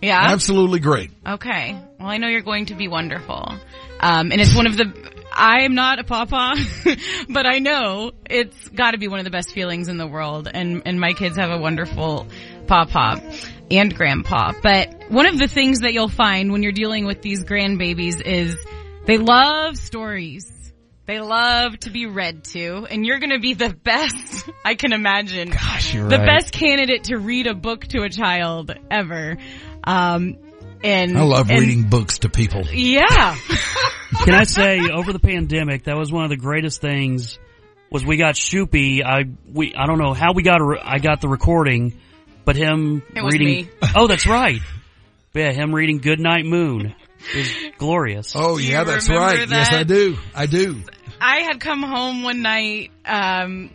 Speaker 5: Yeah?
Speaker 2: Absolutely great.
Speaker 5: Okay. Well, I know you're going to be wonderful. Um, and it's one of the, I am not a papa, but I know it's gotta be one of the best feelings in the world. And, and my kids have a wonderful papa and grandpa. But one of the things that you'll find when you're dealing with these grandbabies is they love stories. They love to be read to, and you're gonna be the best I can imagine
Speaker 3: Gosh, you're
Speaker 5: the
Speaker 3: right.
Speaker 5: best candidate to read a book to a child ever. Um, and
Speaker 2: I love
Speaker 5: and-
Speaker 2: reading books to people.
Speaker 5: Yeah,
Speaker 4: Can I say over the pandemic that was one of the greatest things was we got Shoopy. I we I don't know how we got a re- I got the recording, but him
Speaker 5: It was
Speaker 4: reading.
Speaker 5: me.
Speaker 4: Oh, that's right. Yeah, him reading Goodnight Moon is glorious.
Speaker 2: Oh
Speaker 5: you
Speaker 2: yeah, that's
Speaker 5: remember
Speaker 2: right. Yes, I
Speaker 5: that?
Speaker 2: do. I do.
Speaker 5: I had come home one night. Um,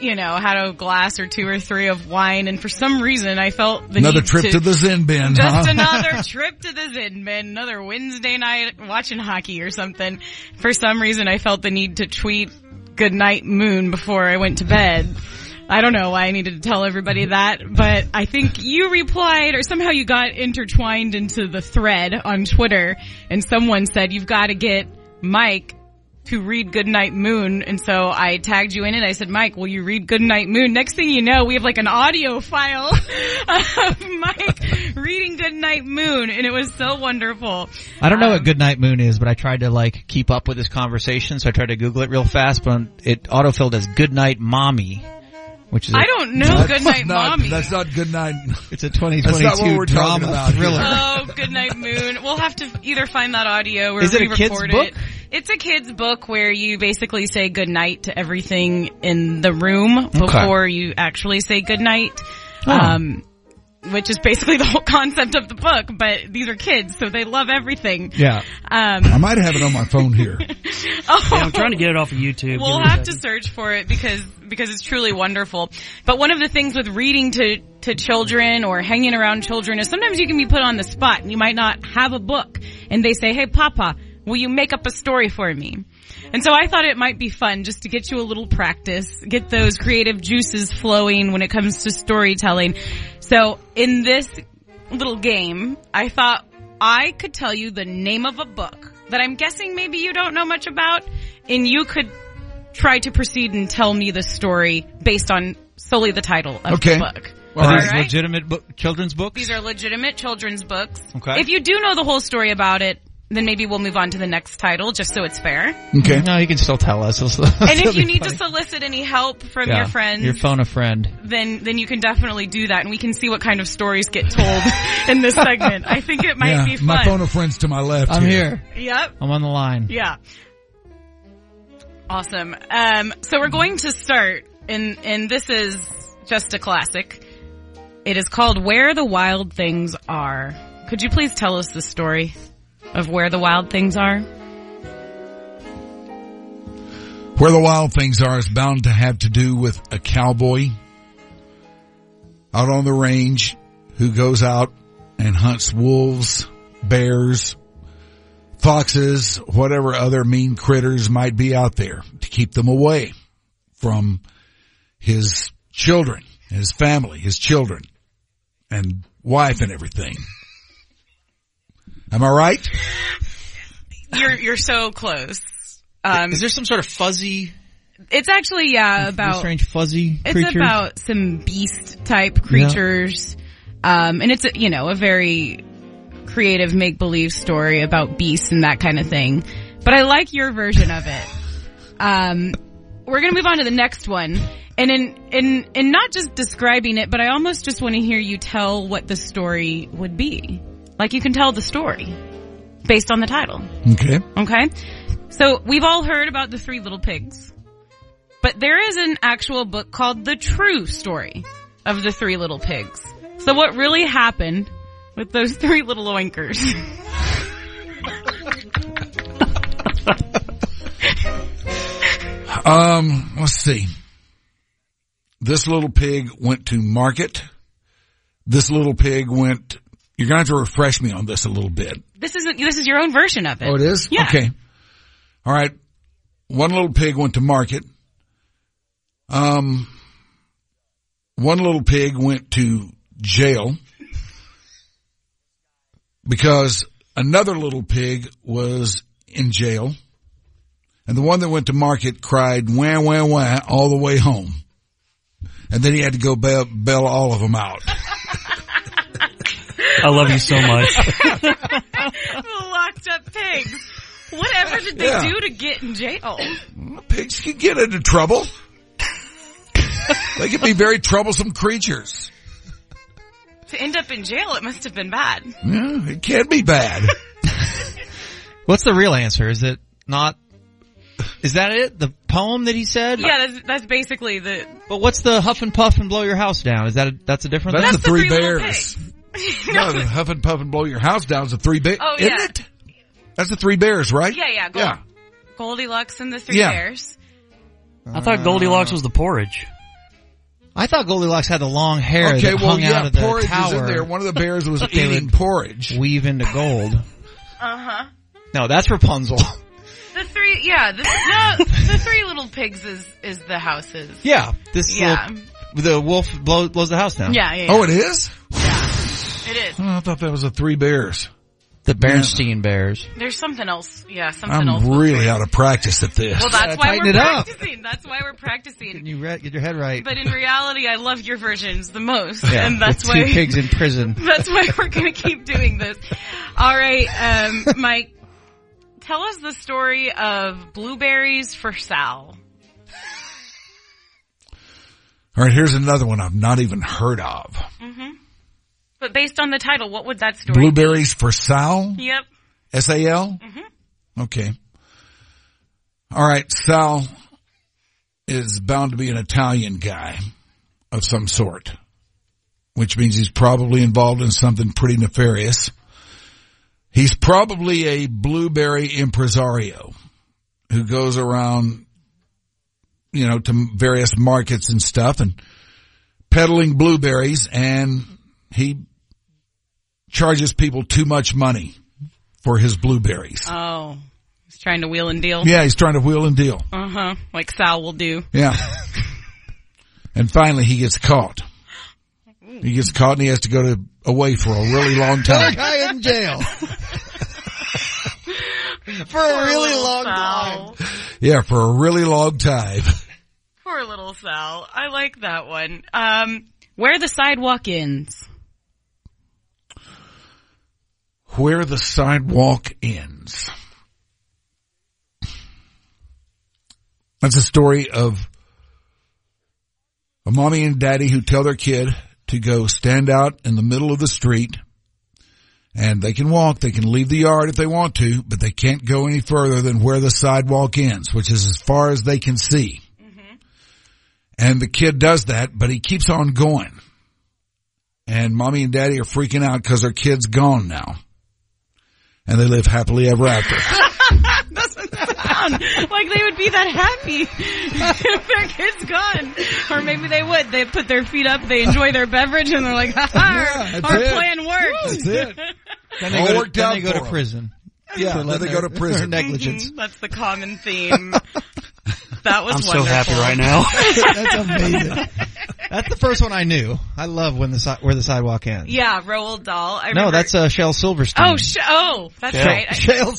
Speaker 5: you know, had a glass or two or three of wine, and for some reason, I felt the
Speaker 2: Another
Speaker 5: need
Speaker 2: trip to the Zen bin, huh?
Speaker 5: Just another trip to the Zin bin, another Wednesday night watching hockey or something. For some reason, I felt the need to tweet "Good night, Moon" before I went to bed. I don't know why I needed to tell everybody that, but I think you replied or somehow you got intertwined into the thread on Twitter, and someone said you've got to get Mike to read Goodnight Moon. And so I tagged you in it. I said, Mike, will you read Goodnight Moon? Next thing you know, we have like an audio file of Mike reading Goodnight Moon. And it was so wonderful.
Speaker 3: I don't know what Good Night Moon is, but I tried to like keep up with this conversation, so I tried to Google it real fast, but it autofilled as Good Night Mommy, which is a,
Speaker 5: I don't know Goodnight
Speaker 2: not,
Speaker 5: Mommy.
Speaker 2: That's not good night.
Speaker 3: it's a
Speaker 2: That's not what
Speaker 3: 2022
Speaker 2: we're talking
Speaker 3: drama
Speaker 2: about.
Speaker 3: thriller.
Speaker 2: here.
Speaker 5: Oh, Goodnight Moon. We'll have to either find that audio or
Speaker 3: Is it a
Speaker 5: re-record
Speaker 3: kid's
Speaker 5: it.
Speaker 3: book?
Speaker 5: It's a kid's book where you basically say goodnight to everything in the room before you actually say goodnight.
Speaker 3: Oh.
Speaker 5: Um, which is basically the whole concept of the book, but these are kids, so they love everything.
Speaker 3: Yeah,
Speaker 5: Um,
Speaker 2: I might have it on my phone here.
Speaker 5: oh,
Speaker 4: I'm trying to get it off of YouTube. Give
Speaker 5: We'll
Speaker 4: me a
Speaker 5: have to
Speaker 4: second.
Speaker 5: search for it because because it's truly wonderful. But one of the things with reading to to children or hanging around children is sometimes you can be put on the spot and you might not have a book and they say, "Hey papa, will you make up a story for me?" And so I thought it might be fun just to get you a little practice, get those creative juices flowing when it comes to storytelling. So in this little game, I thought I could tell you the name of a book that I'm guessing maybe you don't know much about and you could try to proceed and tell me the story based on solely the title of
Speaker 2: Okay.
Speaker 5: the book.
Speaker 2: All
Speaker 3: are
Speaker 2: right.
Speaker 3: these
Speaker 5: right.
Speaker 3: legitimate book, children's books?
Speaker 5: These are legitimate children's books.
Speaker 3: Okay.
Speaker 5: If you do know the whole story about it, then maybe we'll move on to the next title just so it's fair.
Speaker 2: Okay.
Speaker 3: Mm-hmm. No, you can still tell us.
Speaker 5: And if you need to solicit any help from your friends,
Speaker 3: your phone a friend.
Speaker 5: then then you can definitely do that, and we can see what kind of stories get told in this segment. I think it might
Speaker 2: yeah,
Speaker 5: be fun.
Speaker 2: my phone of friends to my left.
Speaker 3: I'm here.
Speaker 5: Yep.
Speaker 3: I'm on the line.
Speaker 5: Yeah. Awesome. Um, so we're going to start, and and this is just a classic. It is called "Where the Wild Things Are." Could you please tell us the story of where the wild things are?
Speaker 2: Where the Wild Things Are is bound to have to do with a cowboy out on the range who goes out and hunts wolves, bears, foxes, whatever other mean critters might be out there to keep them away from his children, his family, his children and wife and everything. Am I right?
Speaker 5: You're you're so close. Um,
Speaker 3: Is there some sort of fuzzy,
Speaker 5: it's actually yeah about
Speaker 3: strange fuzzy
Speaker 5: It's
Speaker 3: creature?
Speaker 5: about some beast type creatures. Um, and it's, a, you know, a very creative make believe story about beasts and that kind of thing. But I like your version of it. Um, we're going to move on to the next one. And in, in, in not just describing it, but I almost just want to hear you tell what the story would be. Like you can tell the story based on the title.
Speaker 2: Okay.
Speaker 5: Okay. So we've all heard about the three little pigs, but there is an actual book called The True Story of the Three Little Pigs. So what really happened with those three little oinkers?
Speaker 2: Um, let's see. This little pig went to market. This little pig went, you're going to have to refresh me on this a little bit.
Speaker 5: This isn't, this is your own version of it.
Speaker 2: Oh, is?
Speaker 5: Yeah.
Speaker 2: Okay. All right. One little pig went to market. Um, one little pig went to jail because another little pig was in jail. And the one that went to market cried wah, wah, wah all the way home. And then he had to go bail, bail all of them out.
Speaker 4: I love you so much.
Speaker 5: The locked up pigs. Whatever did they
Speaker 2: Yeah.
Speaker 5: do to get in jail?
Speaker 2: pigs can get into trouble. they can be very troublesome creatures.
Speaker 5: To end up in jail, it must have been bad.
Speaker 2: Yeah, it can be bad.
Speaker 3: What's the real answer? Is it not? Is that it? The poem that he said?
Speaker 5: Yeah, that's, that's basically the,
Speaker 3: But what's the huff and puff and blow your house down? Is that a, that's a different
Speaker 2: That's
Speaker 3: thing?
Speaker 2: the three,
Speaker 5: little
Speaker 2: bears. no, the huff and puff and blow your house down is the three bears.
Speaker 5: Oh,
Speaker 2: Isn't
Speaker 5: yeah.
Speaker 2: it? That's the three bears, right?
Speaker 5: yeah, yeah, Gold,
Speaker 2: Yeah.
Speaker 5: Goldilocks and the three
Speaker 2: Yeah.
Speaker 5: bears.
Speaker 4: I thought Goldilocks was the porridge.
Speaker 3: I thought Goldilocks had the long hair
Speaker 2: Okay,
Speaker 3: that
Speaker 2: well,
Speaker 3: hung out
Speaker 2: yeah,
Speaker 3: of the
Speaker 2: porridge is
Speaker 3: tower,
Speaker 2: in there. One of the bears was
Speaker 3: They would-
Speaker 2: eating porridge.
Speaker 3: weave into gold. Uh huh. No, that's Rapunzel.
Speaker 5: The three, yeah, the, no, the three little pigs is is the houses.
Speaker 3: yeah, this
Speaker 5: Yeah,
Speaker 3: little, the wolf blows, blows the house down.
Speaker 5: yeah, yeah.
Speaker 2: Oh, it is?
Speaker 5: it is.
Speaker 2: Oh, I thought that was the three bears.
Speaker 3: the Bernstein Bears.
Speaker 5: There's something else. Yeah, something else.
Speaker 2: I'm really out of practice at this.
Speaker 5: well, that's why
Speaker 3: tighten
Speaker 5: we're
Speaker 3: it up.
Speaker 5: practicing. That's why we're practicing.
Speaker 3: You re- get your head right.
Speaker 5: But in reality, I love your versions the most,
Speaker 3: yeah,
Speaker 5: and that's
Speaker 3: with
Speaker 5: why
Speaker 3: two pigs in prison.
Speaker 5: that's why we're gonna keep doing this. All right, um, Mike, tell us the story of blueberries for Sal.
Speaker 2: All right, here's another one I've not even heard of.
Speaker 5: But based on the title, what would that story?
Speaker 2: Blueberries for Sal?
Speaker 5: be? Yep.
Speaker 2: S A L? Okay. All right. Sal is bound to be an Italian guy of some sort, which means he's probably involved in something pretty nefarious. He's probably a blueberry impresario who goes around, you know, to various markets and stuff and peddling blueberries and he charges people too much money for his blueberries.
Speaker 5: Oh, he's trying to wheel and deal.
Speaker 2: Yeah, he's trying to wheel and deal.
Speaker 5: Uh huh. Like Sal will do.
Speaker 2: Yeah. and finally he gets caught. He gets caught and he has to go to away for a really long time.
Speaker 3: Guy in jail for a really long time.
Speaker 5: Sal.
Speaker 2: Yeah, for a really long time.
Speaker 5: Poor little Sal. I like that one. Um, where the sidewalk ends.
Speaker 2: where the sidewalk ends. That's a story of a mommy and daddy who tell their kid to go stand out in the middle of the street and they can walk, they can leave the yard if they want to, but they can't go any further than where the sidewalk ends, which is as far as they can see. And the kid does that, but he keeps on going. And mommy and daddy are freaking out because their kid's gone now. And they live happily ever after.
Speaker 5: Doesn't sound like they would be that happy if their kid's gone. Or maybe they would. They put their feet up, they enjoy their beverage, and they're like, ha ha,
Speaker 2: Yeah, that's
Speaker 5: our
Speaker 2: it.
Speaker 5: plan worked.
Speaker 2: it.
Speaker 3: Then they
Speaker 2: All
Speaker 3: go to,
Speaker 2: worked
Speaker 3: then
Speaker 2: out
Speaker 3: they go
Speaker 2: for
Speaker 3: to
Speaker 2: them.
Speaker 3: prison.
Speaker 2: Yeah,
Speaker 3: for
Speaker 2: then
Speaker 3: letting
Speaker 2: they go to
Speaker 3: their- Their
Speaker 2: prison.
Speaker 3: negligence.
Speaker 5: Mm, That's the common theme. That was
Speaker 4: I'm so
Speaker 5: wonderful.
Speaker 4: happy right now.
Speaker 3: That's amazing. That's the first one I knew. I love when the si- where the sidewalk ends.
Speaker 5: Yeah, Roald Dahl. I
Speaker 3: No,
Speaker 5: remember-
Speaker 3: that's uh, Shel Silverstein.
Speaker 5: Oh, sh- oh, that's right. I-
Speaker 3: Shel,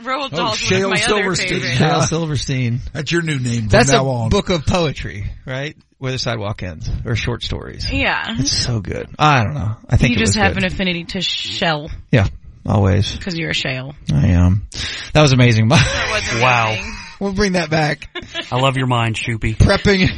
Speaker 5: Roald
Speaker 2: Oh,
Speaker 5: Dahl's
Speaker 2: Shel
Speaker 5: one of my other
Speaker 2: Silverstein.
Speaker 5: favorites.
Speaker 3: Shel Silverstein.
Speaker 2: That's your new name from
Speaker 3: That's a
Speaker 2: now on.
Speaker 3: book of poetry, right? Where the sidewalk ends, or short stories.
Speaker 5: Yeah.
Speaker 3: It's so good. I don't know. I think
Speaker 5: You
Speaker 3: it
Speaker 5: just
Speaker 3: was
Speaker 5: have
Speaker 3: good.
Speaker 5: an affinity to Shell
Speaker 3: yeah, always.
Speaker 5: because you're a shale.
Speaker 3: I am. That was amazing.
Speaker 4: Wow.
Speaker 3: we'll bring that back.
Speaker 4: I love your mind, Shoopy.
Speaker 3: Prepping,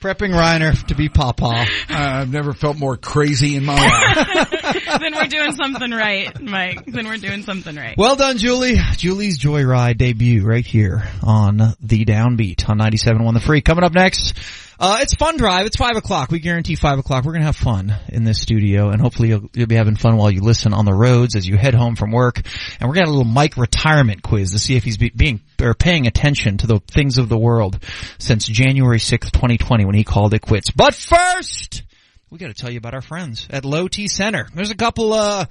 Speaker 3: prepping Reiner to be Papa.
Speaker 2: I've never felt more crazy in my life.
Speaker 5: then we're doing something right, Mike. Then we're doing something right.
Speaker 3: Well done, Julie. Julie's Joyride debut right here on The Downbeat on 97 on The Free. Coming up next, uh, it's Fun Drive. It's 5 o'clock. We guarantee 5 o'clock. We're going to have fun in this studio and hopefully you'll, you'll be having fun while you listen on the roads as you head home from work. And we're going to have a little Mike retirement quiz to see if he's be, being or paying attention to the things of the world since January 6th, 2020 when he called it quits. But first, we got to tell you about our friends at Low T Center. There's a couple, uh,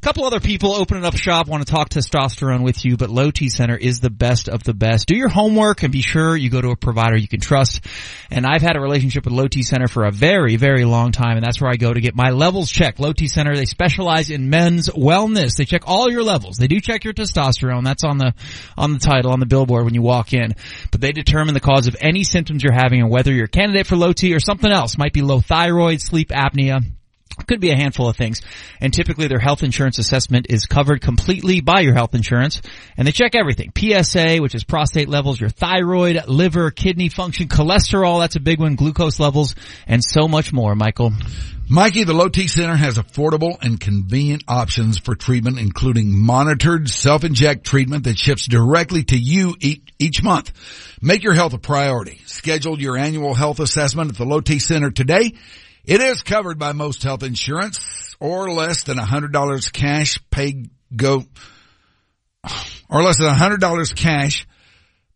Speaker 3: couple other people opening up shop, want to talk testosterone with you, but Low T Center is the best of the best. Do your homework and be sure you go to a provider you can trust. And I've had a relationship with Low T Center for a very, very long time, and that's where I go to get my levels checked. Low T Center, they specialize in men's wellness. They check all your levels. They do check your testosterone. That's on the, on the title, on the billboard when you walk in. But they determine the cause of any symptoms you're having and whether you're a candidate for low T or something else. Might be low thyroid, sleep apnea. Could be a handful of things. And typically their health insurance assessment is covered completely by your health insurance. And they check everything. PSA, which is prostate levels, your thyroid, liver, kidney function, cholesterol, that's a big one, glucose levels, and so much more, Michael.
Speaker 2: Mikey, the Low T Center has affordable and convenient options for treatment, including monitored self-inject treatment that ships directly to you each, each month. Make your health a priority. Schedule your annual health assessment at the Low T Center today. It is covered by most health insurance or less than $100 cash pay go, or less than $100 cash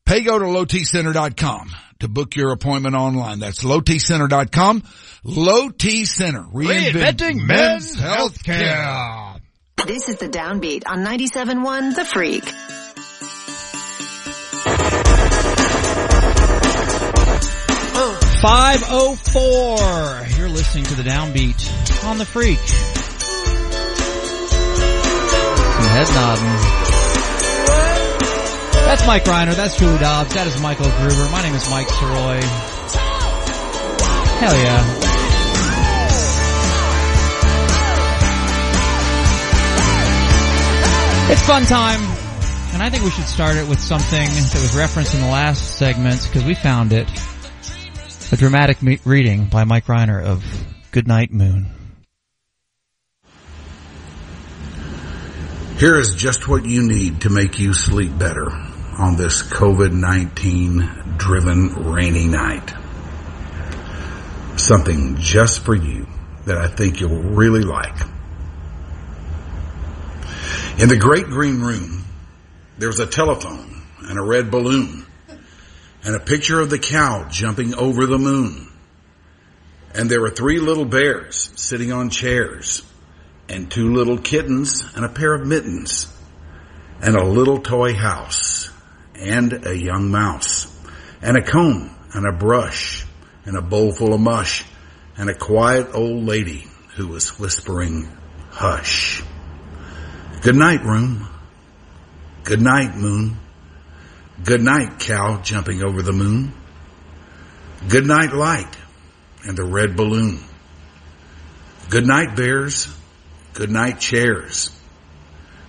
Speaker 2: Pay go to lowtcenter.com to book your appointment online. That's lowtcenter.com. Low T Center. Reinventing men's healthcare.
Speaker 6: This is The Downbeat on 97.1 The Freak.
Speaker 3: Five oh four. You're listening to the downbeat on the freak. Some head nodding. That's Mike Reiner. That's Julie Dobbs. That is Michael Gruber. My name is Mike Soroy. Hell yeah. It's fun time. And I think we should start it with something that was referenced in the last segment because we found it. A dramatic me- reading by Mike Reiner of Goodnight Moon.
Speaker 2: Here is just what you need to make you sleep better on this COVID-19 driven rainy night. Something just for you that I think you'll really like. In the great green room, there's a telephone and a red balloon and a picture of the cow jumping over the moon. And there were three little bears sitting on chairs and two little kittens and a pair of mittens and a little toy house and a young mouse and a comb and a brush and a bowl full of mush and a quiet old lady who was whispering hush. Good night room. Good night moon. Good night cow jumping over the moon. Good night light and the red balloon. Good night bears. Good night chairs.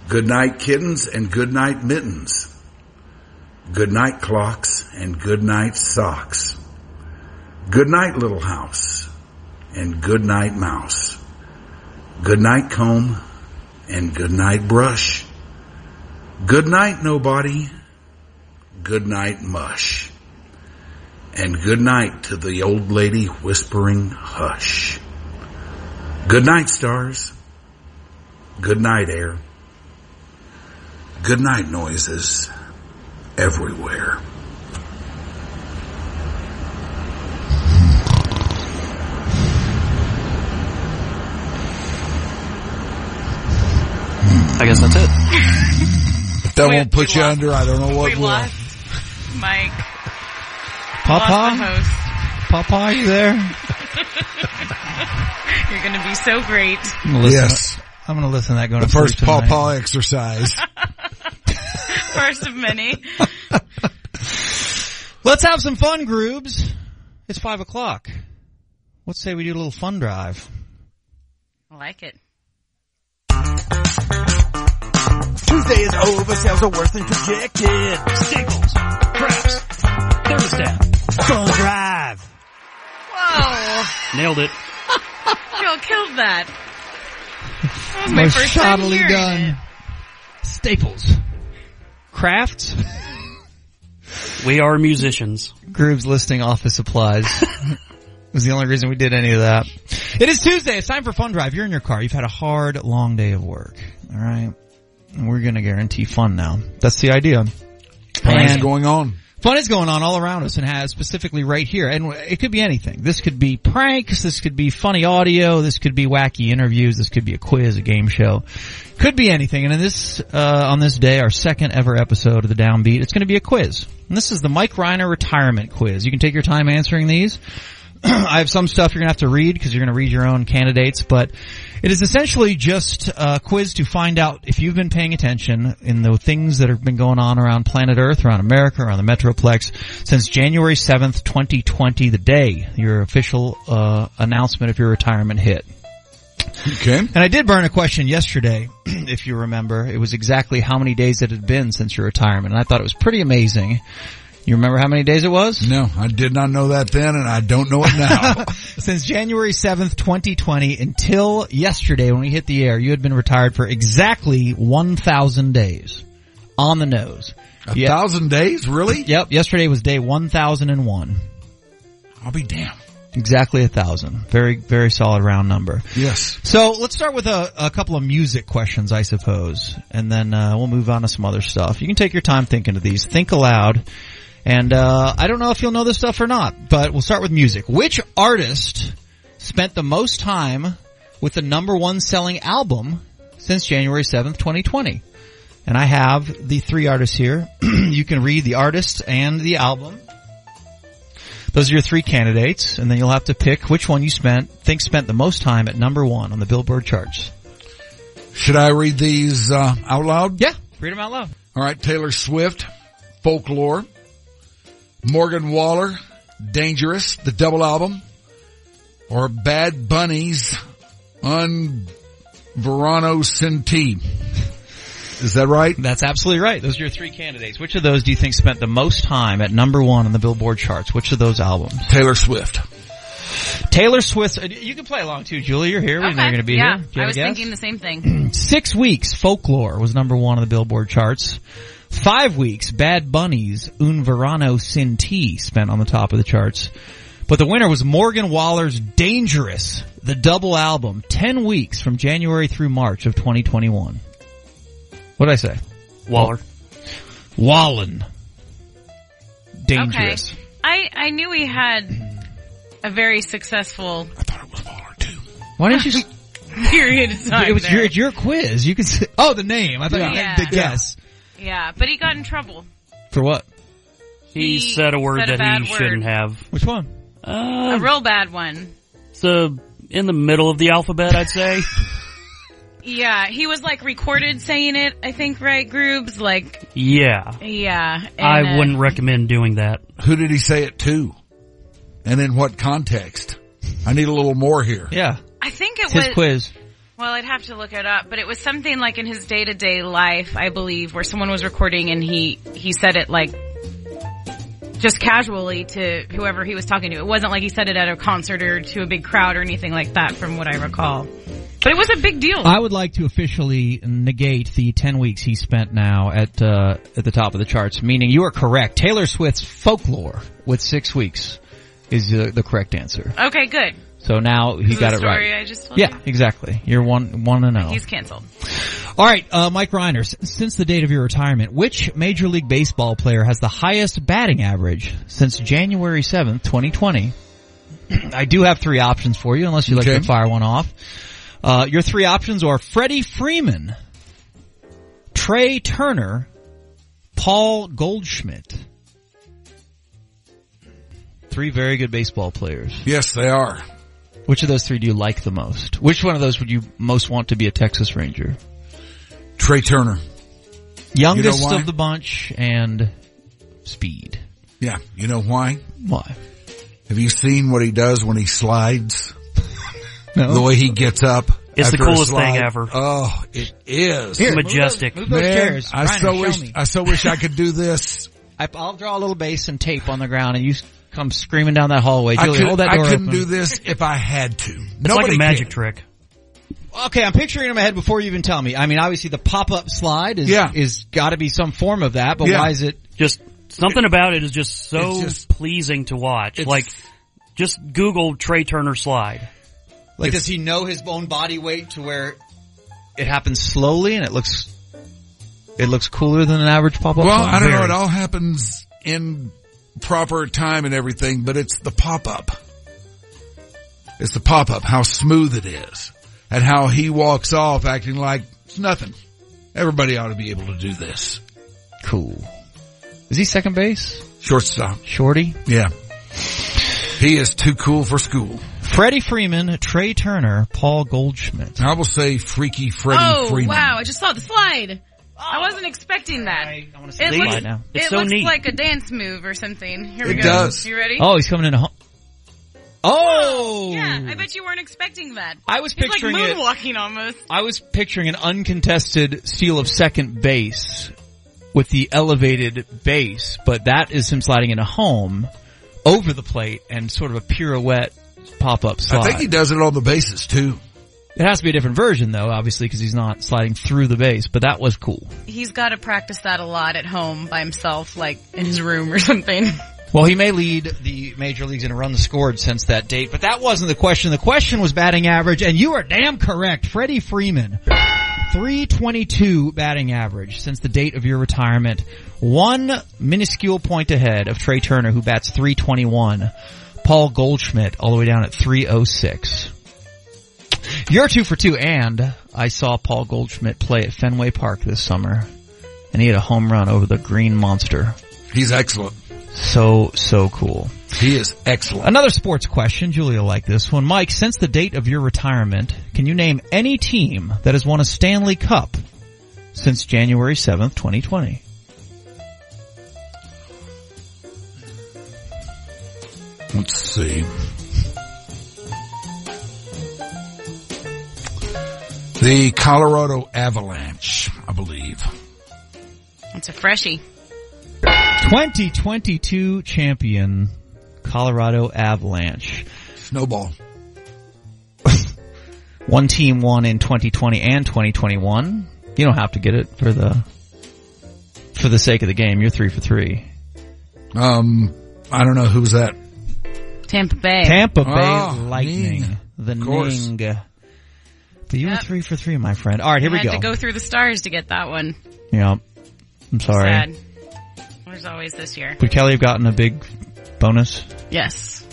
Speaker 2: Good night, kittens, and good night, mittens. Good night, clocks, and good night, socks. Good night, little house, and good night, mouse. Good night, comb, and good night, brush. Good night, nobody. Good night, mush. And good night to the old lady whispering hush. Good night, stars. Good night, air. Good night, noises everywhere.
Speaker 4: I guess that's it.
Speaker 2: If that
Speaker 5: We-
Speaker 2: won't put
Speaker 5: we
Speaker 2: you
Speaker 5: lost-
Speaker 2: under, I don't know what
Speaker 5: we
Speaker 2: will.
Speaker 5: lost Mike. Lost the
Speaker 3: Papa,
Speaker 5: host.
Speaker 3: Papa, are you there?
Speaker 5: You're going to be so great.
Speaker 3: I'm gonna listen
Speaker 2: Yes,
Speaker 3: I'm gonna listen to that going
Speaker 2: the
Speaker 3: to sleep
Speaker 2: first paw
Speaker 3: tonight.
Speaker 2: paw exercise.
Speaker 5: First of many.
Speaker 3: Let's have some fun, Groobs. It's five o'clock. Let's say we do a little fun drive.
Speaker 5: I like it.
Speaker 9: Tuesday is over, sales are worse than projected.
Speaker 4: Staples, craps, thermostat.
Speaker 9: Fun drive.
Speaker 5: Whoa.
Speaker 4: Nailed it.
Speaker 5: Joel killed that. That was my first time
Speaker 3: shoddily
Speaker 5: hearing it.
Speaker 3: Staples. Crafts.
Speaker 4: We are musicians.
Speaker 3: Grooves listing office supplies. was the only reason we did any of that. It is Tuesday. It's time for fun drive. You're in your car. You've had a hard, long day of work. All right. And we're going to guarantee fun now. That's the idea.
Speaker 2: What's
Speaker 3: And
Speaker 2: going on?
Speaker 3: fun is going on all around us and has specifically right here. And it could be anything. This could be pranks. This could be funny audio. This could be wacky interviews. This could be a quiz, a game show. Could be anything. And in this, uh, on this day, our second ever episode of the Downbeat, it's going to be a quiz. And this is the Mike Reiner retirement quiz. You can take your time answering these. I have some stuff you're gonna have to read because you're gonna read your own candidates, but it is essentially just a quiz to find out if you've been paying attention in the things that have been going on around planet Earth, around America, around the Metroplex since January 7th, 2020, the day your official, uh, announcement of your retirement hit.
Speaker 2: Okay.
Speaker 3: And I did burn a question yesterday, if you remember. It was exactly how many days it had been since your retirement, and I thought it was pretty amazing. You remember how many days it was?
Speaker 2: No, I did not know that then, and I don't know it now.
Speaker 3: Since January 7th, 2020 until yesterday when we hit the air, you had been retired for exactly 1,000 days. On the nose.
Speaker 2: A
Speaker 3: Yep.
Speaker 2: thousand days, really?
Speaker 3: Yep. Yesterday was day 1001.
Speaker 2: I'll be damned.
Speaker 3: Exactly a thousand. Very, very solid round number.
Speaker 2: Yes.
Speaker 3: So let's start with a, a couple of music questions, I suppose, and then uh, we'll move on to some other stuff. You can take your time thinking of these. Think aloud. And uh, I don't know if you'll know this stuff or not, but we'll start with music. Which artist spent the most time with the number one selling album since January 7th, 2020? And I have the three artists here. you can read the artist and the album. Those are your three candidates, and then you'll have to pick which one you spent think spent the most time at number one on the Billboard charts.
Speaker 2: Should I read these uh, out loud?
Speaker 3: Yeah, read them out loud.
Speaker 2: All right. Taylor Swift, Folklore, Morgan Waller, Dangerous, the double album, or Bad Bunny's Un Verano Sin Tea. Is that right?
Speaker 3: That's absolutely right. Those are your three candidates. Which of those do you think spent the most time at number one on the Billboard charts? Which of those albums?
Speaker 2: Taylor Swift.
Speaker 3: Taylor Swift. You can play along too, Julie. You're here. We know
Speaker 5: Okay.
Speaker 3: you're going to be
Speaker 5: yeah,
Speaker 3: here. Do you have
Speaker 5: I
Speaker 3: a
Speaker 5: was
Speaker 3: guess?
Speaker 5: thinking the same thing.
Speaker 3: Six weeks, Folklore was number one on the Billboard charts. Five weeks, Bad Bunny's Un Verano Sin Ti spent on the top of the charts. But the winner was Morgan Waller's Dangerous, the double album, 10 weeks from January through March of 2021. What did I say?
Speaker 4: Waller.
Speaker 3: Wallen. Dangerous.
Speaker 5: I, I knew he had a very successful
Speaker 2: I thought it was Waller too.
Speaker 3: Why didn't you?
Speaker 5: period of time.
Speaker 3: it was
Speaker 5: there.
Speaker 3: your, it's your quiz. You could say, oh, the name. I thought you
Speaker 5: Yeah.
Speaker 3: had the guess.
Speaker 5: Yeah, but he got in trouble.
Speaker 3: For what?
Speaker 4: He,
Speaker 5: He
Speaker 4: said a word
Speaker 5: said a
Speaker 4: that
Speaker 5: bad
Speaker 4: he
Speaker 5: word.
Speaker 4: shouldn't have.
Speaker 3: Which one?
Speaker 5: A
Speaker 4: Uh,
Speaker 5: real bad one.
Speaker 4: it's uh, in the middle of the alphabet, I'd say.
Speaker 5: Yeah, he was like recorded saying it, I think, right, Groobs? Like,
Speaker 4: yeah.
Speaker 5: yeah. and,
Speaker 4: I
Speaker 5: uh,
Speaker 4: wouldn't recommend doing that.
Speaker 2: Who did he say it to? And in what context? I need a little more here.
Speaker 3: Yeah.
Speaker 5: I think it
Speaker 3: It's his
Speaker 5: was,
Speaker 3: quiz.
Speaker 5: Well, I'd have to look it up, but it was something like in his day to day life, I believe, where someone was recording and he, he said it like just casually to whoever he was talking to. It wasn't like he said it at a concert or to a big crowd or anything like that from what I recall. But it was a big deal.
Speaker 3: I would like to officially negate the 10 weeks he spent now at, uh, at the top of the charts, meaning you are correct. Taylor Swift's folklore with six weeks is uh, the correct answer.
Speaker 5: okay, good.
Speaker 3: So now he
Speaker 5: This is
Speaker 3: got
Speaker 5: the
Speaker 3: it
Speaker 5: story
Speaker 3: right.
Speaker 5: I just told
Speaker 3: Yeah,
Speaker 5: you.
Speaker 3: exactly. You're one, one and oh.
Speaker 5: He's canceled.
Speaker 3: All right, uh, Mike Reiner, s- since the date of your retirement, which Major League Baseball player has the highest batting average since January 7th, 2020? I do have three options for you, unless you'd
Speaker 2: Okay.
Speaker 3: like to fire one off. Uh, your three options are Freddie Freeman, Trey Turner, Paul Goldschmidt. Three very good baseball players.
Speaker 2: Yes, they are.
Speaker 3: Which of those three do you like the most? Which one of those would you most want to be a Texas Ranger?
Speaker 2: Trey Turner.
Speaker 3: youngest
Speaker 2: why?
Speaker 3: of the bunch and speed.
Speaker 2: Yeah. You know why?
Speaker 3: Why?
Speaker 2: Have you seen what he does when he slides?
Speaker 3: No.
Speaker 2: The way he gets up.
Speaker 4: It's the
Speaker 2: after a
Speaker 4: coolest thing
Speaker 2: slide?
Speaker 4: ever.
Speaker 2: Oh, it is.
Speaker 4: move Majestic. those-
Speaker 3: Move
Speaker 4: move
Speaker 3: those,
Speaker 2: Man,
Speaker 3: chairs.
Speaker 2: I so wish I so wish I could do this.
Speaker 3: I, will draw a little base and tape on the ground, and you s- come screaming down that hallway. Julie,
Speaker 2: I, could,
Speaker 3: hold that door
Speaker 2: I couldn't
Speaker 3: open.
Speaker 2: do this if I had to.
Speaker 4: It's like a magic
Speaker 2: can.
Speaker 4: trick.
Speaker 3: Okay, I'm picturing it in my head before you even tell me. I mean, obviously the pop-up slide is
Speaker 2: Yeah.
Speaker 3: is got to be some form of that, but
Speaker 2: Yeah.
Speaker 3: why is it?
Speaker 4: Just something about it is just so
Speaker 2: It's just-
Speaker 4: pleasing to watch.
Speaker 2: it's-
Speaker 4: Like, just Google Trey Turner slide.
Speaker 3: Like, does he know his own body weight to where it happens slowly and it looks it looks cooler than an average pop-up?
Speaker 2: Well,
Speaker 3: slide?
Speaker 2: I don't know.
Speaker 3: Very.
Speaker 2: It all happens in proper time and everything, but it's the pop up. It's the pop up, how smooth it is and how he walks off acting like it's nothing. Everybody ought to be able to do this.
Speaker 3: cool. Is he second base?
Speaker 2: Shortstop.
Speaker 3: Shorty.
Speaker 2: Yeah. He is too cool for school.
Speaker 3: Freddie Freeman, Trey Turner, Paul Goldschmidt.
Speaker 2: I will say freaky Freddie
Speaker 5: Oh,
Speaker 2: Freeman.
Speaker 5: wow. I just saw the slide. I wasn't expecting that.
Speaker 3: Oh. I- I wanna see
Speaker 5: it
Speaker 3: the
Speaker 5: looks,
Speaker 3: slide now.
Speaker 5: It
Speaker 4: It's so
Speaker 5: looks
Speaker 4: neat.
Speaker 5: like a dance move or something. Here we
Speaker 2: It
Speaker 5: go.
Speaker 2: does.
Speaker 5: You ready?
Speaker 3: Oh, he's coming in a home. Oh!
Speaker 5: Yeah, I bet you weren't expecting that.
Speaker 3: I was
Speaker 5: He's
Speaker 3: picturing
Speaker 5: like
Speaker 3: it-
Speaker 5: moonwalking almost.
Speaker 3: I was picturing an uncontested steal of second base with the elevated base, but that is him sliding in a home over the plate and sort of a pirouette pop-up slide.
Speaker 2: I think he does it on the bases too.
Speaker 3: it has to be a different version though, obviously, because he's not sliding through the base, but that was cool.
Speaker 5: He's got to practice that a lot at home by himself, like in his room or something.
Speaker 3: Well, he may lead the major leagues in a run scored since that date, but that wasn't the question. The question was batting average, and you are damn correct. Freddie Freeman, 322 batting average since the date of your retirement. One minuscule point ahead of Trey Turner, who bats 321. Paul Goldschmidt, all the way down at 306. You're two for two, and I saw Paul Goldschmidt play at Fenway Park this summer, and he had a home run over the Green Monster.
Speaker 2: He's excellent.
Speaker 3: So, so cool.
Speaker 2: He is excellent.
Speaker 3: Another sports question. Julia like this one. Mike, since the date of your retirement, can you name any team that has won a Stanley Cup since January 7th, 2020?
Speaker 2: Let's see. The Colorado Avalanche, I believe.
Speaker 5: It's a freshie.
Speaker 3: 2022 champion, Colorado Avalanche.
Speaker 2: Snowball.
Speaker 3: One team won in 2020 and 2021. You don't have to get it for the, for the sake of the game. You're three for three.
Speaker 2: Um, I don't know who was that.
Speaker 5: Tampa Bay.
Speaker 3: Tampa Bay
Speaker 2: Oh,
Speaker 3: Lightning.
Speaker 2: Ning.
Speaker 3: The
Speaker 2: Of course.
Speaker 3: Ning. But you were
Speaker 5: Yep.
Speaker 3: three for three, my friend. All right, here we
Speaker 5: had
Speaker 3: go.
Speaker 5: to go through the stars to get that one.
Speaker 3: Yeah. I'm sorry.
Speaker 5: Sad. There's always this year.
Speaker 3: Would Kelly have gotten a big bonus?
Speaker 5: Yes.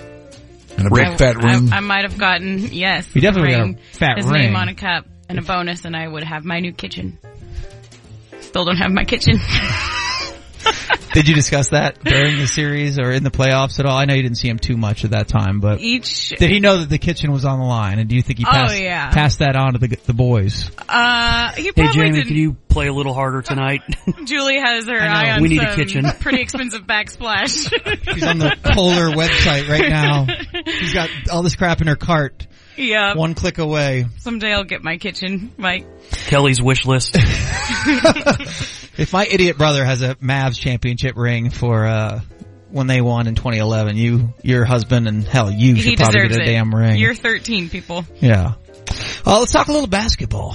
Speaker 2: And a big
Speaker 5: I-
Speaker 2: fat
Speaker 5: I-
Speaker 2: ring.
Speaker 5: I, might have gotten yes.
Speaker 3: You definitely
Speaker 5: a
Speaker 3: got a
Speaker 5: ring,
Speaker 3: fat
Speaker 5: his
Speaker 3: ring.
Speaker 5: name on a cup and a bonus, and I would have my new kitchen. Still don't have my kitchen.
Speaker 3: Did you discuss that during the series or in the playoffs at all? I know you didn't see him too much at that time, but
Speaker 5: Each
Speaker 3: did he know that the kitchen was on the line? And do you think he
Speaker 5: Oh,
Speaker 3: passed,
Speaker 5: yeah.
Speaker 3: passed that on to the, the boys?
Speaker 5: uh, he
Speaker 4: Hey,
Speaker 5: probably
Speaker 4: Jamie,
Speaker 5: didn't.
Speaker 4: can you play a little harder tonight?
Speaker 5: Julie has her
Speaker 4: I know,
Speaker 5: eye on
Speaker 4: we need a
Speaker 5: some
Speaker 4: kitchen.
Speaker 5: pretty expensive backsplash.
Speaker 3: She's on the Polar website right now. She's got all this crap in her cart.
Speaker 5: Yeah.
Speaker 3: One click away.
Speaker 5: Someday I'll get my kitchen mic.
Speaker 4: Kelly's wish list.
Speaker 3: If my idiot brother has a Mavs championship ring for uh when they won in 2011, you, your husband, and hell, you
Speaker 5: He
Speaker 3: should probably
Speaker 5: deserves
Speaker 3: get a
Speaker 5: it.
Speaker 3: damn ring.
Speaker 5: You're 13, people.
Speaker 3: yeah. Uh, let's talk a little basketball.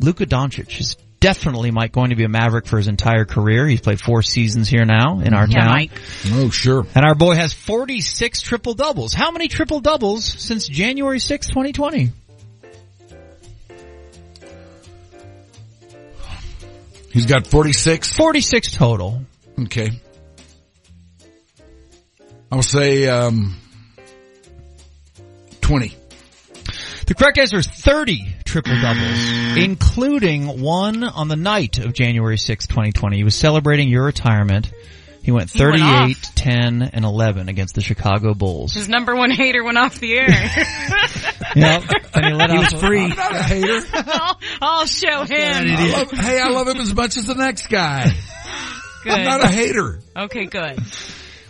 Speaker 3: Luka Doncic is definitely Mike going to be a Maverick for his entire career. He's played four seasons here now in our
Speaker 5: Yeah,
Speaker 3: town.
Speaker 5: Mike.
Speaker 2: Oh, sure.
Speaker 3: And our boy has 46 triple doubles. How many triple doubles since January 6, 2020?
Speaker 2: He's got 46.
Speaker 3: 46 total.
Speaker 2: Okay. I'll say, um, 20.
Speaker 3: The correct answer is 30 triple doubles, including one on the night of January 6, 2020. He was celebrating your retirement. He went
Speaker 5: He went
Speaker 3: 38, 10, and 11 against the Chicago Bulls.
Speaker 5: His number one hater went off the air.
Speaker 3: yep. And he let out
Speaker 4: Free.
Speaker 2: Not a hater.
Speaker 5: I'll, I'll show him.
Speaker 2: I love- hey, I love him as much as the next guy. I'm not
Speaker 5: Good.
Speaker 2: a hater.
Speaker 5: Okay, good.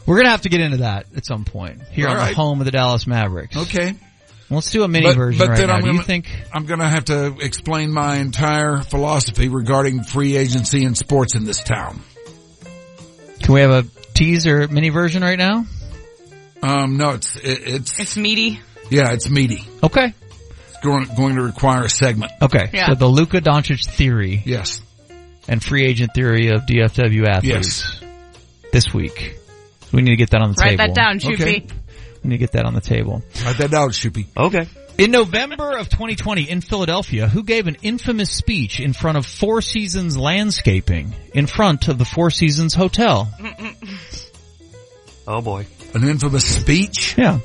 Speaker 3: We're going to have to get into that at some point here
Speaker 2: All
Speaker 3: on the
Speaker 2: right.
Speaker 3: home of the Dallas Mavericks.
Speaker 2: Okay.
Speaker 3: Let's do a mini
Speaker 2: But-
Speaker 3: version
Speaker 2: but
Speaker 3: right
Speaker 2: then
Speaker 3: now.
Speaker 2: I'm
Speaker 3: Do you
Speaker 2: gonna-
Speaker 3: think
Speaker 2: I'm going to have to explain my entire philosophy regarding free agency and sports in this town.
Speaker 3: can we have a teaser mini version right now?
Speaker 2: Um, no, it's, it, it's,
Speaker 5: It's meaty.
Speaker 2: yeah, it's meaty.
Speaker 3: Okay.
Speaker 2: It's going, going to require a segment.
Speaker 3: Okay.
Speaker 5: Yeah.
Speaker 3: So the Luka Doncic theory
Speaker 2: Yes.
Speaker 3: and free agent theory of DFW athletes this week. We need to get that on the
Speaker 5: Write
Speaker 3: table.
Speaker 5: that down,
Speaker 2: Okay.
Speaker 5: Choopy.
Speaker 3: We need to get that on the table.
Speaker 2: Write that down, Shoopy.
Speaker 3: Oh.
Speaker 4: Okay.
Speaker 3: In November of 2020 in Philadelphia, who gave an infamous speech in front of Four Seasons Landscaping in front of the Four Seasons Hotel?
Speaker 4: Oh boy.
Speaker 2: An infamous speech.
Speaker 3: Yeah.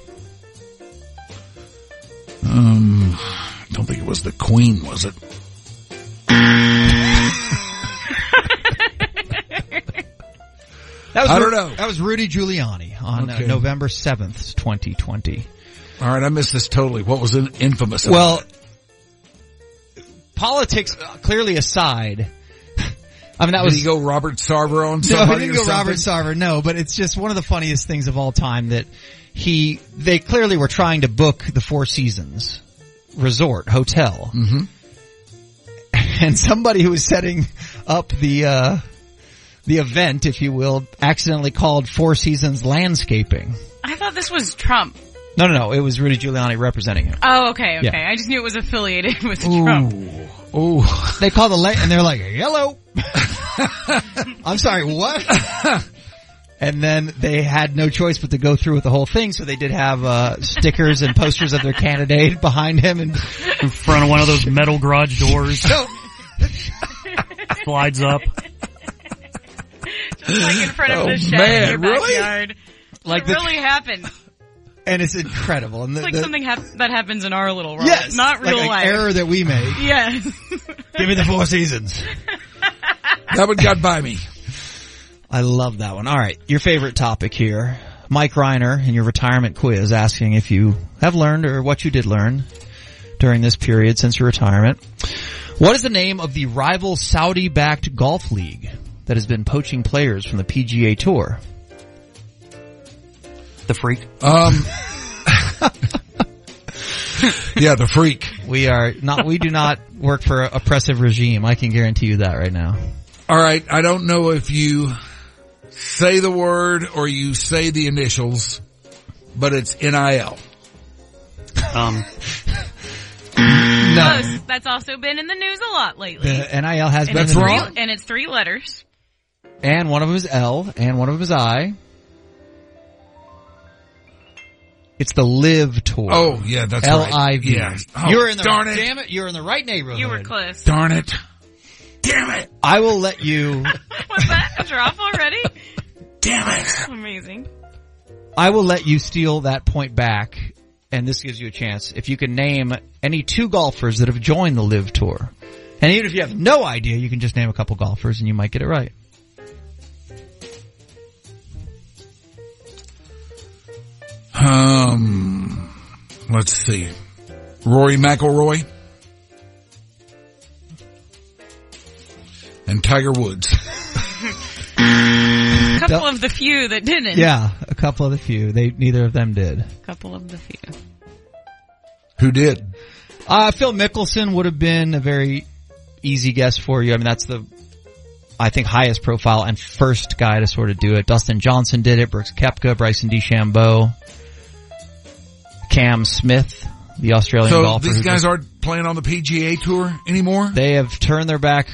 Speaker 2: Um, I don't think it was the Queen, was it?
Speaker 3: That was
Speaker 2: I don't
Speaker 3: Ru-
Speaker 2: know.
Speaker 3: That was Rudy Giuliani on uh,
Speaker 2: Okay.
Speaker 3: November 7th, 2020.
Speaker 2: All right, I missed this totally. What was in- infamous? about
Speaker 3: Well, politics uh, clearly aside, I mean that
Speaker 2: Did
Speaker 3: was
Speaker 2: he go Robert Sarver on
Speaker 3: No,
Speaker 2: somebody
Speaker 3: he didn't
Speaker 2: or
Speaker 3: go
Speaker 2: something?
Speaker 3: Robert Sarver. No, but it's just one of the funniest things of all time that he they clearly were trying to book the Four Seasons resort hotel, mm-hmm. and somebody who was setting up the uh, the event, if you will, accidentally called Four Seasons Landscaping.
Speaker 5: I thought this was Trump.
Speaker 3: No, no, no. It was Rudy Giuliani representing him.
Speaker 5: Oh, okay, okay.
Speaker 3: Yeah.
Speaker 5: I just knew it was affiliated with Trump.
Speaker 2: Ooh. Ooh.
Speaker 3: They called the la- and they're like, "Hello." I'm sorry, what? and then they had no choice but to go through with the whole thing, so they did have uh, stickers and posters of their candidate behind him, and
Speaker 4: In front of one of those metal garage doors,
Speaker 3: so
Speaker 4: slides up.
Speaker 5: Just like in front of
Speaker 2: Oh,
Speaker 5: the shed
Speaker 2: man,
Speaker 5: in your
Speaker 2: really?
Speaker 5: backyard.
Speaker 3: like
Speaker 5: it
Speaker 3: the-
Speaker 5: really happened. It's
Speaker 3: and it's incredible. And the,
Speaker 5: like
Speaker 3: the-
Speaker 5: something hap- that happens in our little world.
Speaker 3: yes,
Speaker 5: Not
Speaker 3: like
Speaker 5: real
Speaker 3: an
Speaker 5: life.
Speaker 3: error that we made.
Speaker 5: Yes.
Speaker 3: Give me the Four Seasons.
Speaker 2: That one got by me.
Speaker 3: I love that one. All right, your favorite topic here. Mike Reiner in your retirement quiz asking if you have learned or what you did learn during this period since your retirement. What is the name of the rival Saudi-backed golf league that has been poaching players from the PGA Tour?
Speaker 4: The freak.
Speaker 2: Um, yeah, the freak.
Speaker 3: We are not, we do not work for an oppressive regime. I can guarantee you that right now.
Speaker 2: All right. I don't know if you say the word or you say the initials, but it's NIL.
Speaker 4: Um,
Speaker 3: No.
Speaker 5: Close. That's also been in the news a lot lately.
Speaker 3: The NIL has
Speaker 2: That's
Speaker 3: been
Speaker 5: and, it's
Speaker 3: in the
Speaker 5: three,
Speaker 3: news.
Speaker 2: wrong.
Speaker 5: and it's three letters.
Speaker 3: and one of them is L, and one of them is I. It's the Live Tour.
Speaker 2: Oh, yeah, that's
Speaker 3: L
Speaker 2: right.
Speaker 3: I V.
Speaker 2: Yeah. Oh,
Speaker 3: You're in the
Speaker 2: darn it.
Speaker 3: Damn it! You're in the right neighborhood.
Speaker 5: You were close.
Speaker 2: Darn it. Damn it.
Speaker 3: I will let you.
Speaker 5: Was that a drop already?
Speaker 2: Damn it.
Speaker 5: Amazing.
Speaker 3: I will let you steal that point back, and this gives you a chance if you can name any two golfers that have joined the Live Tour. And even if you have no idea, you can just name a couple golfers, and you might get it right.
Speaker 2: Um, let's see. Rory McIlroy and Tiger Woods.
Speaker 5: A couple of the few that didn't.
Speaker 3: Yeah, a couple of the few. They neither of them did.
Speaker 5: A couple of the few.
Speaker 2: Who did?
Speaker 3: Uh, Phil Mickelson would have been a very easy guess for you. I mean, that's the, I think, highest profile and first guy to sort of do it. Dustin Johnson did it, Brooks Kepka, Bryson DeChambeau, Cam Smith, the Australian
Speaker 2: So
Speaker 3: golfer.
Speaker 2: these
Speaker 3: who
Speaker 2: guys
Speaker 3: just-
Speaker 2: aren't playing on the PGA tour anymore.
Speaker 3: they have turned their back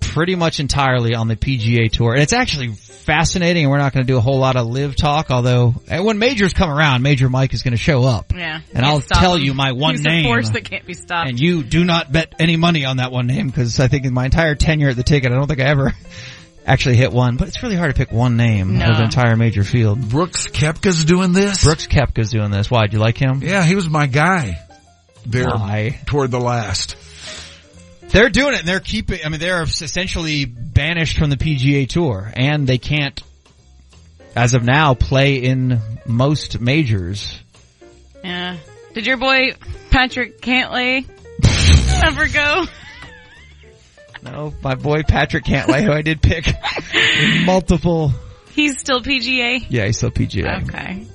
Speaker 3: pretty much entirely on the PGA tour. And it's actually fascinating. and We're not going to do a whole lot of live talk, although and when majors come around, Major Mike is going to show up.
Speaker 5: Yeah.
Speaker 3: And I'll
Speaker 5: Stop
Speaker 3: tell
Speaker 5: him.
Speaker 3: you my one
Speaker 5: He's
Speaker 3: name.
Speaker 5: a force that can't be stopped.
Speaker 3: And you do not bet any money on that one name because I think in my entire tenure at the ticket, I don't think I ever actually hit one. But it's really hard to pick one name
Speaker 5: No.
Speaker 3: of the entire major field.
Speaker 2: Brooks Kepka's doing this.
Speaker 3: Brooks Kepka's doing this. Why? Do you like him?
Speaker 2: Yeah, he was my guy there
Speaker 3: Why?
Speaker 2: toward the last.
Speaker 3: They're doing it and they're keeping, I mean, they're essentially banished from the PGA Tour and they can't, as of now, play in most majors.
Speaker 5: yeah. Did your boy Patrick Cantley ever go?
Speaker 3: No, my boy Patrick Cantlay, who I did pick in multiple.
Speaker 5: He's still PGA.
Speaker 3: Yeah, he's still PGA.
Speaker 5: Okay.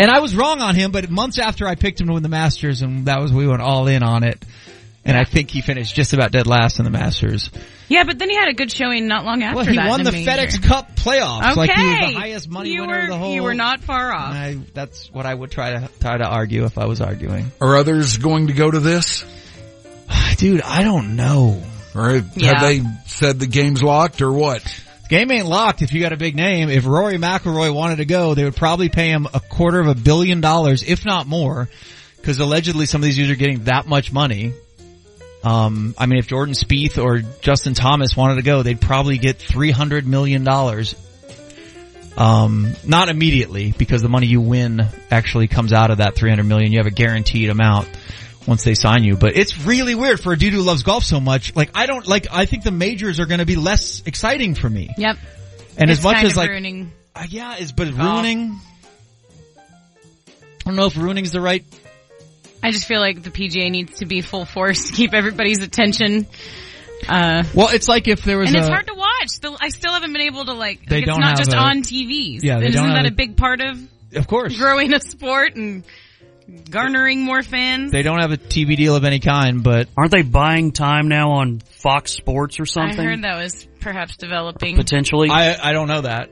Speaker 3: And I was wrong on him, but months after I picked him to win the Masters, and that was we went all in on it. And I think he finished just about dead last in the Masters.
Speaker 5: Yeah, but then he had a good showing not long after
Speaker 3: Well, he
Speaker 5: that.
Speaker 3: won
Speaker 5: in
Speaker 3: the
Speaker 5: a major.
Speaker 3: FedEx Cup playoffs.
Speaker 5: Okay.
Speaker 3: Like he was the highest money
Speaker 5: you
Speaker 3: winner
Speaker 5: were,
Speaker 3: of the whole.
Speaker 5: You were not far off.
Speaker 3: And I, that's what I would try to try to argue if I was arguing.
Speaker 2: Are others going to go to this?
Speaker 3: Dude, I don't know.
Speaker 2: Or have
Speaker 5: Yeah.
Speaker 2: they said the game's locked or what?
Speaker 3: The game ain't locked. If you got a big name, if Rory McIlroy wanted to go, they would probably pay him a quarter of a billion dollars, if not more, because allegedly some of these dudes are getting that much money. Um, I mean, if Jordan Spieth or Justin Thomas wanted to go, they'd probably get three hundred million dollars. Um, not immediately because the money you win actually comes out of that three hundred million. You have a guaranteed amount once they sign you, but it's really weird for a dude who loves golf so much. Like I don't like. I think the majors are going to be less exciting for me.
Speaker 5: Yep.
Speaker 3: And
Speaker 5: It's
Speaker 3: as much
Speaker 5: kind
Speaker 3: as
Speaker 5: of
Speaker 3: like,
Speaker 5: ruining.
Speaker 3: uh, yeah, is but ruining. I don't know if ruining is the right.
Speaker 5: I just feel like the PGA needs to be full force to keep everybody's attention. Uh,
Speaker 3: Well, it's like if there was
Speaker 5: and
Speaker 3: a
Speaker 5: it's hard to watch. Still, I still haven't been able to like.
Speaker 3: They
Speaker 5: it's
Speaker 3: don't
Speaker 5: not
Speaker 3: have
Speaker 5: just
Speaker 3: a-
Speaker 5: on TV.
Speaker 3: Yeah, they
Speaker 5: isn't
Speaker 3: don't have
Speaker 5: that
Speaker 3: a-
Speaker 5: a big part of
Speaker 3: of course
Speaker 5: growing a sport and garnering more fans?
Speaker 3: they don't have a TV deal of any kind, but
Speaker 4: Aren't they buying time now on Fox Sports or
Speaker 5: I
Speaker 4: something?
Speaker 5: heard that was perhaps developing.
Speaker 4: Potentially.
Speaker 3: I I don't know that.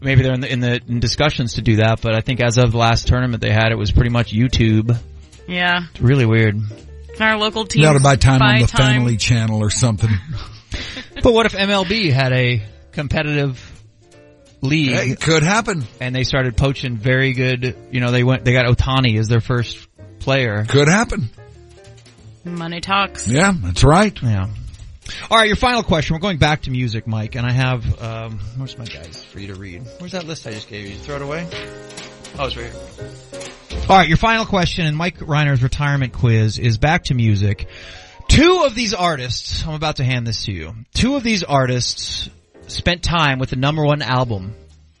Speaker 3: Maybe they're in the in the in discussions to do that, but I think as of the last tournament they had, it was pretty much YouTube.
Speaker 5: Yeah,
Speaker 3: It's really weird.
Speaker 5: our local team.
Speaker 2: You ought to buy time on the
Speaker 5: time.
Speaker 2: family channel or something.
Speaker 3: But what if MLB had a competitive league
Speaker 2: Hey, it could happen.
Speaker 3: and they started poaching very good? You know, they went they got Otani as their first player.
Speaker 2: Could happen.
Speaker 5: Money talks.
Speaker 2: Yeah, that's right.
Speaker 3: Yeah. All right, your final question. We're going back to music, Mike, and I have um, where's my guys for you to read? Where's that list I just gave you? You throw it away? Oh, it's right here. All right, your final question and Mike Reiner's retirement quiz is back to music. Two of these artists, I'm about to hand this to you. Two of these artists spent time with the number one album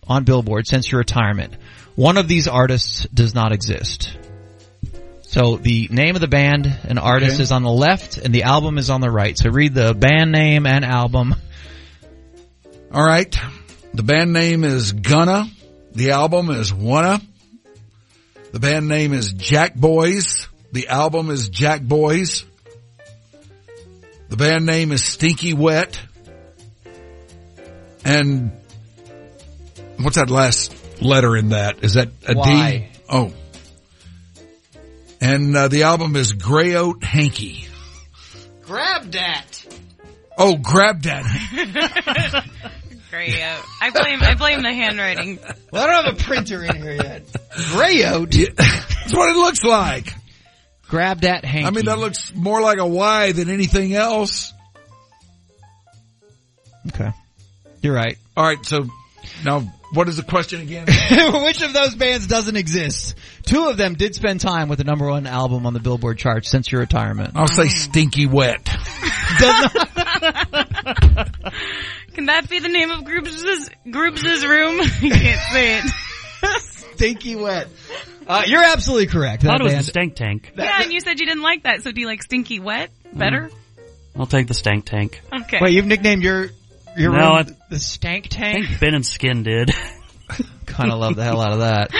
Speaker 3: on Billboard since your retirement. One of these artists does not exist. So the name of the band and artist
Speaker 2: Okay.
Speaker 3: is on the left and the album is on the right. So read the band name and album.
Speaker 2: All right. The band name is Gunna. The album is Wanna. The band name is Jack Boys. The album is Jack Boys. The band name is Stinky Wet. And what's that last letter in that? Is that a D?
Speaker 3: Y.
Speaker 2: Oh. And uh, the album is Gray Oat Hanky.
Speaker 3: Grab that.
Speaker 2: Oh, grab that.
Speaker 5: Great. uh, I blame. I blame the handwriting.
Speaker 3: Well, I don't have a printer in here yet. Grayote.
Speaker 2: Yeah. That's what it looks like.
Speaker 3: Grab that hanky.
Speaker 2: I mean, that looks more like a Y than anything else.
Speaker 3: Okay. You're right.
Speaker 2: All right, so now what is the question again?
Speaker 3: Which of those bands doesn't exist? Two of them did spend time with the number one album on the Billboard chart since your retirement.
Speaker 2: I'll say Stinky Wet.
Speaker 5: Can that be the name of Groups's Groups's room? I can't say it.
Speaker 3: Stinky Wet. Uh, you're absolutely correct.
Speaker 4: I
Speaker 3: That
Speaker 4: thought it was the
Speaker 3: band.
Speaker 4: Stank Tank.
Speaker 5: yeah, and you said you didn't like that, so it'd be like stinky wet. Better.
Speaker 4: I'll take the Stank Tank.
Speaker 2: Mm-hmm.
Speaker 5: Okay.
Speaker 3: Wait, you've nicknamed your your
Speaker 4: No,
Speaker 3: room
Speaker 4: I-
Speaker 3: the Stank
Speaker 4: I
Speaker 3: Tank.
Speaker 4: think Ben and Skin did.
Speaker 3: kind of love the hell out of that.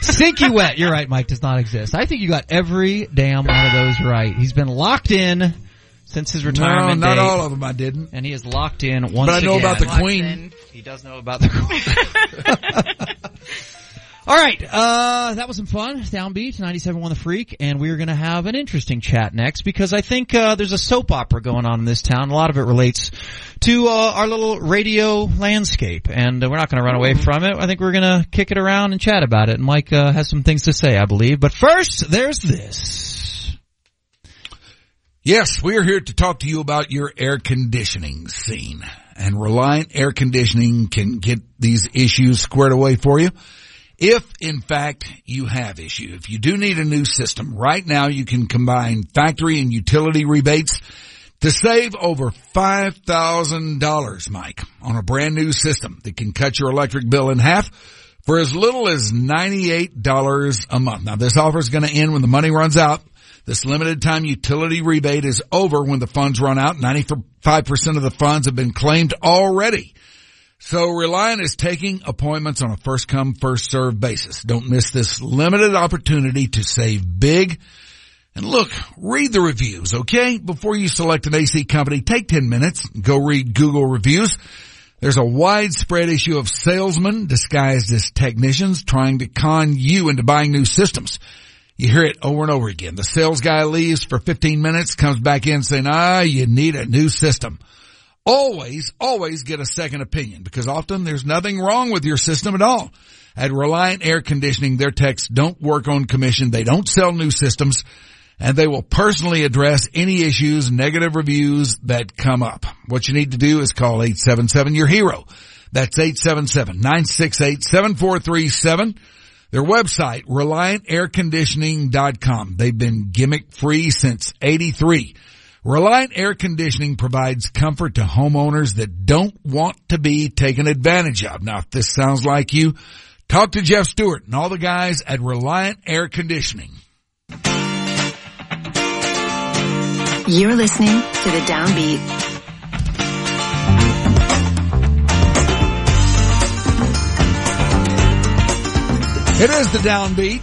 Speaker 3: Stinky wet. You're right, Mike. Does not exist. I think you got every damn one of those right. He's been locked in since his
Speaker 2: No,
Speaker 3: retirement
Speaker 2: not
Speaker 3: date,
Speaker 2: all of them. I didn't.
Speaker 3: and he is locked in once
Speaker 2: But I know
Speaker 3: again.
Speaker 2: about the
Speaker 5: Watson.
Speaker 2: queen.
Speaker 3: He does know about the. All right, uh, that was some fun. Downbeat, 97 won the freak, and we're gonna have an interesting chat next because I think, uh, there's a soap opera going on in this town. A lot of it relates to, uh, our little radio landscape, and uh, we're not gonna run away from it. I think we're gonna kick it around and chat about it, and Mike, uh, has some things to say, I believe. But first, there's this.
Speaker 2: Yes, we are here to talk to you about your air conditioning scene. And Reliant Air Conditioning can get these issues squared away for you. If in fact you have issue, if you do need a new system, right now you can combine factory and utility rebates to save over $5,000, Mike, on a brand new system that can cut your electric bill in half for as little as $98 a month. Now this offer is going to end when the money runs out. This limited time utility rebate is over when the funds run out. 95% of the funds have been claimed already. So Reliant is taking appointments on a first come, first served basis. Don't miss this limited opportunity to save big. And look, read the reviews, okay? Before you select an AC company, take 10 minutes, go read Google reviews. There's a widespread issue of salesmen disguised as technicians trying to con you into buying new systems. You hear it over and over again. The sales guy leaves for 15 minutes, comes back in saying, ah, you need a new system. Always, always get a second opinion because often there's nothing wrong with your system at all. At Reliant Air Conditioning, their techs don't work on commission. They don't sell new systems and they will personally address any issues, negative reviews that come up. What you need to do is call 877 your hero. That's 877-968-7437. Their website, reliantairconditioning.com. They've been gimmick free since 83. Reliant Air Conditioning provides comfort to homeowners that don't want to be taken advantage of. Now, if this sounds like you, talk to Jeff Stewart and all the guys at Reliant Air Conditioning.
Speaker 6: You're listening to the Downbeat.
Speaker 2: It is the downbeat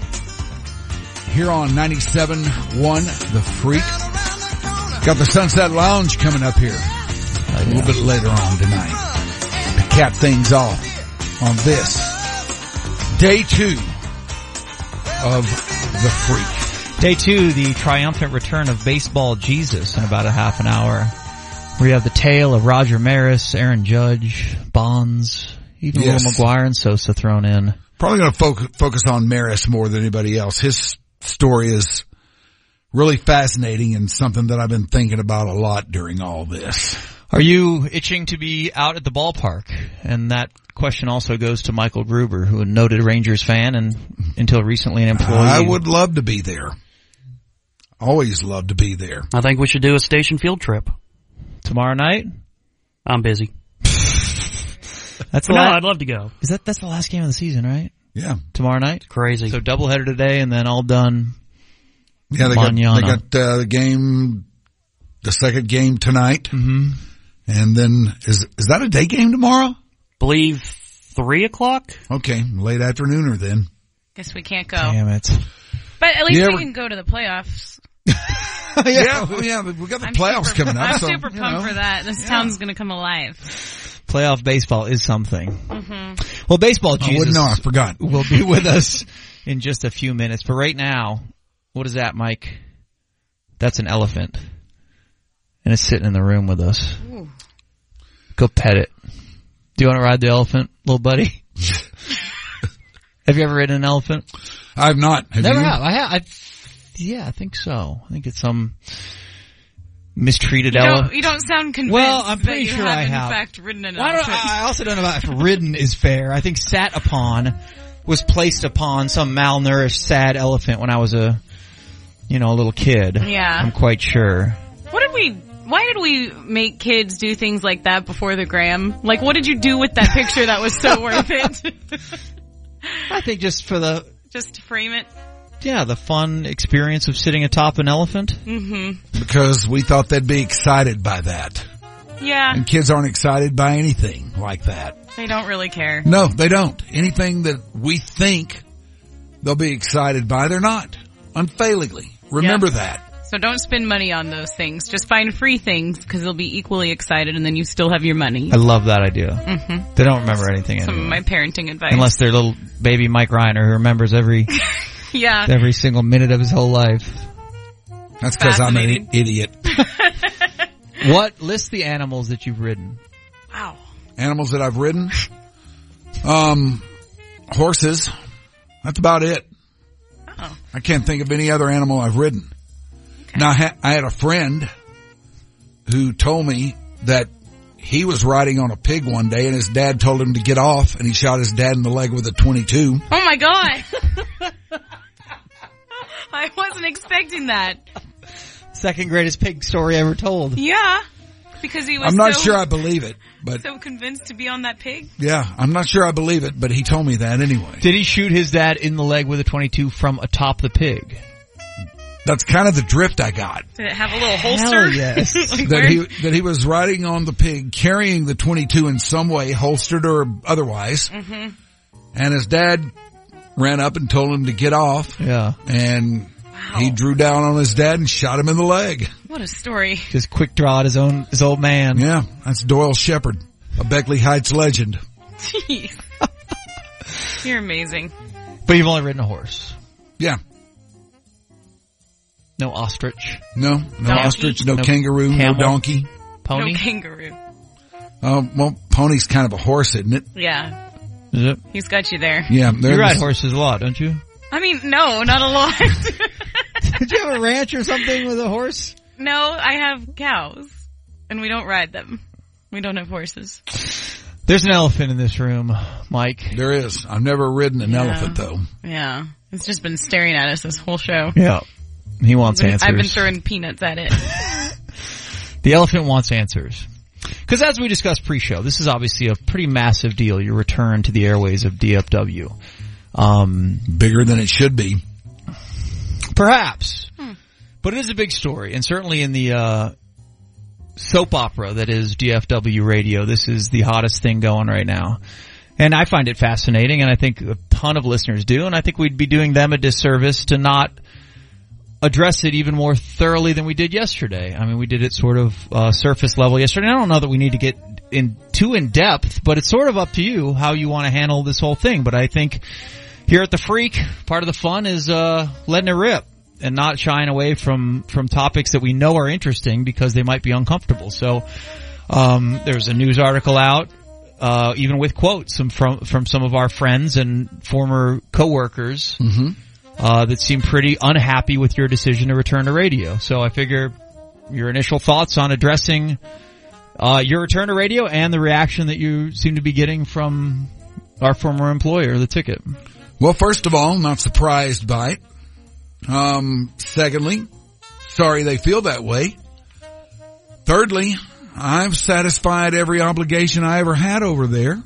Speaker 2: here on 97.1 The Freak. Got the Sunset Lounge coming up here a little bit later on tonight to cap things off on this day two of The Freak.
Speaker 3: Day two, the triumphant return of baseball Jesus in about a half an hour. We have the tale of Roger Maris, Aaron Judge, Bonds, even
Speaker 2: Yes.
Speaker 3: Will McGuire and Sosa thrown in.
Speaker 2: Probably going to focus, focus on Maris more than anybody else. His story is really fascinating and something that I've been thinking about a lot during all this.
Speaker 3: Are you itching to be out at the ballpark? And that question also goes to Michael Gruber, who a noted Rangers fan and until recently an employee.
Speaker 2: I would love to be there. Always love to be there.
Speaker 4: I think we should do a station field trip.
Speaker 3: tomorrow night.
Speaker 4: I'm busy.
Speaker 3: That's the
Speaker 4: No,
Speaker 3: last,
Speaker 4: I'd love to go.
Speaker 3: is that that's the last game of the season, right?
Speaker 2: Yeah.
Speaker 3: Tomorrow night.
Speaker 4: Crazy.
Speaker 3: So doubleheader today, and then all done.
Speaker 2: Yeah, they got,
Speaker 3: Mañana.
Speaker 2: they got uh, the game, the second game tonight. Mm-hmm. And then is, is that a day game tomorrow?
Speaker 4: believe three o'clock.
Speaker 2: Okay. Late afternoon or then.
Speaker 5: Guess we can't go.
Speaker 3: Damn it!
Speaker 5: But at least
Speaker 2: You
Speaker 5: we
Speaker 2: ever-
Speaker 5: can go to the playoffs.
Speaker 2: yeah. oh, yeah. but We got the playoffs
Speaker 5: super,
Speaker 2: coming up.
Speaker 5: I'm
Speaker 2: so,
Speaker 5: super
Speaker 2: you
Speaker 5: pumped
Speaker 2: know.
Speaker 5: for that. This town's gonna come alive.
Speaker 3: Playoff baseball is something. Well, baseball
Speaker 2: I wouldn't
Speaker 3: Jesus
Speaker 2: know. I forgot.
Speaker 3: will be with us in just a few minutes. But right now, what is that, Mike? That's an elephant, and it's sitting in the room with us. Go pet it. Do you want to ride the elephant, little buddy? have you ever ridden an elephant?
Speaker 2: I've not. Have
Speaker 3: Never
Speaker 2: you?
Speaker 3: have. I have. I, yeah, I think so. I think it's some mistreated
Speaker 5: You
Speaker 3: elephant.
Speaker 5: don't, you don't sound convinced.
Speaker 3: Well, I'm
Speaker 5: that
Speaker 3: pretty
Speaker 5: you
Speaker 3: sure
Speaker 5: have
Speaker 3: I
Speaker 5: in
Speaker 3: have.
Speaker 5: fact ridden an
Speaker 3: Well, I, don't,
Speaker 5: elephant.
Speaker 3: I I also don't know about if ridden is fair. I think sat upon was placed upon some malnourished, sad elephant when I was a, you know, a little kid.
Speaker 5: Yeah.
Speaker 3: I'm quite sure.
Speaker 5: What did we? Why did we make kids do things like that before the gram? Like, what did you do with that picture that was so worth it?
Speaker 3: I think just for the,
Speaker 5: Just to frame it.
Speaker 3: yeah, the fun experience of sitting atop an elephant.
Speaker 5: Mm-hmm.
Speaker 2: Because we thought they'd be excited by that.
Speaker 5: Yeah.
Speaker 2: And kids aren't excited by anything like that.
Speaker 5: They don't really care.
Speaker 2: No, they don't. Anything that we think they'll be excited by, they're not. Unfailingly. Remember
Speaker 5: Yeah.
Speaker 2: that.
Speaker 5: So don't spend money on those things. Just find free things because they'll be equally excited, and then you still have your money.
Speaker 3: I love that idea. They don't remember anything
Speaker 5: Mm-hmm. Some of
Speaker 3: anyway.
Speaker 5: my parenting advice.
Speaker 3: unless they're little baby Mike Reiner who remembers every
Speaker 5: yeah.
Speaker 3: every single minute of his whole life.
Speaker 2: That's because I'm an i-
Speaker 5: Fascinating.
Speaker 2: idiot.
Speaker 3: What list the animals that you've ridden?
Speaker 5: Wow.
Speaker 2: Animals that I've ridden. Um, horses. That's about it.
Speaker 5: Oh.
Speaker 2: I can't think of any other animal I've ridden. Now I, ha- I had a friend who told me that he was riding on a pig one day and his dad told him to get off and he shot his dad in the leg with a 22.
Speaker 5: Oh my god. I wasn't expecting that.
Speaker 3: Second greatest pig story ever told.
Speaker 5: Yeah. Because he was
Speaker 2: I'm not
Speaker 5: so,
Speaker 2: sure I believe it, but
Speaker 5: so convinced to be on that pig.
Speaker 2: yeah, I'm not sure I believe it, but he told me that anyway.
Speaker 3: Did he shoot his dad in the leg with a 22 from atop the pig?
Speaker 2: That's kind of the drift I got.
Speaker 5: Did it have a little holster?
Speaker 3: yes.
Speaker 5: Like,
Speaker 2: that
Speaker 5: where-
Speaker 2: he that he was riding on the pig, carrying the twenty two in some way, holstered or otherwise.
Speaker 5: Mm-hmm.
Speaker 2: And his dad ran up and told him to get off,
Speaker 3: Yeah.
Speaker 2: and he drew down on his dad and shot him in the leg.
Speaker 5: what a story.
Speaker 3: Just quick draw at his own, his old man.
Speaker 2: Yeah, that's Doyle Shepherd, a Beckley Heights legend.
Speaker 5: Jeez. You're amazing.
Speaker 3: But you've only ridden a horse.
Speaker 2: Yeah,
Speaker 3: No ostrich.
Speaker 2: no, no
Speaker 5: Donkey.
Speaker 2: ostrich, no,
Speaker 3: No
Speaker 2: kangaroo,
Speaker 3: camel.
Speaker 2: no donkey.
Speaker 3: Pony.
Speaker 5: No kangaroo.
Speaker 2: Uh, well, pony's kind of a horse, isn't it?
Speaker 5: Yeah.
Speaker 3: Is it?
Speaker 5: He's got you there.
Speaker 2: Yeah, they're
Speaker 3: You
Speaker 2: in
Speaker 3: ride
Speaker 2: the-
Speaker 3: horses a lot, don't you?
Speaker 5: I mean, no, not a lot.
Speaker 3: Did you have a ranch or something with a horse?
Speaker 5: no, I have cows. And we don't ride them. We don't have horses.
Speaker 3: There's an elephant in this room, Mike.
Speaker 2: There is. I've never ridden an
Speaker 5: Yeah.
Speaker 2: elephant though.
Speaker 5: Yeah. It's just been staring at us this whole show.
Speaker 3: Yeah. He wants
Speaker 5: I've been-
Speaker 3: answers.
Speaker 5: I've been throwing peanuts at it.
Speaker 3: The elephant wants answers. Because as we discussed pre-show, this is obviously a pretty massive deal, your return to the airways of DFW. Um,
Speaker 2: Bigger than it should be.
Speaker 3: Perhaps. But it is a big story, and certainly in the uh, soap opera that is DFW radio, this is the hottest thing going right now. And I find it fascinating, and I think a ton of listeners do, and I think we'd be doing them a disservice to not address it even more thoroughly than we did yesterday. I mean, we did it sort of uh, surface level yesterday. And I don't know that we need to get in too in depth, but it's sort of up to you how you want to handle this whole thing. But I think here at the Freak, part of the fun is uh, letting it rip and not shying away from from topics that we know are interesting because they might be uncomfortable. So um, there's a news article out. Uh, even with quotes some from from some of our friends and former coworkers uh, that seem pretty unhappy with your decision to return to radio. So I figure your initial thoughts on addressing uh, your return to radio and the reaction that you seem to be getting from our former employer, the ticket.
Speaker 2: Well, first of all, not surprised by it. Um, secondly, sorry they feel that way. Thirdly, I've satisfied every obligation I ever had over there.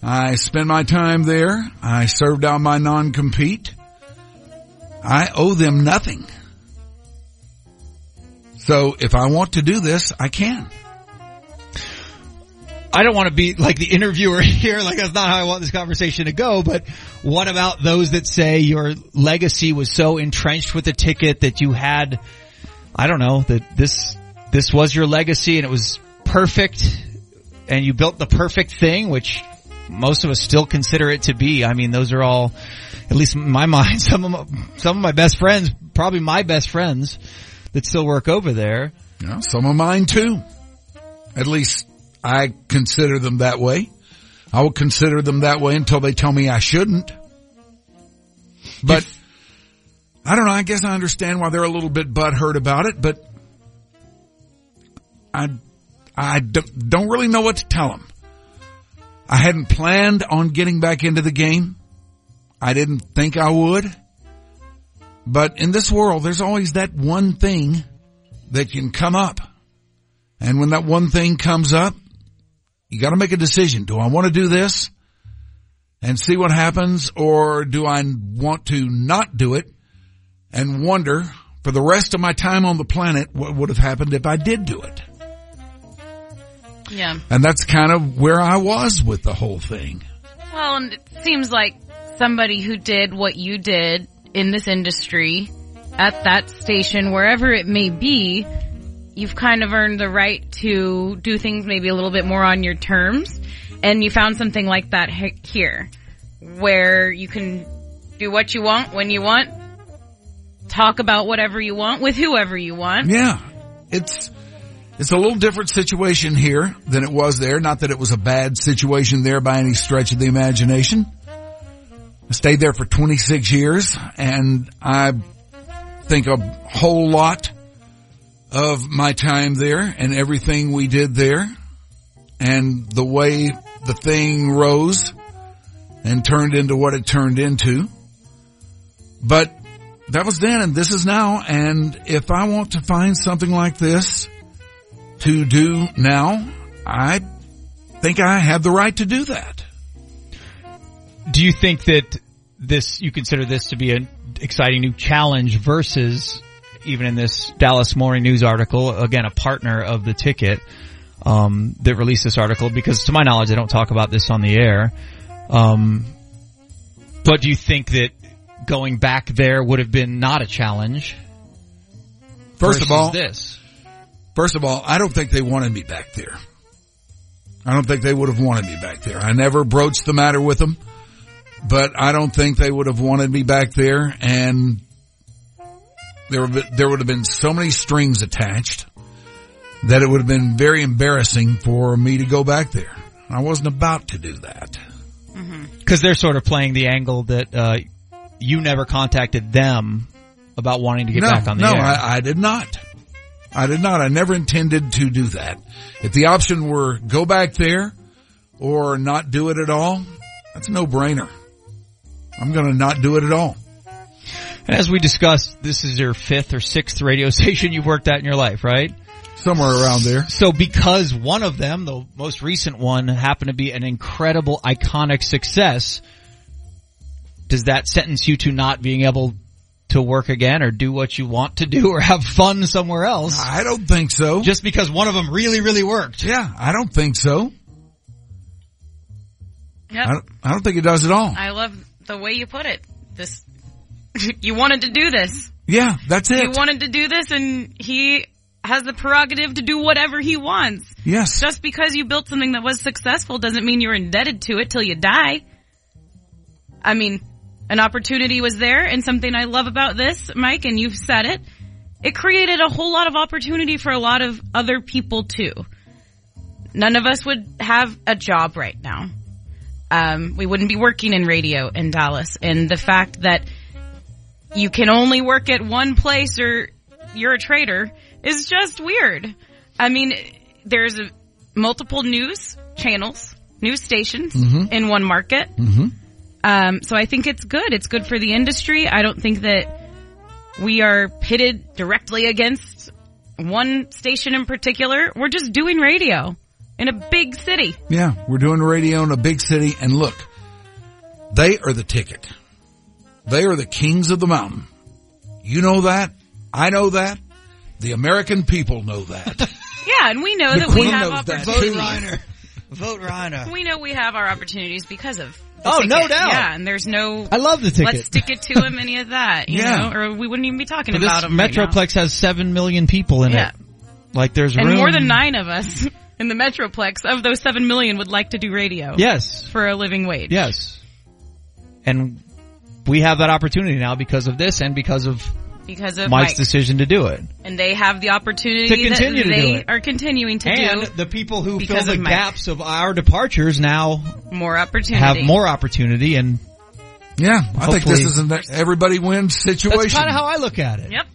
Speaker 2: I spent my time there. I served out my non-compete. I owe them nothing. So if I want to do this, I can.
Speaker 3: I don't want to be like the interviewer here, like that's not how I want this conversation to go, but what about those that say your legacy was so entrenched with the ticket that you had, I don't know, that this, this was your legacy and it was perfect and you built the perfect thing, which most of us still consider it to be. I mean, those are all, at least in my mind, some of my, some of my best friends, probably my best friends that still work over there.
Speaker 2: Yeah, some of mine too. At least I consider them that way. I will consider them that way until they tell me I shouldn't. But I don't know. I guess I understand why they're a little bit butthurt about it, but I, I d- don't really know what to tell them. I hadn't planned on getting back into the game. I didn't think I would. But in this world, there's always that one thing that can come up. And when that one thing comes up, you got to make a decision. Do I want to do this and see what happens or do I want to not do it and wonder for the rest of my time on the planet what would have happened if I did do it?
Speaker 5: Yeah.
Speaker 2: And that's kind of where I was with the whole thing.
Speaker 5: Well, and it seems like somebody who did what you did in this industry at that station, wherever it may be, you've kind of earned the right to do things maybe a little bit more on your terms. And you found something like that he- here where you can do what you want when you want, talk about whatever you want with whoever you want.
Speaker 2: Yeah. It's, it's a little different situation here than it was there. Not that it was a bad situation there by any stretch of the imagination. I stayed there for 26 years and I think a whole lot of my time there and everything we did there and the way the thing rose and turned into what it turned into. But that was then and this is now. And if I want to find something like this to do now, I think I have the right to do that.
Speaker 3: Do you think that this you consider this to be an exciting new challenge versus even in this Dallas Morning News article, again a partner of the ticket um, that released this article because to my knowledge they don't talk about this on the air. Um, but do you think that going back there would have been not a challenge?
Speaker 2: First
Speaker 3: versus
Speaker 2: of all,
Speaker 3: this
Speaker 2: First of all, I don't think they wanted me back there. I don't think they would have wanted me back there. I never broached the matter with them, but I don't think they would have wanted me back there. And there would be- there would have been so many strings attached that it would have been very embarrassing for me to go back there. I wasn't about to do that.
Speaker 3: because they're sort of playing the angle that uh, you never contacted them about wanting to get
Speaker 2: no,
Speaker 3: back on the
Speaker 2: no,
Speaker 3: air.
Speaker 2: I, I did not. I did not. I never intended to do that. If the option were go back there or not do it at all, that's no brainer. I'm going to not do it at all.
Speaker 3: And as we discussed, this is your fifth or sixth radio station you've worked at in your life, right?
Speaker 2: Somewhere around there.
Speaker 3: So because one of them, the most recent one, happened to be an incredible, iconic success, does that sentence you to not being able to work again or do what you want to do or have fun somewhere else?
Speaker 2: I don't think so.
Speaker 3: Just because one of them really, really worked.
Speaker 2: yeah, I don't think so.
Speaker 5: Yep.
Speaker 2: I don't, I don't think it does at all.
Speaker 5: I love the way you put it. This, you wanted to do this.
Speaker 2: yeah, that's
Speaker 5: He
Speaker 2: it.
Speaker 5: wanted to do this and he has the prerogative to do whatever he wants.
Speaker 2: yes.
Speaker 5: Just because you built something that was successful doesn't mean you're indebted to it till you die. I mean, an opportunity was there and something I love about this, Mike, and you've said it, it created a whole lot of opportunity for a lot of other people too. None of us would have a job right now. Um, we wouldn't be working in radio in Dallas and the fact that you can only work at one place or you're a traitor is just weird. I mean, there's a- multiple news channels, news stations in one market. Mm-hmm. Um, so I think it's good. It's good for the industry. I don't think that we are pitted directly against one station in particular. We're just doing radio in a big city.
Speaker 2: Yeah, we're doing radio in a big city and look, they are the ticket. They are the kings of the mountain. You know that. I know that. The American people know that.
Speaker 5: Yeah, and we know that we
Speaker 2: queen
Speaker 5: have
Speaker 2: knows that.
Speaker 5: opportunities.
Speaker 3: Vote Reiner.
Speaker 5: We know we have our opportunities because of. the
Speaker 3: Oh, no
Speaker 5: ticket.
Speaker 3: doubt.
Speaker 5: Yeah, and there's no.
Speaker 3: I love the ticket.
Speaker 5: Let's stick it to him. Any of that, you
Speaker 2: Yeah.
Speaker 5: know, or we wouldn't even be talking
Speaker 3: But this
Speaker 5: about him. right now.
Speaker 3: Metroplex has seven million people in
Speaker 5: Yeah.
Speaker 3: it. Like there's
Speaker 5: and
Speaker 3: room.
Speaker 5: more than nine of us in the Metroplex of those seven million would like to do radio
Speaker 3: Yes.
Speaker 5: for a living wage.
Speaker 3: Yes. And we have that opportunity now because of this and because of
Speaker 5: because of
Speaker 3: Mike's
Speaker 5: Mike.
Speaker 3: decision to do it.
Speaker 5: and they have the opportunity
Speaker 3: To continue to
Speaker 5: that they
Speaker 3: do it.
Speaker 5: are continuing to
Speaker 3: and
Speaker 5: do
Speaker 3: the people who fill
Speaker 5: because
Speaker 3: the
Speaker 5: of Mike.
Speaker 3: gaps of our departures now
Speaker 5: more opportunity.
Speaker 3: have more opportunity and
Speaker 2: Yeah, I think this
Speaker 3: Hopefully.
Speaker 2: is an everybody wins situation.
Speaker 3: that's kind of how I look at it.
Speaker 5: Yep.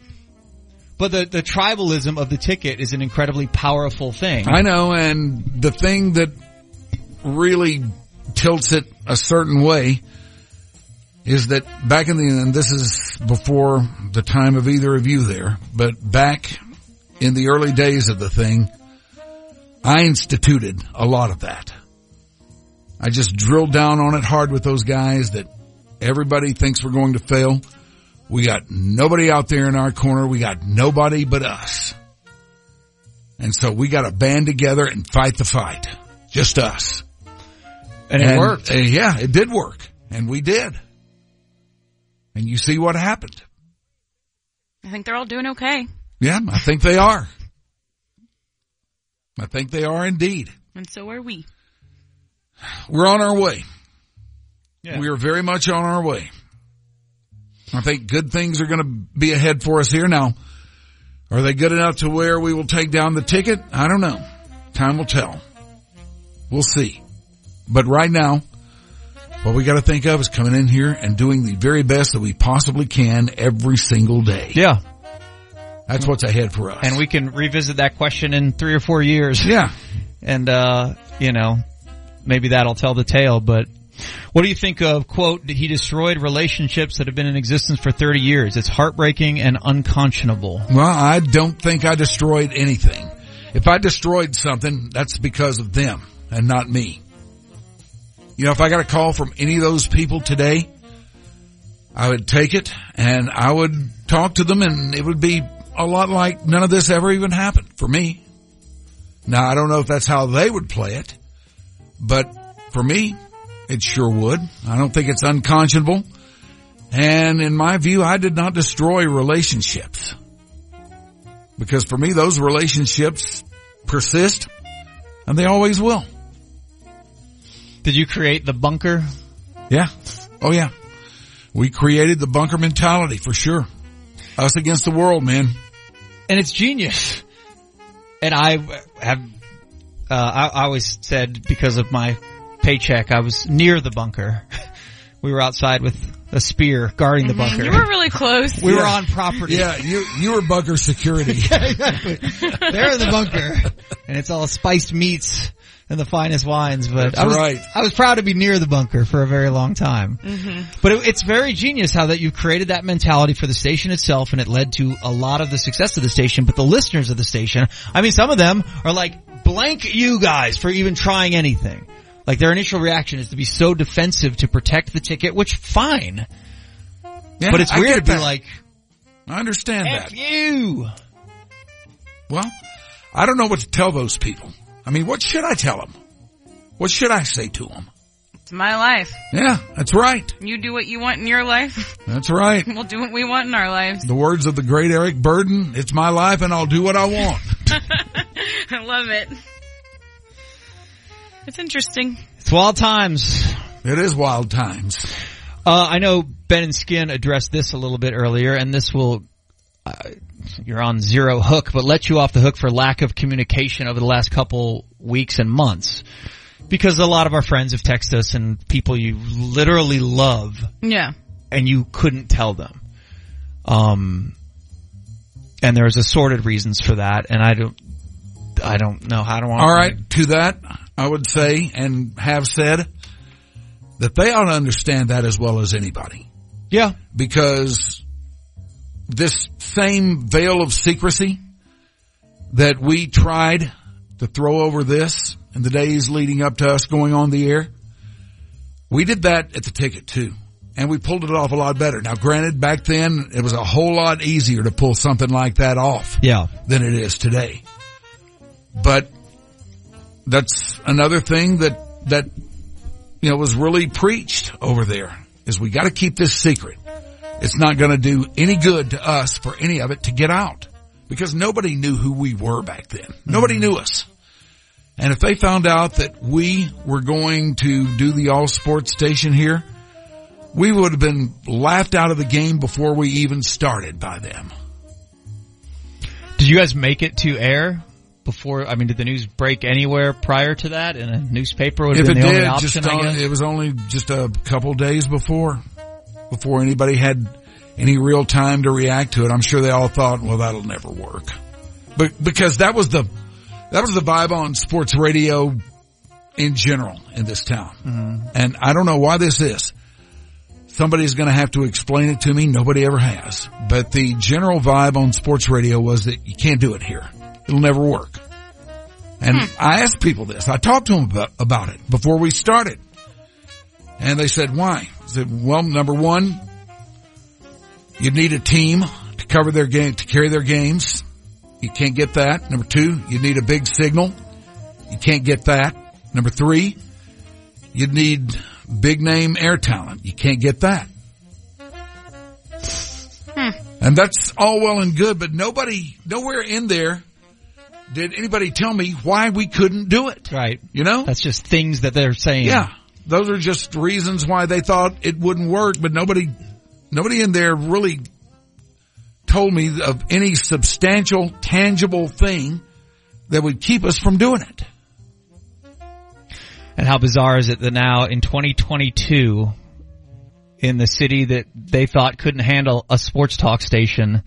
Speaker 3: But the, the tribalism of the ticket is an incredibly powerful thing.
Speaker 2: I know, and the thing that really tilts it a certain way is that back in the, and this is before the time of either of you there, but back in the early days of the thing, I instituted a lot of that. I just drilled down on it hard with those guys that everybody thinks we're going to fail. We got nobody out there in our corner. We got nobody but us. And so we got to band together and fight the fight. Just us.
Speaker 3: And it worked.
Speaker 2: and yeah, it did work. And we did. And you see what happened.
Speaker 5: I think they're all doing okay.
Speaker 2: Yeah, I think they are. I think they are indeed.
Speaker 5: And so are we.
Speaker 2: We're on our way.
Speaker 3: Yeah.
Speaker 2: We are very much on our way. I think good things are going to be ahead for us here now. Are they good enough to where we will take down the ticket? I don't know. Time will tell. We'll see. But right now, what we got to think of is coming in here and doing the very best that we possibly can every single day.
Speaker 3: Yeah.
Speaker 2: That's what's ahead for us.
Speaker 3: And we can revisit that question in three or four years.
Speaker 2: yeah.
Speaker 3: And, uh, you know, maybe that'll tell the tale, but what do you think of, quote, he destroyed relationships that have been in existence for 30 years. It's heartbreaking and unconscionable.
Speaker 2: Well, I don't think I destroyed anything. If I destroyed something, that's because of them and not me. You know, if I got a call from any of those people today, I would take it and I would talk to them and it would be a lot like none of this ever even happened for me. Now, I don't know if that's how they would play it, but for me, it sure would. I don't think it's unconscionable. And in my view, I did not destroy relationships because for me, those relationships persist and they always will.
Speaker 3: Did you create the bunker?
Speaker 2: Yeah. Oh yeah. We created the bunker mentality for sure. Us against the world, man.
Speaker 3: and it's genius. And I have, uh, I, I always said because of my paycheck, I was near the bunker. We were outside with a spear guarding the bunker.
Speaker 5: Mm-hmm. You were really close.
Speaker 3: we were on property.
Speaker 2: Yeah, you you were bunker security.
Speaker 3: They're in the bunker, and it's all spiced meats and the finest wines. But
Speaker 2: That's
Speaker 3: I was,
Speaker 2: right.
Speaker 3: I was proud to be near the bunker for a very long time. But it, it's very genius how that you created that mentality for the station itself, and it led to a lot of the success of the station. But the listeners of the station, I mean, some of them are like, "Blank you guys for even trying anything." Like their initial reaction is to be so defensive to protect the ticket, which fine,
Speaker 2: Yeah,
Speaker 3: but it's
Speaker 2: I
Speaker 3: weird to
Speaker 2: get
Speaker 3: be
Speaker 2: that.
Speaker 3: like,
Speaker 2: I understand
Speaker 3: "F
Speaker 2: that.
Speaker 3: you."
Speaker 2: Well, I don't know what to tell those people. I mean, what should I tell them? What should I say to them?
Speaker 5: It's my life.
Speaker 2: Yeah, that's right.
Speaker 5: You do what you want in your life.
Speaker 2: That's right.
Speaker 5: We'll do what we want in our lives.
Speaker 2: The words of the great Eric Burden, it's my life and I'll do what I want.
Speaker 5: I love it. It's interesting.
Speaker 3: It's wild times.
Speaker 2: it is wild times.
Speaker 3: Uh, I know Ben and Skin addressed this a little bit earlier, and this will. Uh, you're on zero hook, but let you off the hook for lack of communication over the last couple weeks and months. Because a lot of our friends have texted us and people you literally love
Speaker 5: Yeah.
Speaker 3: and you couldn't tell them. Um, and there's assorted reasons for that and I don't, I don't know how to.
Speaker 2: All right, to that, I would say and have said that they ought to understand that as well as anybody
Speaker 3: Yeah.
Speaker 2: because this same veil of secrecy that we tried to throw over this in the days leading up to us going on the air, we did that at the ticket too. And we pulled it off a lot better. Now granted, back then it was a whole lot easier to pull something like that off
Speaker 3: Yeah.
Speaker 2: than it is today. But that's another thing that, that, you know, was really preached over there is we got to keep this secret. It's not going to do any good to us for any of it to get out because nobody knew who we were back then. Nobody knew us. And if they found out that we were going to do the all sports station here, we would have been laughed out of the game before we even started by them.
Speaker 3: Did you guys make it to air before? I mean, did the news break anywhere prior to that? And a newspaper would have
Speaker 2: if it
Speaker 3: been the only
Speaker 2: did,
Speaker 3: option,
Speaker 2: just
Speaker 3: I
Speaker 2: on-
Speaker 3: guess.
Speaker 2: it was only just a couple days before, before anybody had any real time to react to it. I'm sure they all thought, well, that'll never work, but because that was the that was the vibe on sports radio in general in this town,
Speaker 3: Mm-hmm.
Speaker 2: and I don't know why this is. Somebody's going to have to explain it to me. Nobody ever has, but the general vibe on sports radio was that you can't do it here. It'll never work. And I asked people this. I talked to them about, about it before we started. And they said, why? I said, well, number one, you need a team to cover their game, to carry their games. You can't get that. Number two, you need a big signal. You can't get that. Number three, you need big name air talent. You can't get that. And that's all well and good, but nobody, nowhere in there did anybody tell me why we couldn't do it.
Speaker 3: Right.
Speaker 2: You know?
Speaker 3: That's just things that they're saying.
Speaker 2: Yeah. Those are just reasons why they thought it wouldn't work, but nobody, nobody in there really told me of any substantial, tangible thing that would keep us from doing it.
Speaker 3: And how bizarre is it that now in 2022, in the city that they thought couldn't handle a sports talk station,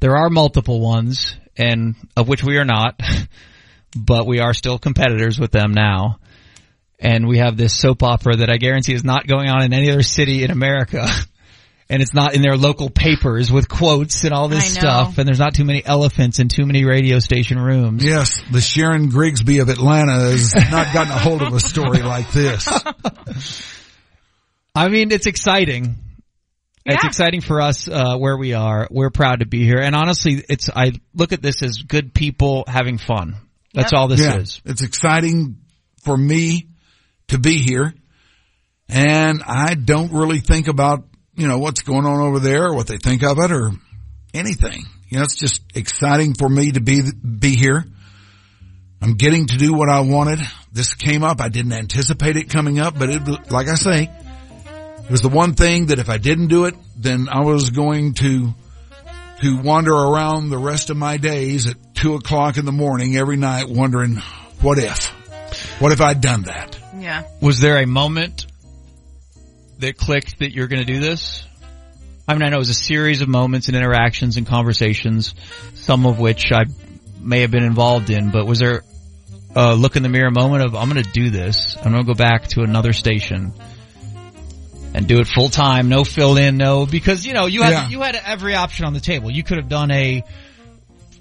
Speaker 3: there are multiple ones, and of which we are not, but we are still competitors with them now. And we have this soap opera that I guarantee is not going on in any other city in America. And it's not in their local papers with quotes and all this
Speaker 5: I know.
Speaker 3: stuff. And there's not too many elephants in too many radio station rooms.
Speaker 2: Yes, the Sharon Grigsby of Atlanta has not gotten a hold of a story like this.
Speaker 3: I mean, it's exciting. It's
Speaker 5: Yeah.
Speaker 3: exciting for us uh, where we are. We're proud to be here, and honestly, it's I look at this as good people having fun. That's all this
Speaker 2: Yeah,
Speaker 3: is.
Speaker 2: it's exciting for me to be here. And I don't really think about, you know, what's going on over there or what they think of it or anything. You know, it's just exciting for me to be, be here. I'm getting to do what I wanted. This came up. I didn't anticipate it coming up, but it, was- like I say, it was the one thing that if I didn't do it, then I was going to to wander around the rest of my days at two o'clock in the morning every night wondering, what if? What if I'd done that?
Speaker 5: Yeah.
Speaker 3: Was there a moment that clicked that you're going to do this? I mean, I know it was a series of moments and interactions and conversations, some of which I may have been involved in. But was there a look in the mirror moment of I'm going to do this? I'm going to go back to another station and do it full time, no fill in, no because you know you had
Speaker 2: Yeah.
Speaker 3: you had every option on the table. You could have done a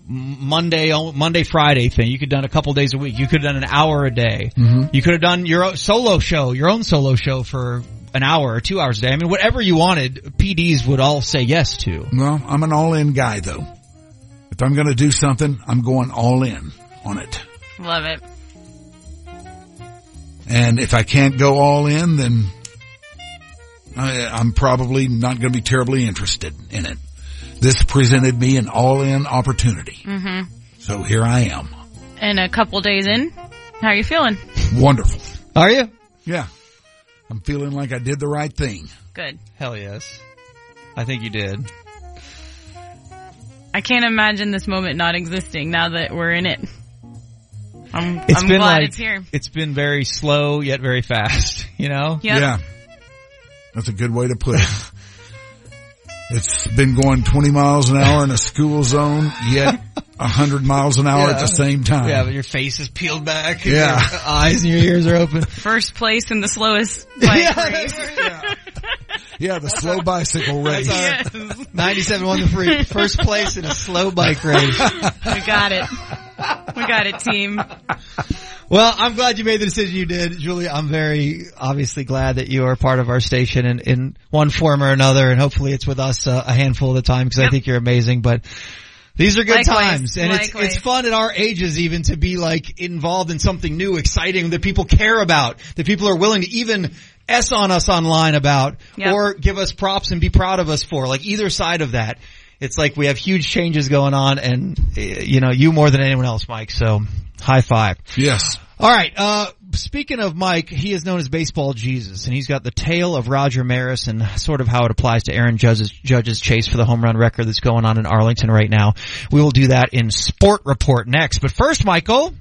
Speaker 3: Monday oh, Monday Friday thing. You could have done a couple days a week. You could have done an hour a day. You could have done your own solo show, your own solo show for an hour or two hours a day. I mean, whatever you wanted, PDs would all say yes to.
Speaker 2: Well, I'm an all in guy though. If I'm going to do something, I'm going all in on it.
Speaker 5: Love it.
Speaker 2: And if I can't go all in, then I, I'm probably not going to be terribly interested in it. This presented me an all in opportunity. Mm-hmm. So here I am.
Speaker 5: And a couple days in, how are you feeling?
Speaker 2: Wonderful.
Speaker 3: Are you?
Speaker 2: Yeah. I'm feeling like I did the right thing.
Speaker 5: Good.
Speaker 3: Hell yes. I think you did.
Speaker 5: I can't imagine this moment not existing now that we're in it. I'm,
Speaker 3: It's
Speaker 5: I'm
Speaker 3: been
Speaker 5: glad
Speaker 3: like
Speaker 5: it's here.
Speaker 3: it's been very slow yet very fast. You know.
Speaker 5: Yep.
Speaker 2: Yeah. That's a good way to put it. it's been going 20 miles an hour in a school zone, yet 100 miles an hour at
Speaker 3: Yeah.
Speaker 2: the same time.
Speaker 3: Yeah, but your face is peeled back. and
Speaker 2: Yeah.
Speaker 3: your eyes and your ears are open.
Speaker 5: First place in the slowest bike race.
Speaker 2: Yeah, the slow bicycle race.
Speaker 3: That's our-
Speaker 5: Yes.
Speaker 3: 97 won the free first place in a slow bike race.
Speaker 5: We got it. We got it, team.
Speaker 3: Well, I'm glad you made the decision you did, Julie. I'm very obviously glad that you are part of our station in, in one form or another, and hopefully it's with us uh, a handful of the time because I
Speaker 5: Yep.
Speaker 3: think you're amazing. But these are good
Speaker 5: Likewise,
Speaker 3: times, and it's
Speaker 5: likewise.
Speaker 3: it's fun at our ages even to be like involved in something new, exciting that people care about, that people are willing to even s on us online about,
Speaker 5: Yep.
Speaker 3: or give us props and be proud of us for. Like either side of that. It's like we have huge changes going on and, uh, you know, you more than anyone else, Mike. So high five.
Speaker 2: Yes.
Speaker 3: All right. Uh, speaking of Mike, he is known as Baseball Jesus, and he's got the tale of Roger Maris and sort of how it applies to Aaron Judge's, Judge's chase for the home run record that's going on in Arlington right now. We will do that in Sport Report next. But first, Michael.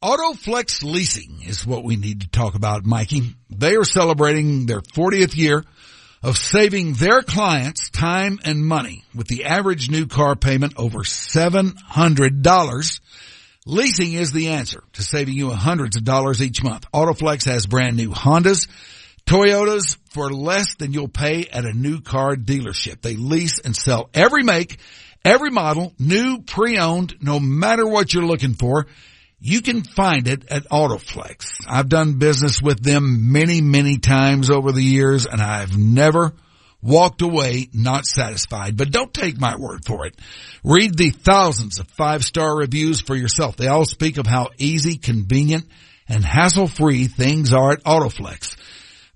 Speaker 2: Autoflex Leasing is what we need to talk about, Mikey. They are celebrating their 40th year of saving their clients time and money with the average new car payment over $700. Leasing is the answer to saving you hundreds of dollars each month. Autoflex has brand new Hondas, Toyotas for less than you'll pay at a new car dealership. They lease and sell every make, every model, new, pre-owned, no matter what you're looking for. You can find it at Autoflex. I've done business with them many, many times over the years and I've never walked away not satisfied. But don't take my word for it. Read the thousands of five star reviews for yourself. They all speak of how easy, convenient, and hassle free things are at Autoflex.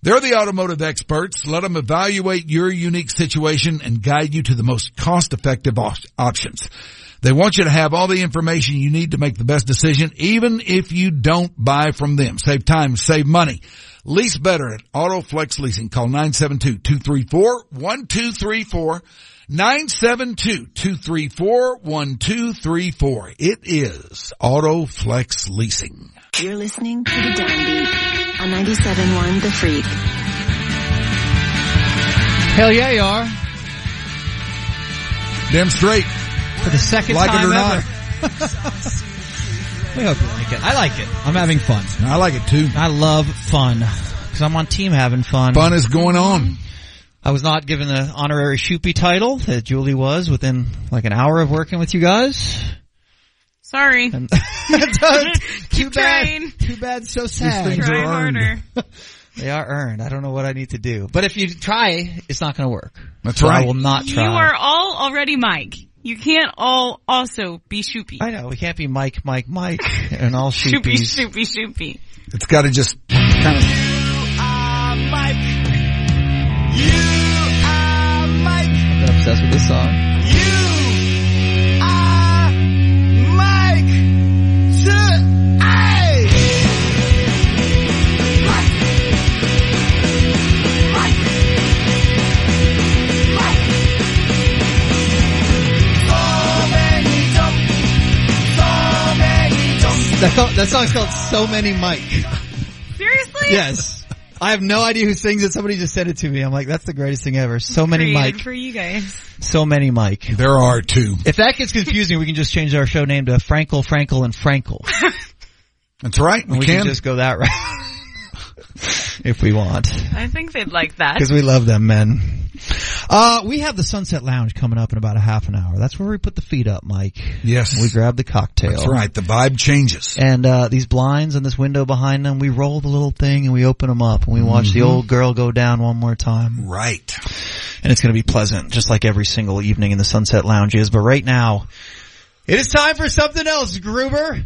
Speaker 2: They're the automotive experts. Let them evaluate your unique situation and guide you to the most cost effective options. They want you to have all the information you need to make the best decision, even if you don't buy from them. Save time, save money. Lease better at AutoFlex Leasing. Call 972-234-1234. 972-234-1234. It is AutoFlex Leasing.
Speaker 6: You're listening to the Downbeat on 97.1 The Freak.
Speaker 3: Hell yeah, you are.
Speaker 2: Damn straight.
Speaker 3: For the second
Speaker 2: Like it
Speaker 3: time
Speaker 2: or not.
Speaker 3: ever. we hope you like it. I like it. I'm having fun.
Speaker 2: I like it too.
Speaker 3: I love fun. Cause I'm on team having fun.
Speaker 2: Fun is going on.
Speaker 3: I was not given the honorary Shoopy title that Julie was within like an hour of working with you guys.
Speaker 5: Sorry.
Speaker 3: And too
Speaker 5: trying.
Speaker 3: Too bad. So sad.
Speaker 2: things
Speaker 5: Try
Speaker 2: are earned.
Speaker 5: harder.
Speaker 3: They are earned. I don't know what I need to do. But if you try, it's not going to work.
Speaker 2: That's
Speaker 3: So
Speaker 2: right.
Speaker 3: I will not
Speaker 5: You
Speaker 3: try.
Speaker 5: are all already Mike. You can't all also be shoopy.
Speaker 3: I know we can't be Mike, Mike, Mike, and all
Speaker 5: Shoopy,
Speaker 3: sheepies.
Speaker 5: shoopy, shoopy.
Speaker 2: It's got to just kind of
Speaker 3: I'm obsessed with this song. That, song- that song's called "So Many Mike."
Speaker 5: Seriously?
Speaker 3: Yes. I have no idea who sings it. Somebody just said it to me. I'm like, that's the greatest thing ever. So many
Speaker 5: Created
Speaker 3: Mike.
Speaker 5: for you guys.
Speaker 3: So many Mike.
Speaker 2: There are two.
Speaker 3: If that gets confusing, we can just change our show name to Frankel, Frankel, and Frankel.
Speaker 2: That's right. We,
Speaker 3: We
Speaker 2: can.
Speaker 3: can just go that route. if we want.
Speaker 5: I think they'd like that.
Speaker 3: Because we love them, men. Uh, we have the Sunset Lounge coming up in about a half an hour. That's where we put the feet up, Mike.
Speaker 2: yes.
Speaker 3: We grab the cocktail.
Speaker 2: That's right. The vibe changes.
Speaker 3: And uh, these blinds and this window behind them, we roll the little thing and we open them up and we watch the old girl go down one more time.
Speaker 2: Right.
Speaker 3: and it's going to be pleasant, just like every single evening in the Sunset Lounge is. But right now, it is time for something else, Gruber.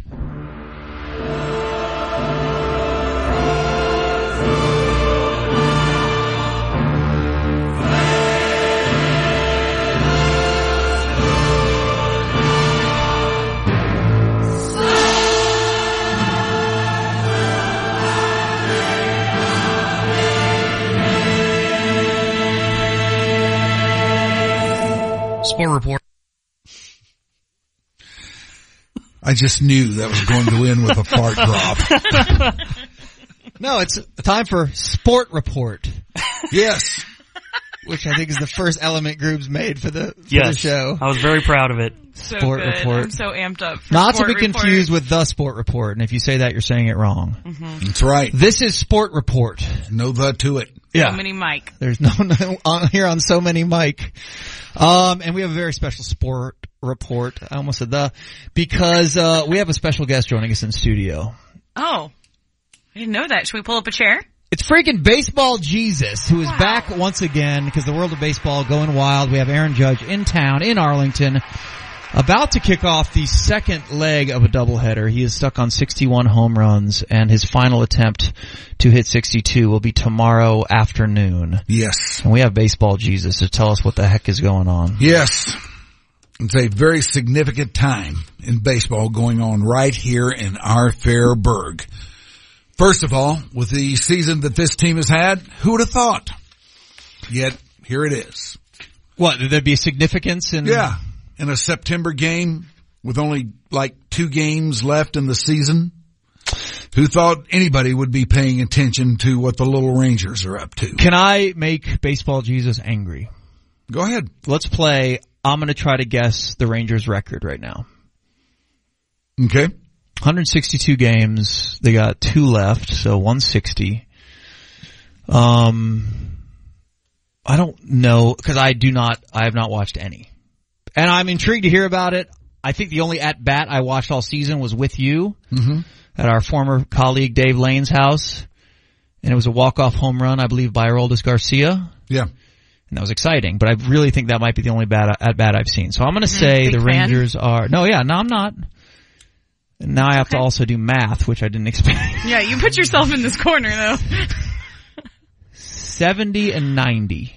Speaker 4: Sport report.
Speaker 2: I just knew that was going to end with a fart drop.
Speaker 3: No, it's time for Sport Report,
Speaker 2: Yes.
Speaker 3: which I think is the first element Groob's made for the, for
Speaker 4: Yes,
Speaker 3: the show.
Speaker 4: I was very proud of it.
Speaker 5: So
Speaker 3: Sport
Speaker 5: good.
Speaker 3: report.
Speaker 5: I'm so amped up. For
Speaker 3: Not to
Speaker 5: sport
Speaker 3: be
Speaker 5: report. Mm-hmm.
Speaker 3: confused with the Sport Report, and if you say that, you're saying it wrong.
Speaker 2: That's right.
Speaker 3: This is Sport Report.
Speaker 2: No the to it.
Speaker 5: So many Mike.
Speaker 3: There's no, no on here on so many Mike. Um, and we have a very special sport report. I almost said the because uh, we have a special guest joining us in studio.
Speaker 5: Oh. I didn't know that. Should we pull up a chair?
Speaker 3: It's freaking baseball Jesus who is back once again because the world of baseball going wild. We have Aaron Judge in town in Arlington about to kick off the second leg of a doubleheader. He is stuck on 61 home runs and his final attempt to hit 62 will be tomorrow afternoon.
Speaker 2: Yes.
Speaker 3: And we have baseball Jesus to tell us what the heck is going on.
Speaker 2: Yes. It's a very significant time in baseball going on right here in our fair burg. First of all, with the season that this team has had, who would have thought? Yet here it is.
Speaker 3: What, there'd be significance in
Speaker 2: Yeah. In a September game with only like two games left in the season. Who thought anybody would be paying attention to what the Little Rangers are up to?
Speaker 3: Can I make baseball Jesus angry?
Speaker 2: Go ahead.
Speaker 3: Let's play. I'm going to try to guess the Rangers record right now.
Speaker 2: Okay.
Speaker 3: 162 games. They got two left, so 160. Um, I don't know because I do not. I have not watched any, and I'm intrigued to hear about it. I think the only at bat I watched all season was with you at our former colleague Dave Lane's house, and it was a walk off home run, I believe, by Aroldis Garcia.
Speaker 2: Yeah.
Speaker 3: And and that was exciting. But I really think that might be the only bad at bat I've seen. So I'm going to say
Speaker 5: Mm-hmm. big
Speaker 3: the
Speaker 5: fan.
Speaker 3: Rangers are. No, yeah, no, I'm not. Now I have to also do math, which I didn't expect.
Speaker 5: Yeah, you put yourself in this corner though.
Speaker 3: Seventy and ninety.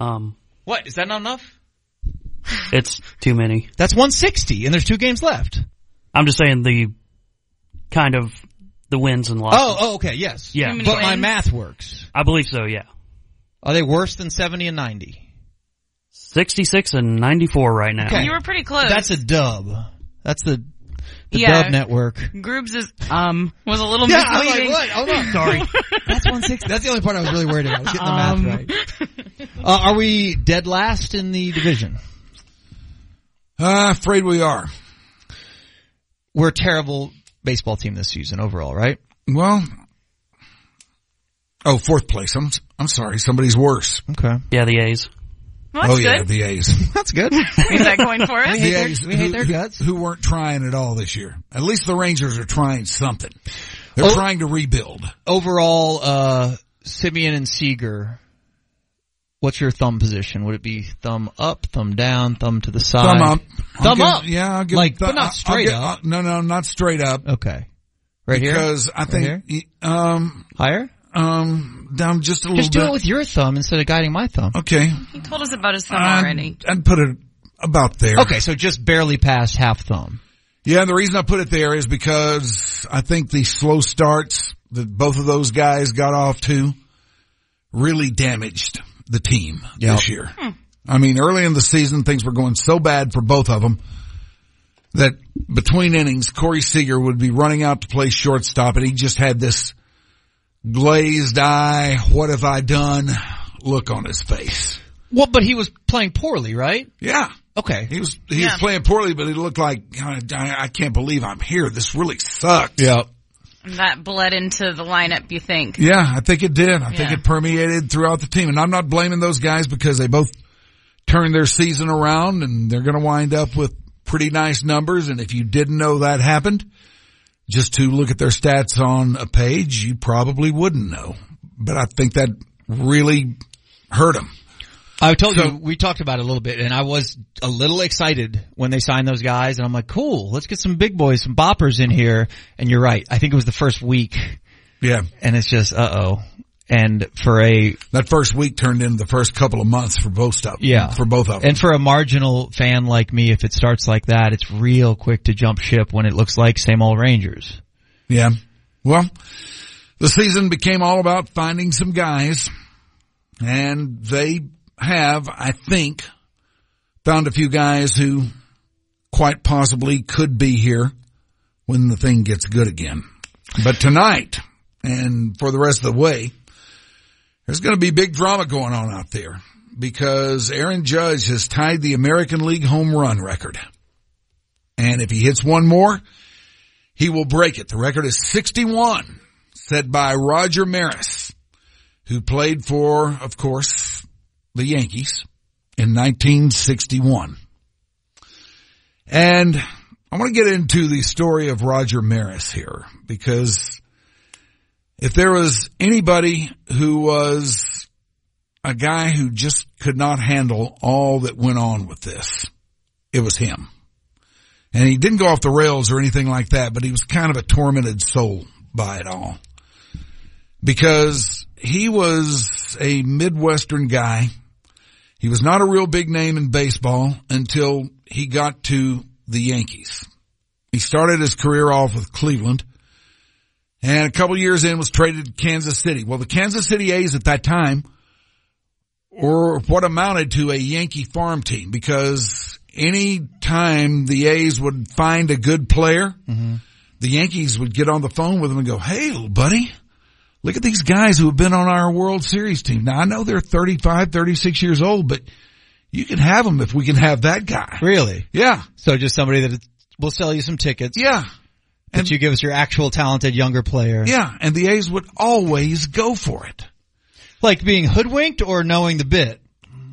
Speaker 4: Um,
Speaker 3: What is that not enough?
Speaker 4: it's too many.
Speaker 3: That's one sixty, and there's two games left.
Speaker 4: I'm just saying the kind of the wins and losses.
Speaker 3: Oh, oh, okay, yes,
Speaker 4: Yeah.
Speaker 5: Too many
Speaker 3: But my
Speaker 5: wins.
Speaker 3: math works.
Speaker 4: I believe so. Yeah,
Speaker 3: Are they worse than seventy and ninety?
Speaker 4: 66 and 94 right now.
Speaker 3: Okay.
Speaker 5: You were pretty close.
Speaker 3: That's a dub. That's the, the
Speaker 5: Yeah.
Speaker 3: dub network.
Speaker 5: Groobs is um was a little
Speaker 3: Yeah, I'm like,
Speaker 5: misleading.
Speaker 3: what? Hold on. Sorry. That's 160. That's the only part I was really worried about. was getting the math right. Uh, are we dead last in the division?
Speaker 2: Uh, afraid we are.
Speaker 3: We're a terrible baseball team this season overall, right?
Speaker 2: Well, oh, fourth place. I'm I'm sorry. Somebody's worse.
Speaker 3: Okay.
Speaker 4: Yeah, the A's.
Speaker 5: Well, that's
Speaker 2: oh yeah,
Speaker 5: good.
Speaker 2: the A's.
Speaker 3: That's good.
Speaker 5: Use that coin for us.
Speaker 2: The
Speaker 3: their-
Speaker 2: A's
Speaker 3: we hate
Speaker 2: who-
Speaker 3: their
Speaker 2: who-
Speaker 3: guts.
Speaker 2: Who weren't trying at all this year. At least the Rangers are trying something. They're
Speaker 3: Oh.
Speaker 2: trying to rebuild.
Speaker 3: overall, uh, Simeon and Seager, what's your thumb position? Would it be thumb up, thumb down, thumb to the side?
Speaker 2: Thumb up. I'll
Speaker 3: Thumb
Speaker 2: give-
Speaker 3: up.
Speaker 2: Yeah, I'll give
Speaker 3: Like,
Speaker 2: thumb-
Speaker 3: but not
Speaker 2: I'll- I'll
Speaker 3: straight
Speaker 2: give-
Speaker 3: up.
Speaker 2: uh, no, no, not straight up.
Speaker 3: Okay. Right here?
Speaker 2: because I think um
Speaker 3: Higher?
Speaker 2: um down just a
Speaker 3: Just
Speaker 2: little
Speaker 3: do it
Speaker 2: bit.
Speaker 3: with your thumb instead of guiding my thumb.
Speaker 2: okay,
Speaker 5: He told us about his thumb already.
Speaker 2: I'd, I'd put it about there.
Speaker 3: Okay, so just barely past half thumb.
Speaker 2: Yeah, the reason I put it there is because I think the slow starts that both of those guys got off to really damaged the team this year. I mean, early in the season, things were going so bad for both of them that between innings, Corey Seager would be running out to play shortstop and he just had this glazed eye, what have I done look on his face.
Speaker 3: Well, but he was playing poorly, right?
Speaker 2: Yeah.
Speaker 3: Okay.
Speaker 2: He was, he
Speaker 5: Yeah.
Speaker 2: was playing poorly, but he looked like, I, I can't believe I'm here. This really sucks.
Speaker 3: Yeah. Um,
Speaker 5: That bled into the lineup, you think?
Speaker 2: Yeah, I think it did. I think
Speaker 5: Yeah.
Speaker 2: it permeated throughout the team. And I'm not blaming those guys because they both turned their season around and they're going to wind up with pretty nice numbers. And if you didn't know that happened, just to look at their stats on a page, you probably wouldn't know. But I think that really hurt them.
Speaker 3: I told you, we talked about it a little bit and I was a little excited when they signed those guys and I'm like, cool, let's get some big boys, some boppers in here. And you're right. I think it was the first week
Speaker 2: Yeah.
Speaker 3: and it's just, uh oh. And for a,
Speaker 2: That first week turned into the first couple of months for both of
Speaker 3: yeah.
Speaker 2: For both of them.
Speaker 3: And for a marginal fan like me, if it starts like that, it's real quick to jump ship when it looks like same old Rangers.
Speaker 2: Yeah. Well, the season became all about finding some guys and they have, I think, found a few guys who quite possibly could be here when the thing gets good again. But tonight and for the rest of the way, there's going to be big drama going on out there because Aaron Judge has tied the American League home run record. And if he hits one more, he will break it. The record is 61, set by Roger Maris, who played for, of course, the Yankees in 1961. And I want to get into the story of Roger Maris here because if there was anybody who was a guy who just could not handle all that went on with this, it was him and he didn't go off the rails or anything like that, but he was kind of a tormented soul by it all because he was a Midwestern guy. He was not a real big name in baseball until he got to the Yankees. He started his career off with Cleveland and a couple years in was traded to Kansas City. Well, the Kansas City A's at that time or what amounted to a Yankee farm team because any time the A's would find a good player, the Yankees would get on the phone with them and go, Hey, little buddy, look at these guys who have been on our World Series team. Now I know they're 35, 36 years old, but you can have them if we can have that guy.
Speaker 3: Really?
Speaker 2: Yeah.
Speaker 3: So just somebody that will sell you some tickets,
Speaker 2: Yeah.
Speaker 3: but
Speaker 2: and-
Speaker 3: you give us your actual talented younger player.
Speaker 2: Yeah. And the A's would always go for it.
Speaker 3: Like being hoodwinked or knowing the bit.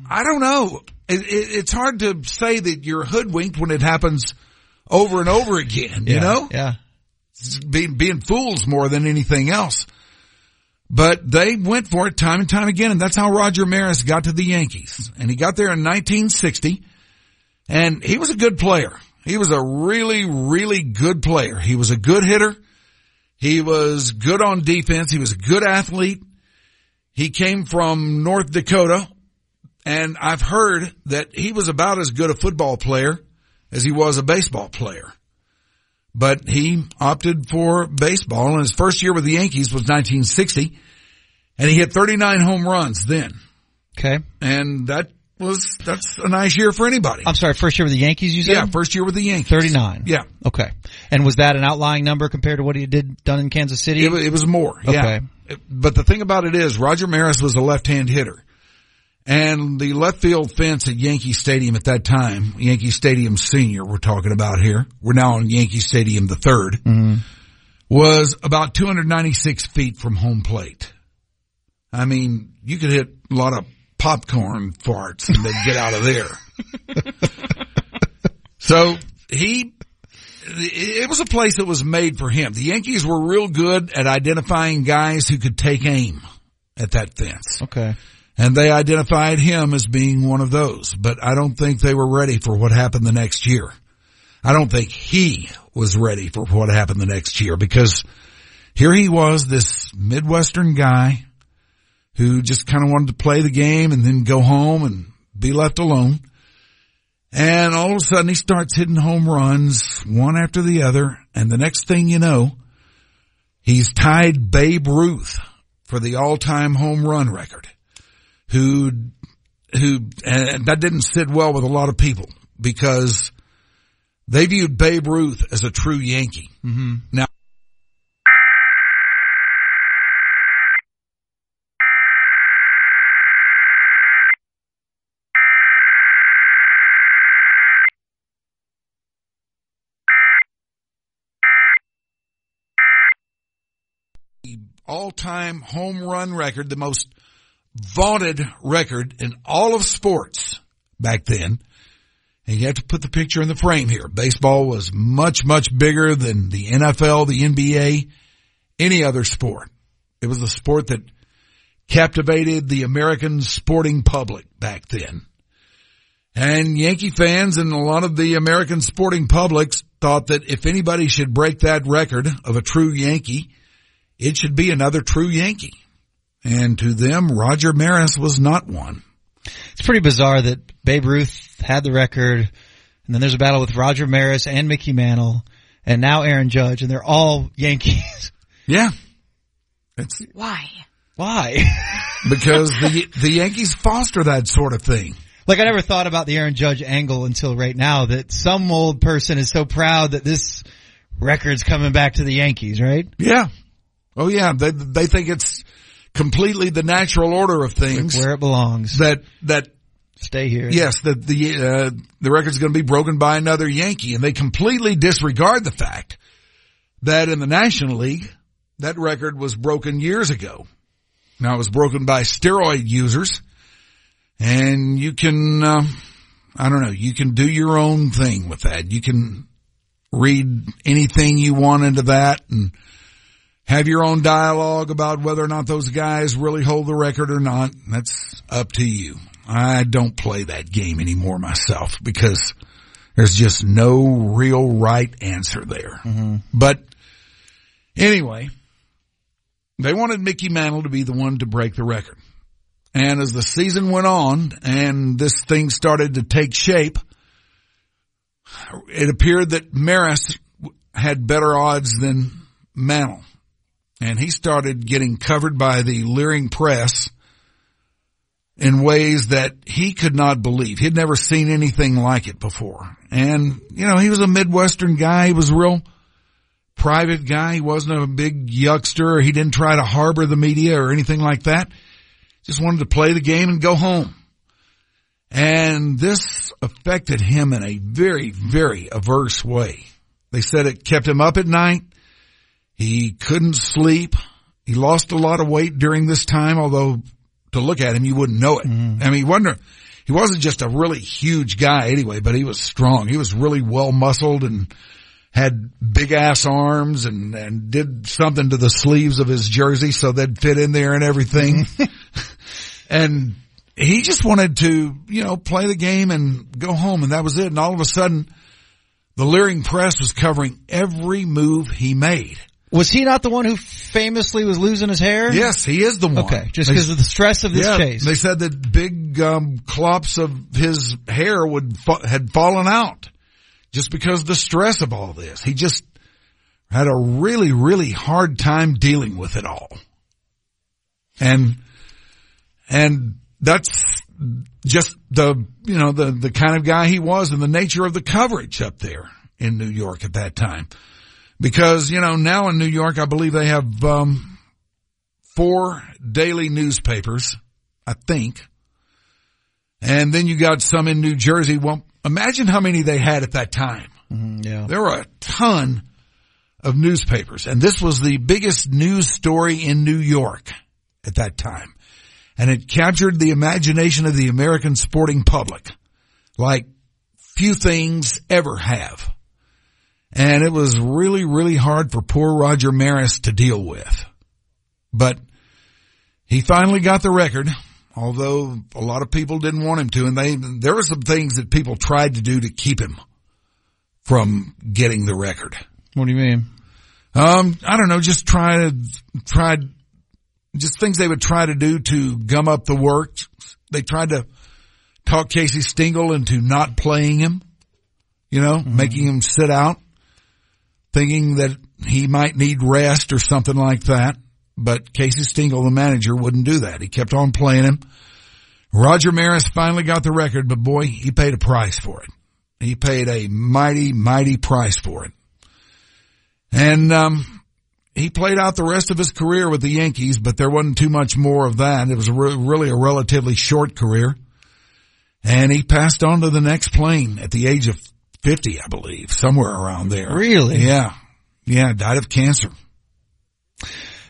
Speaker 2: I don't know. It, it, it's hard to say that you're hoodwinked when it happens over and over again, you know?
Speaker 3: Yeah.
Speaker 2: being, being fools more than anything else. But they went for it time and time again, and that's how Roger Maris got to the Yankees. And he got there in 1960, and he was a good player. He was a really, really good player. He was a good hitter. He was good on defense. He was a good athlete. He came from North Dakota, and I've heard that he was about as good a football player as he was a baseball player. But he opted for baseball and his first year with the Yankees was 1960 and he hit 39 home runs then.
Speaker 3: Okay.
Speaker 2: And that was, that's a nice year for anybody.
Speaker 3: I'm sorry, first year with the Yankees, you said?
Speaker 2: yeah. First year with the Yankees.
Speaker 3: 39.
Speaker 2: Yeah.
Speaker 3: Okay. And was that an outlying number compared to what he did done in Kansas City?
Speaker 2: It was, it was more. Yeah.
Speaker 3: Okay.
Speaker 2: It- But the thing about it is Roger Maris was a left-hand hitter and the left field fence at Yankee Stadium at that time, Yankee Stadium senior we're talking about here. We're now on Yankee Stadium the 3rd
Speaker 3: Mm-hmm.
Speaker 2: was about 296 feet from home plate. I mean, you could hit a lot of popcorn farts and they'd get out of there. so he it was a place that was made for him. The Yankees were real good at identifying guys who could take aim at that fence.
Speaker 3: okay.
Speaker 2: And they identified him as being one of those, but I don't think they were ready for what happened the next year. I don't think he was ready for what happened the next year because here he was, this Midwestern guy who just kind of wanted to play the game and then go home and be left alone. And all of a sudden he starts hitting home runs one after the other. And the next thing you know, he's tied Babe Ruth for the all-time home run record who, who, and that didn't sit well with a lot of people because they viewed Babe Ruth as a true Yankee. Mm-hmm. Now, all time home run record, the most vaunted record in all of sports back then. And you have to put the picture in the frame here. Baseball was much, much bigger than the NFL, the NBA, any other sport. It was a sport that captivated the American sporting public back then. And Yankee fans and a lot of the American sporting publics thought that if anybody should break that record of a true Yankee, it should be another true Yankee. And to them, Roger Maris was not one.
Speaker 3: It's pretty bizarre that Babe Ruth had the record and then there's a battle with Roger Maris and Mickey Mantle and now Aaron Judge and they're all Yankees.
Speaker 2: Yeah. It's
Speaker 5: Why?
Speaker 3: Why?
Speaker 2: because the, the Yankees foster that sort of thing.
Speaker 3: Like I never thought about the Aaron Judge angle until right now that some old person is so proud that this record's coming back to the Yankees, right?
Speaker 2: Yeah. Oh yeah. They, they think it's completely the natural order of things
Speaker 3: Where it belongs.
Speaker 2: that, that
Speaker 3: Stay here.
Speaker 2: yes, that the uh, the record's going to be broken by another Yankee, and they completely disregard the fact that in the National League, that record was broken years ago. Now it was broken by steroid users, and you can, uh, I don't know, you can do your own thing with that. You can read anything you want into that, and have your own dialogue about whether or not those guys really hold the record or not. That's up to you. I don't play that game anymore myself because there's just no real right answer there. But anyway, they wanted Mickey Mantle to be the one to break the record. And as the season went on and this thing started to take shape, it appeared that Maris had better odds than Mantle and he started getting covered by the leering press in ways that he could not believe. He'd never seen anything like it before. And, you know, he was a Midwestern guy. He was a real private guy. He wasn't a big yuckster. He didn't try to harbor the media or anything like that. Just wanted to play the game and go home. And this affected him in a very, very averse way. They said it kept him up at night. He couldn't sleep. He lost a lot of weight during this time, although to look at him, you wouldn't know it. I mean, wonder, he wasn't just a really huge guy anyway, but he was strong. He was really well muscled and had big ass arms and, and did something to the sleeves of his jersey so they'd fit in there and everything. and he just wanted to, you know, play the game and go home and that was it. And all of a sudden the leering press was covering every move he made.
Speaker 3: Was he not the one who famously was losing his hair?
Speaker 2: Yes, he is the one.
Speaker 3: Okay, just
Speaker 2: They-
Speaker 3: because of the stress of this
Speaker 2: yeah,
Speaker 3: case.
Speaker 2: They said that big um, clops of his hair would fa- had fallen out just because the stress of all this. He just had a really really hard time dealing with it all. And and that's just the you know the the kind of guy he was and the nature of the coverage up there in New York at that time. Because, you know, now in New York, I believe they have, um, four daily newspapers, I think. And then you got some in New Jersey. Well, imagine how many they had at that time.
Speaker 3: yeah.
Speaker 2: There were a ton of newspapers and this was the biggest news story in New York at that time. And it captured the imagination of the American sporting public like few things ever have. And it was really, really hard for poor Roger Maris to deal with but he finally got the record. Although a lot of people didn't want him to, and they there were some things that people tried to do to keep him from getting the record.
Speaker 3: What do you mean?
Speaker 2: Um, I don't know, just try to try just things they would try to do to gum up the work. They tried to talk Casey Stingle into not playing him, you know, making him sit out, thinking that he might need rest or something like that. But Casey Stingle, the manager, wouldn't do that. He kept on playing him. Roger Maris finally got the record, but boy, he paid a price for it. He paid a mighty, mighty price for it. And um, he played out the rest of his career with the Yankees, but there wasn't too much more of that. It was re- really a relatively short career. And he passed on to the next plane at the age of 50, I believe, somewhere around there.
Speaker 3: Really?
Speaker 2: Yeah. Yeah, died of cancer.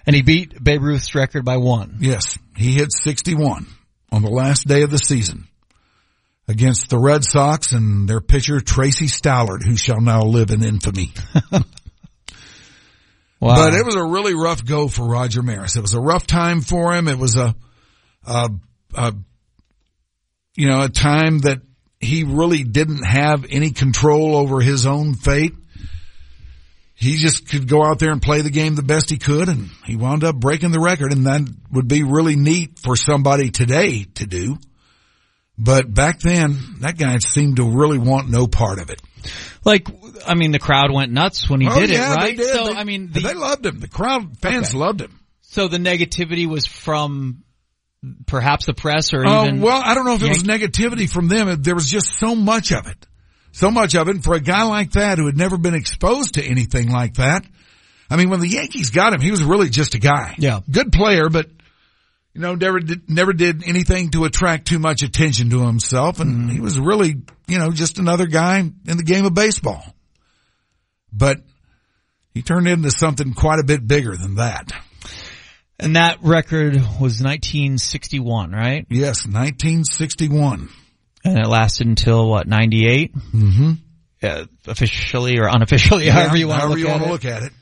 Speaker 3: And he beat Babe Ruth's record by one.
Speaker 2: Yes, he hit 61 on the last day of the season against the Red Sox and their pitcher Tracy Stallard, who shall now live in infamy.
Speaker 3: Wow.
Speaker 2: But it was a really rough go for Roger Maris. It was a rough time for him. It was a, a, a you know, a time that he really didn't have any control over his own fate. He just could go out there and play the game the best he could and he wound up breaking the record and that would be really neat for somebody today to do. But back then, that guy seemed to really want no part of it.
Speaker 3: like, I mean, the crowd went nuts when he
Speaker 2: oh,
Speaker 3: did
Speaker 2: yeah,
Speaker 3: it, right?
Speaker 2: They did.
Speaker 3: So,
Speaker 2: They-
Speaker 3: I mean,
Speaker 2: they
Speaker 3: the,
Speaker 2: loved him. The crowd fans
Speaker 3: Okay.
Speaker 2: loved him.
Speaker 3: so the negativity was from perhaps the press or
Speaker 2: Um,
Speaker 3: even.
Speaker 2: well, I don't know if it was negativity from them. There was just so much of it. So much of it. And for a guy like that who had never been exposed to anything like that, I mean, when the Yankees got him, he was really just a guy.
Speaker 3: Yeah.
Speaker 2: Good player, but, you know, never did, never did anything to attract too much attention to himself.
Speaker 3: Mm.
Speaker 2: And he was really, you know, just another guy in the game of baseball. But he turned into something quite a bit bigger than that.
Speaker 3: and that record was 1961, right?
Speaker 2: Yes, 1961.
Speaker 3: And it lasted until what, 98? Mm-hmm. Uh, officially or unofficially, however you want to
Speaker 2: However
Speaker 3: look
Speaker 2: you
Speaker 3: at
Speaker 2: wanna
Speaker 3: it.
Speaker 2: look at it.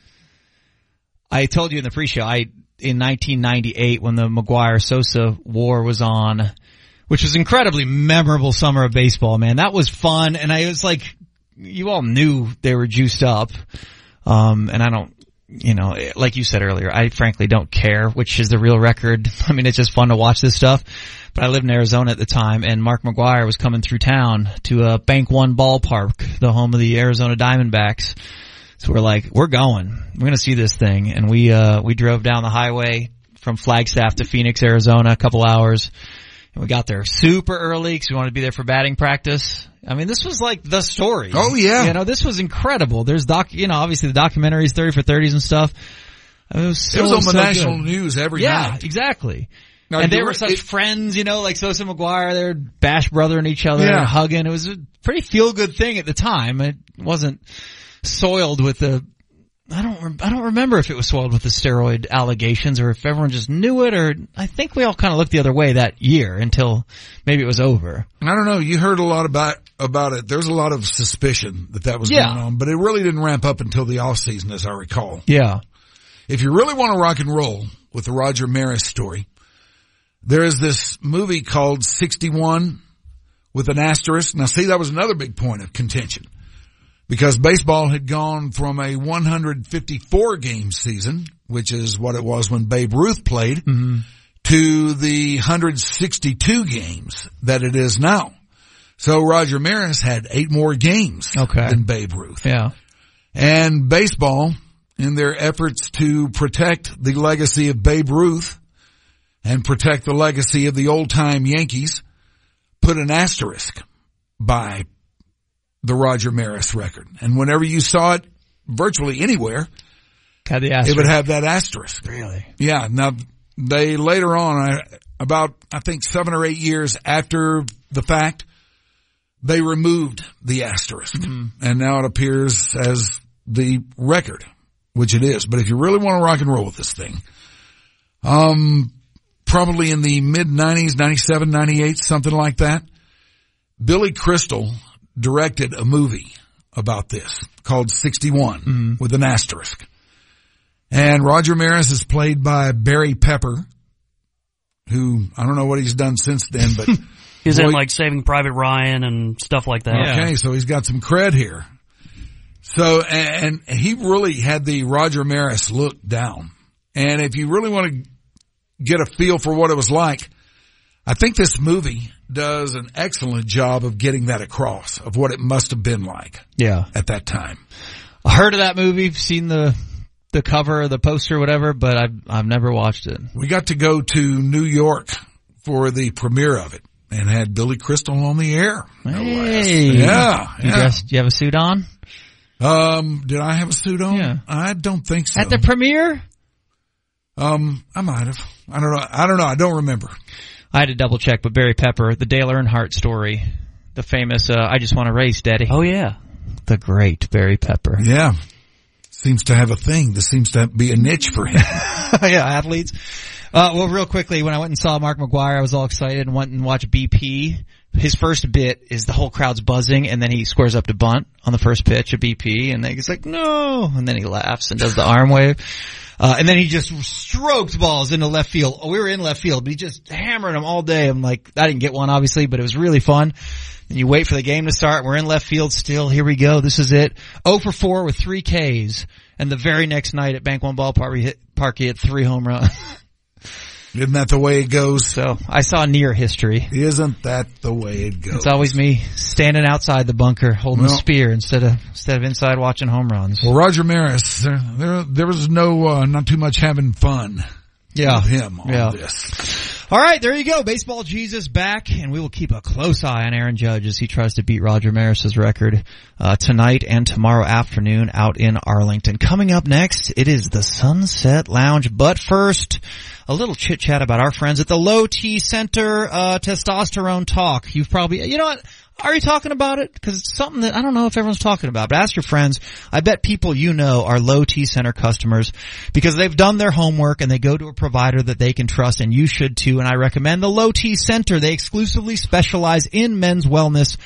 Speaker 3: I told you in the pre-show, I in 1998 when the McGuire Sosa war was on, which was incredibly memorable summer of baseball. Man, that was fun, and I it was like, you all knew they were juiced up, um, and I don't. You know, eh, like you said earlier, I frankly don't care which is the real record. I mean, it's just fun to watch this stuff. But I lived in Arizona at the time and Mark McGuire was coming through town to uh, Bank One Ballpark, the home of the Arizona Diamondbacks. So we're like, we're going. We're gonna see this thing. And we uh we drove down the highway from Flagstaff to Phoenix, Arizona, a couple hours. And we got there super early because we wanted to be there for batting practice. I mean, this was like the story.
Speaker 2: Oh, yeah.
Speaker 3: You know, this was incredible. There's doc, you know, obviously the documentaries, 30 for 30s and stuff. I mean, It was, so,
Speaker 2: it was on the
Speaker 3: so
Speaker 2: national
Speaker 3: good.
Speaker 2: news every
Speaker 3: Yeah,
Speaker 2: night.
Speaker 3: exactly.
Speaker 2: Now,
Speaker 3: and they
Speaker 2: you're-
Speaker 3: were such
Speaker 2: it-
Speaker 3: friends, you know, like Sosa McGuire, they're bash brothering each other
Speaker 2: Yeah.
Speaker 3: and hugging. It was a pretty feel good thing at the time. It wasn't soiled with the I don't rem- I don't remember if it was swelled with the steroid allegations or if everyone just knew it or I think we all kind of looked the other way that year until maybe it was over.
Speaker 2: I don't know. You heard a lot about about it. There's a lot of suspicion that that was
Speaker 3: Yeah.
Speaker 2: going on, but it really didn't ramp up until the off season, as I recall.
Speaker 3: Yeah.
Speaker 2: If you really want to rock and roll with the Roger Maris story, there is this movie called 61 with an asterisk. Now see, that was another big point of contention because baseball had gone from a 154 game season, which is what it was when Babe Ruth played, to the 162 games that it is now. So Roger Maris had eight more games
Speaker 3: Okay.
Speaker 2: than Babe Ruth
Speaker 3: Yeah.
Speaker 2: and baseball in their efforts to protect the legacy of Babe Ruth and protect the legacy of the old time Yankees put an asterisk by the Roger Maris record. And whenever you saw it virtually anywhere,
Speaker 3: Had the
Speaker 2: it
Speaker 3: asterisk.
Speaker 2: would have that asterisk.
Speaker 3: really.
Speaker 2: Yeah. Now they later on, I, about I think seven or eight years after the fact, they removed the asterisk, and now it appears as the record, which it is. But if you really want to rock and roll with this thing, um, probably in the mid nineties, 97, 98, something like that, Billy Crystal directed a movie about this called 61 with an asterisk. And Roger Maris is played by Barry Pepper, who I don't know what he's done since then, but
Speaker 4: He's in
Speaker 2: Roy-
Speaker 4: like Saving Private Ryan and stuff like that.
Speaker 2: okay, so he's got some cred here. So, and and he really had the Roger Maris look down. And if you really want to get a feel for what it was like, I think this movie does an excellent job of getting that across of what it must have been like
Speaker 3: Yeah.
Speaker 2: at that time.
Speaker 3: I heard of that movie, seen the the cover or the poster or whatever, but I've I've never watched it.
Speaker 2: We got to go to New York for the premiere of it and had Billy Crystal on the air.
Speaker 3: Hey.
Speaker 2: Yeah.
Speaker 3: You
Speaker 2: yeah.
Speaker 3: dressed you have a suit on?
Speaker 2: Um, did I have a suit on?
Speaker 3: Yeah.
Speaker 2: I don't think so.
Speaker 3: At the premiere?
Speaker 2: Um, I might have. I don't know. I don't know. I don't remember.
Speaker 3: I had to double check, but Barry Pepper, the Dale Earnhardt story, the famous uh, I just want to race, Daddy.
Speaker 4: Oh yeah.
Speaker 3: the great Barry Pepper.
Speaker 2: Yeah. Seems to have a thing. This seems to be a niche for him.
Speaker 3: yeah, athletes. Uh, well, real quickly, when I went and saw Mark McGuire, I was all excited and went and watched BP. His first bit is the whole crowd's buzzing, and then he squares up to bunt on the first pitch of BP, and then he's like, "No!" and then he laughs and does the arm wave, uh, and then he just stroked balls into left field. Oh, we were in left field, but he just hammered them all day. I'm like, I didn't get one obviously, but it was really fun. And you wait for the game to start. We're in left field still. Here we go. This is it. 0 for 4 with 3 Ks. And the very next night at Bank One Ballpark, we hit, park, he hit three home runs.
Speaker 2: Isn't that the way it goes?
Speaker 3: So I saw near history.
Speaker 2: Isn't that the way it goes?
Speaker 3: It's always me standing outside the bunker holding
Speaker 2: Well-
Speaker 3: a spear instead of, instead of inside watching home runs.
Speaker 2: well, Roger Maris, there, there, there was no, uh, not too much having fun
Speaker 3: Yeah.
Speaker 2: with him on
Speaker 3: Yeah.
Speaker 2: this.
Speaker 3: All right. There you go. Baseball Jesus back and we will keep a close eye on Aaron Judge as he tries to beat Roger Maris's record, uh, tonight and tomorrow afternoon out in Arlington. Coming up next, it is the Sunset Lounge, but first, a little chit chat about our friends at the Low T Center, uh, testosterone talk. You've probably, you know what? Are you talking about it? Because it's something that I don't know if everyone's talking about. But ask your friends. I bet people you know are low T center customers because they've done their homework and they go to a provider that they can trust, and you should too. And I recommend the Low T Center. They exclusively specialize in men's wellness.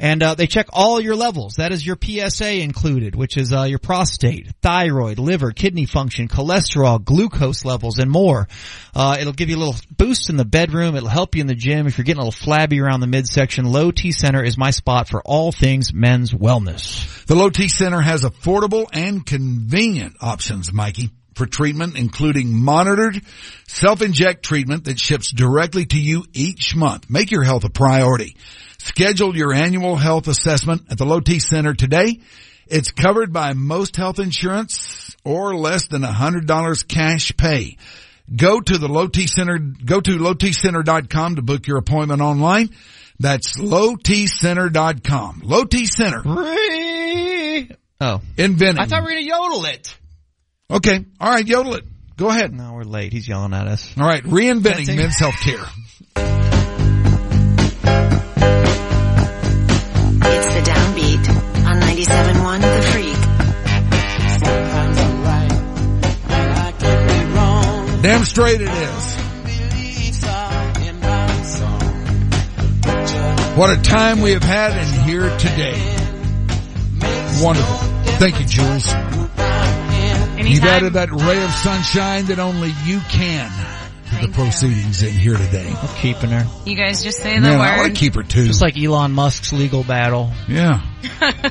Speaker 3: And uh, they check all your levels. That is your PSA included, which is uh, your prostate, thyroid, liver, kidney function, cholesterol, glucose levels, and more. Uh, it'll give you a little boost in the bedroom. It'll help you in the gym if you're getting a little flabby around the midsection. Low T Center is my spot for all things men's wellness.
Speaker 2: The Low T Center has affordable and convenient options, Mikey, for treatment, including monitored self-inject treatment that ships directly to you each month. Make your health a priority. Schedule your annual health assessment at the Low T Center today. It's covered by most health insurance or less than $100 cash pay. Go to the Low T Center, go to lowtcenter.com to book your appointment online. That's lowtcenter.com. Low T Center.
Speaker 3: Oh,
Speaker 2: Inventing.
Speaker 3: I thought we were gonna yodel it.
Speaker 2: okay. All right. Yodel it. Go ahead.
Speaker 3: No, we're late. He's yelling at us.
Speaker 2: All right. Reinventing
Speaker 3: That's it.
Speaker 2: men's health care.
Speaker 6: It's the downbeat on 97.1 The Freak.
Speaker 9: Sometimes I
Speaker 2: Damn straight it is. What a time we have had in here today. Wonderful. Thank you, Jules. You've
Speaker 5: Anytime.
Speaker 2: added that ray of sunshine that only you can to the proceedings in here today.
Speaker 3: Keeping her.
Speaker 5: You guys just say the
Speaker 2: Man, I want
Speaker 5: word.
Speaker 2: to keep her too.
Speaker 3: It's like Elon Musk's legal battle.
Speaker 2: yeah,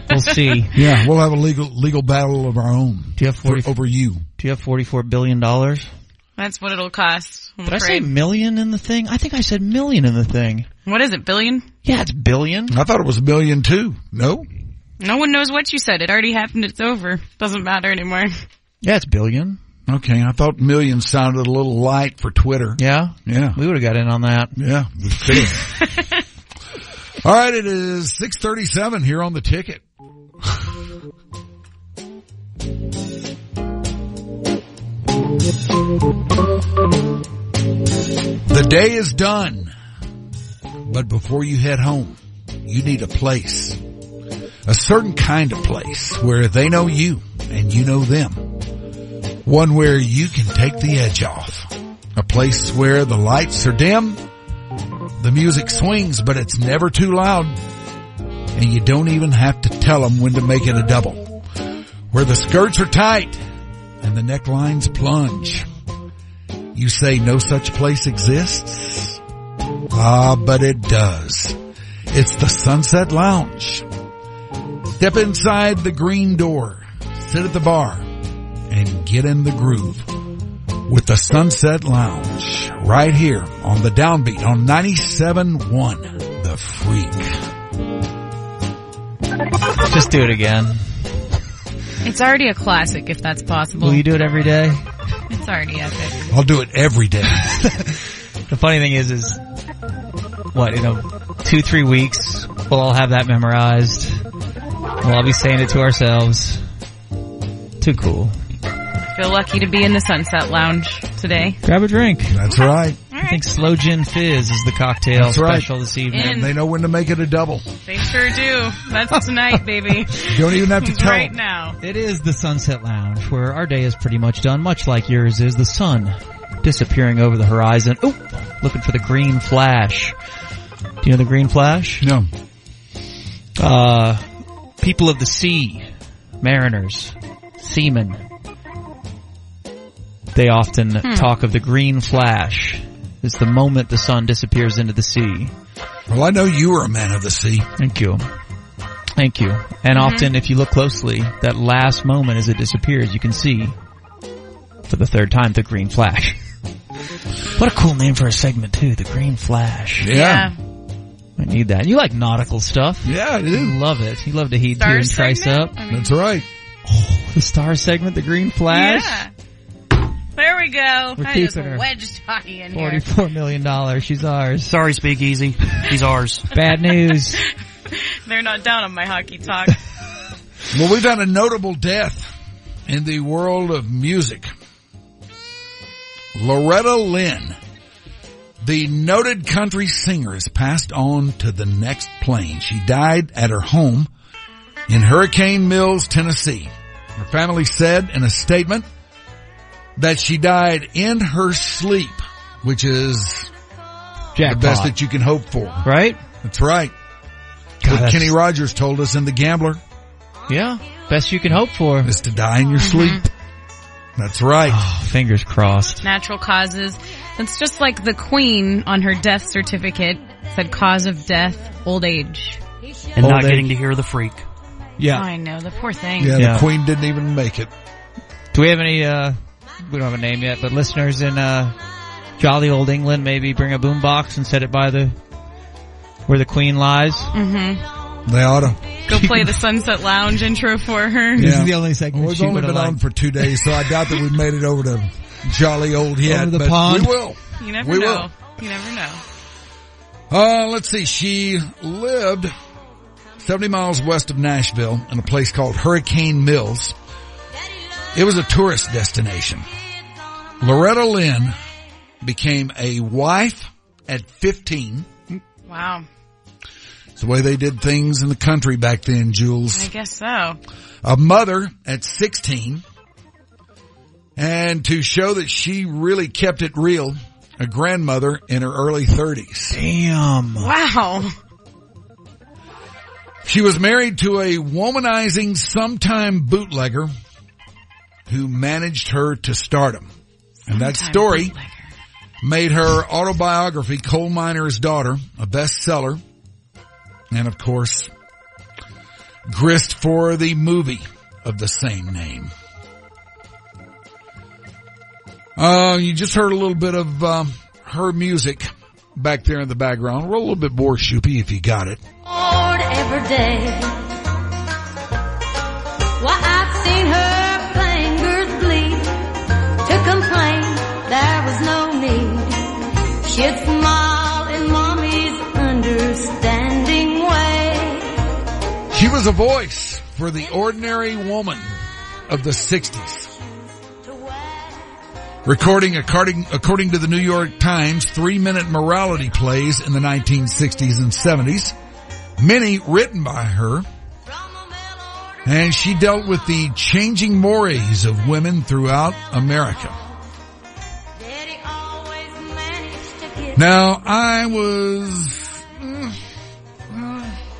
Speaker 3: We'll see. Do
Speaker 2: yeah. We'll have a legal legal battle of our own
Speaker 3: you have
Speaker 2: for,
Speaker 3: 40, do
Speaker 2: over you.
Speaker 3: you have 44 billion dollars?
Speaker 5: That's what it'll cost. I'm
Speaker 3: Did I say
Speaker 5: afraid.
Speaker 3: million in the thing? I think I said million in the thing.
Speaker 5: what is it, billion?
Speaker 3: Yeah, it's billion.
Speaker 2: I thought it was a billion too. No,
Speaker 5: No one knows what you said. It already happened. It's over. Doesn't matter anymore.
Speaker 3: Yeah, it's billion.
Speaker 2: okay. I thought million sounded a little light for Twitter.
Speaker 3: Yeah.
Speaker 2: Yeah.
Speaker 3: We would have got in on that.
Speaker 2: Yeah. we failed. All right, it is 637 here on the ticket. the day is done. But before you head home, you need a place. A certain kind of place where they know you and you know them. One where you can take the edge off. A place where the lights are dim the music swings, but it's never too loud. And you don't even have to tell them when to make it a double. Where the skirts are tight and the necklines plunge. You say no such place exists? Ah, but it does. It's the Sunset Lounge. Step inside the green door, sit at the bar, and get in the groove with the Sunset Lounge right here on the Downbeat on 97.1 The Freak.
Speaker 3: Just do it again.
Speaker 5: It's already a classic, if that's possible.
Speaker 3: Will you do it every day?
Speaker 5: It's already epic.
Speaker 2: I'll do it every day.
Speaker 3: The funny thing is, is what you know, two three weeks we'll all have that memorized. We'll all be saying it to ourselves. Too cool.
Speaker 5: Feel lucky to be in the Sunset Lounge today.
Speaker 3: Grab a drink.
Speaker 2: That's right.
Speaker 5: All
Speaker 3: I
Speaker 5: right.
Speaker 3: think slow gin fizz is the cocktail
Speaker 2: That's right.
Speaker 3: special this evening.
Speaker 5: And-
Speaker 2: They know when to make it a double.
Speaker 5: They sure do. That's tonight, baby.
Speaker 2: You don't even have to tell
Speaker 5: right
Speaker 2: 'em.
Speaker 5: now.
Speaker 3: It is the Sunset Lounge, where our day is pretty much done, much like yours is the sun disappearing over the horizon. Oop! Looking for the green flash. Do you know the green flash?
Speaker 2: No.
Speaker 3: Uh, people of the sea, mariners, seamen. They often talk of the green flash. It's the moment the sun disappears into the sea.
Speaker 2: Well, I know you were a man of the sea.
Speaker 3: Thank you. Thank you. And
Speaker 5: Mm-hmm.
Speaker 3: often, if you look closely, that last moment as it disappears, you can see for the third time the green flash. what a cool name for a segment too, the green flash.
Speaker 2: Yeah.
Speaker 3: I need that. You like nautical stuff.
Speaker 2: Yeah, I
Speaker 3: You
Speaker 2: do.
Speaker 3: love it. You love to heat too
Speaker 5: Star
Speaker 3: and trice
Speaker 5: segment?
Speaker 3: up.
Speaker 5: I mean,
Speaker 2: That's right.
Speaker 3: The star segment, the green flash.
Speaker 5: yeah. There we go.
Speaker 3: We're
Speaker 5: I just
Speaker 3: keeping her.
Speaker 5: wedged hockey in here.
Speaker 3: Forty-four million dollars. She's ours.
Speaker 4: Sorry, Speakeasy. He's ours.
Speaker 3: Bad news.
Speaker 5: They're not down on my hockey talk.
Speaker 2: Well, we've had a notable death in the world of music. Loretta Lynn, the noted country singer, has passed on to the next plane. She died at her home in Hurricane Mills, Tennessee. Her family said in a statement that she died in her sleep, which is the
Speaker 3: Jackpot.
Speaker 2: best that you can hope for.
Speaker 3: right?
Speaker 2: That's right.
Speaker 3: God,
Speaker 2: what
Speaker 3: that's-
Speaker 2: Kenny Rogers told us in The Gambler
Speaker 3: Yeah. Best you can hope for.
Speaker 2: is to die in your sleep. That's right.
Speaker 3: Oh, fingers crossed.
Speaker 5: Natural causes. It's just like the queen on her death certificate said cause of death, old age.
Speaker 4: And
Speaker 3: Old
Speaker 4: not
Speaker 3: age.
Speaker 4: getting to hear the freak.
Speaker 3: Yeah.
Speaker 5: I know, the poor thing.
Speaker 2: Yeah,
Speaker 3: Yeah.
Speaker 2: the queen didn't even make it.
Speaker 3: Do we have any, uh, we don't have a name yet, but listeners in, uh, jolly old England, maybe bring a boombox and set it by the, where the queen lies.
Speaker 2: They ought to.
Speaker 5: Go play the Sunset Lounge intro for her.
Speaker 3: This is the only segment
Speaker 2: We've
Speaker 3: she
Speaker 2: only
Speaker 3: would've
Speaker 2: been on
Speaker 3: liked.
Speaker 2: for two days, so I doubt that we made it over to jolly old yet.
Speaker 3: Over the
Speaker 2: but
Speaker 3: pond.
Speaker 2: We will.
Speaker 5: You never
Speaker 2: We
Speaker 5: know. You never know.
Speaker 2: Uh, let's see. She lived 70 miles west of Nashville in a place called Hurricane Mills. It was a tourist destination. Loretta Lynn became a wife at 15.
Speaker 5: Wow.
Speaker 2: It's the way they did things in the country back then, Jules.
Speaker 5: I guess so.
Speaker 2: a mother at 16, And to show that she really kept it real, a grandmother in her early 30s.
Speaker 3: Damn.
Speaker 5: Wow.
Speaker 2: She was married to a womanizing sometime bootlegger who managed her to stardom. And that story made her autobiography, Coal Miner's Daughter, a bestseller. And of course, grist for the movie of the same name. Uh, you just heard a little bit of um, her music back there in the background. Roll a little bit more, Shoopy, if you got it.
Speaker 8: bored every day. Why I've seen her playing girls' glee to complain there was no need. She'd smile in mommy's understanding way.
Speaker 2: She was a voice for the ordinary woman of the 60s.
Speaker 8: To wear
Speaker 2: Recording according, according to the New York Times, three minute morality plays in the 1960s and 70s, many written by her,
Speaker 8: from a mail order
Speaker 2: and she dealt with the changing mores of women throughout America.
Speaker 8: Daddy always managed to get.
Speaker 2: Now, I was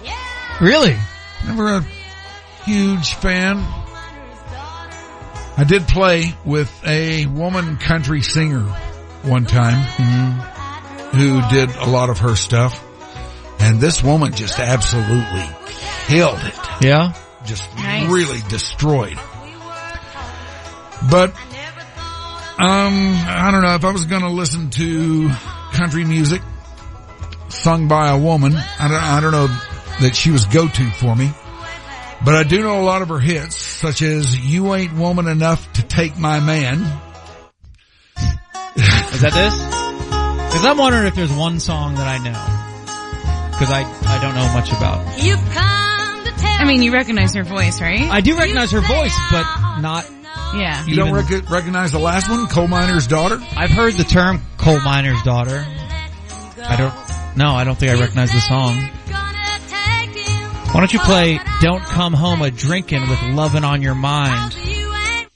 Speaker 8: Yeah,
Speaker 3: Really?
Speaker 2: never a huge fan.
Speaker 8: miner's daughter.
Speaker 2: I did play with a woman country singer one time who did a lot of her stuff. And this woman just absolutely killed it.
Speaker 3: Yeah.
Speaker 2: Just
Speaker 5: Nice.
Speaker 2: really destroyed. But, um, I don't know if I was going to listen to country music sung by a woman. I don't, I don't know that she was go-to for me, but I do know a lot of her hits such as You Ain't Woman Enough to Take My Man.
Speaker 3: Is that this? Because I'm wondering if there's one song that I know. Because I, I don't know much about.
Speaker 8: You've come to tell
Speaker 5: I mean, you recognize her voice, right?
Speaker 3: I do recognize her voice, but not.
Speaker 5: yeah.
Speaker 2: You don't
Speaker 3: even-
Speaker 2: rec- recognize the last one, Coal Miner's Daughter?
Speaker 3: I've heard the term coal miner's daughter. I don't. No, I don't think I recognize the song.
Speaker 8: Gonna take him.
Speaker 3: Why don't you play "Don't Come Home a Drinkin' with Lovin' on Your Mind"?
Speaker 8: You ain't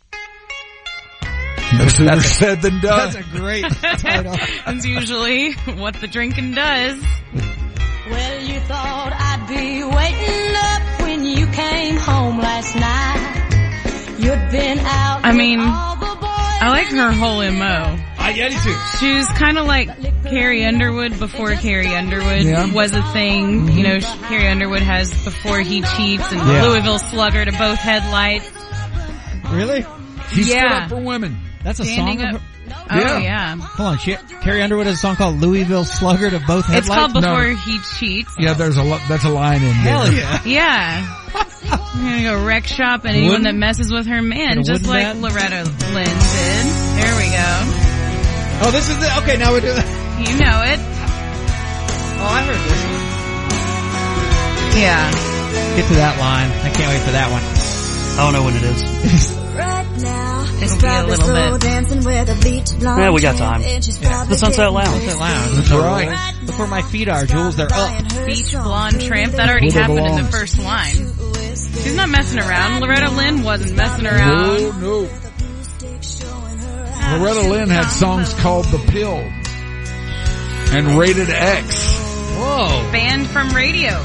Speaker 2: No sooner said than done.
Speaker 3: great
Speaker 5: That's usually what the drinking does.
Speaker 8: Well, you thought I'd be waiting up when you came home last night. You'd been out.
Speaker 5: I mean,
Speaker 8: with all the boys
Speaker 5: I like her whole MO.
Speaker 3: I get it too.
Speaker 5: She's kind of like Carrie Underwood before Carrie Underwood
Speaker 2: Yeah.
Speaker 5: was a thing. You know, she, Carrie Underwood has Before He Cheats and
Speaker 3: Yeah.
Speaker 5: Louisville Slugger to both headlights.
Speaker 3: Really?
Speaker 2: She stood
Speaker 5: Yeah.
Speaker 2: up for women.
Speaker 3: That's a
Speaker 5: Standing
Speaker 3: song.
Speaker 5: up.
Speaker 3: Of her-
Speaker 2: Yeah.
Speaker 5: Oh yeah.
Speaker 3: Hold on, she, Carrie Underwood has a song called "Louisville Slugger" to both
Speaker 5: It's
Speaker 3: headlights.
Speaker 5: called
Speaker 2: No.
Speaker 5: Before He Cheats.
Speaker 2: Yeah, there's a lot, that's a line in there.
Speaker 3: Hell yeah!
Speaker 5: Yeah. I'm gonna go wreck shop and anyone
Speaker 3: Wooden-
Speaker 5: that messes with her man,
Speaker 3: Gonna
Speaker 5: just like
Speaker 3: wooden
Speaker 5: Loretta Lynn did. There we go.
Speaker 3: Oh, this is it. Okay, now we're doing. Oh,
Speaker 5: You know it.
Speaker 3: I heard this.
Speaker 5: Yeah.
Speaker 3: Get to that line. I can't wait for that one.
Speaker 4: I don't know what it is.
Speaker 10: Right now,
Speaker 5: It'll be a little
Speaker 10: slow
Speaker 5: bit.
Speaker 10: dancing with a bleach blonde.
Speaker 4: Yeah, we got time.
Speaker 10: chick, and she's probably
Speaker 4: The Sunset
Speaker 10: getting
Speaker 4: Lounge.
Speaker 10: dressed
Speaker 3: That lounge.
Speaker 2: That's right.
Speaker 3: Look where my feet are, Jules. They're up.
Speaker 10: in her
Speaker 5: Beach
Speaker 10: song.
Speaker 5: blonde tramp. That already
Speaker 2: Where they
Speaker 5: happened in
Speaker 2: belong.
Speaker 5: the first line. She's not messing around. Loretta Lynn wasn't messing around.
Speaker 2: No, Oh, no. Loretta Lynn had songs called The Pill and Rated X.
Speaker 3: Whoa!
Speaker 5: Banned from radio,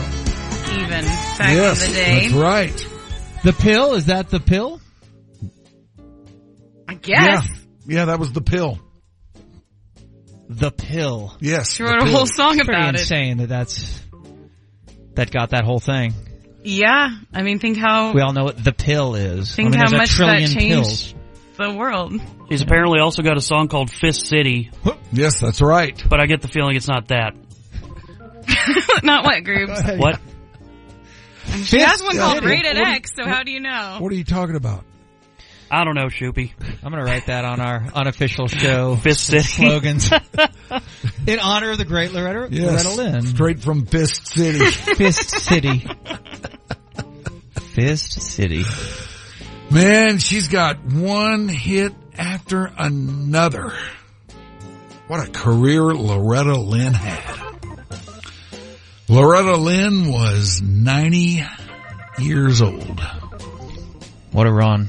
Speaker 5: even back
Speaker 2: yes,
Speaker 5: in the day.
Speaker 2: that's right.
Speaker 3: The pill is that the pill?
Speaker 5: I guess.
Speaker 2: Yeah, yeah, that was The Pill.
Speaker 3: The pill.
Speaker 2: Yes,
Speaker 5: She
Speaker 2: The
Speaker 5: wrote a
Speaker 2: Pill.
Speaker 5: whole song
Speaker 3: Pretty
Speaker 5: about it.
Speaker 3: insane that that's that got that whole thing.
Speaker 5: Yeah. I mean, think how
Speaker 3: We all know what the pill is.
Speaker 5: Think
Speaker 3: I mean,
Speaker 5: how
Speaker 3: there's a
Speaker 5: much that
Speaker 3: trillion
Speaker 5: changed.
Speaker 3: pills.
Speaker 5: the world.
Speaker 4: He's apparently also got a song called Fist City,
Speaker 2: Yes, that's right.
Speaker 4: but I get the feeling it's not that.
Speaker 5: not what groups.
Speaker 4: What?
Speaker 5: She has one called
Speaker 2: City.
Speaker 5: Rated
Speaker 2: What-
Speaker 5: X, so how do you know?
Speaker 2: What are you talking about?
Speaker 4: I don't know, Shoopy.
Speaker 3: I'm gonna write that on our unofficial show
Speaker 4: Fist City.
Speaker 3: slogans in honor of the great Loretta,
Speaker 2: Yes,
Speaker 3: Loretta Lynn.
Speaker 2: straight from Fist City.
Speaker 3: Fist City. Fist City.
Speaker 2: Man, she's got one hit after another. What a career Loretta Lynn had. Loretta Lynn was 90 years old.
Speaker 3: What a run.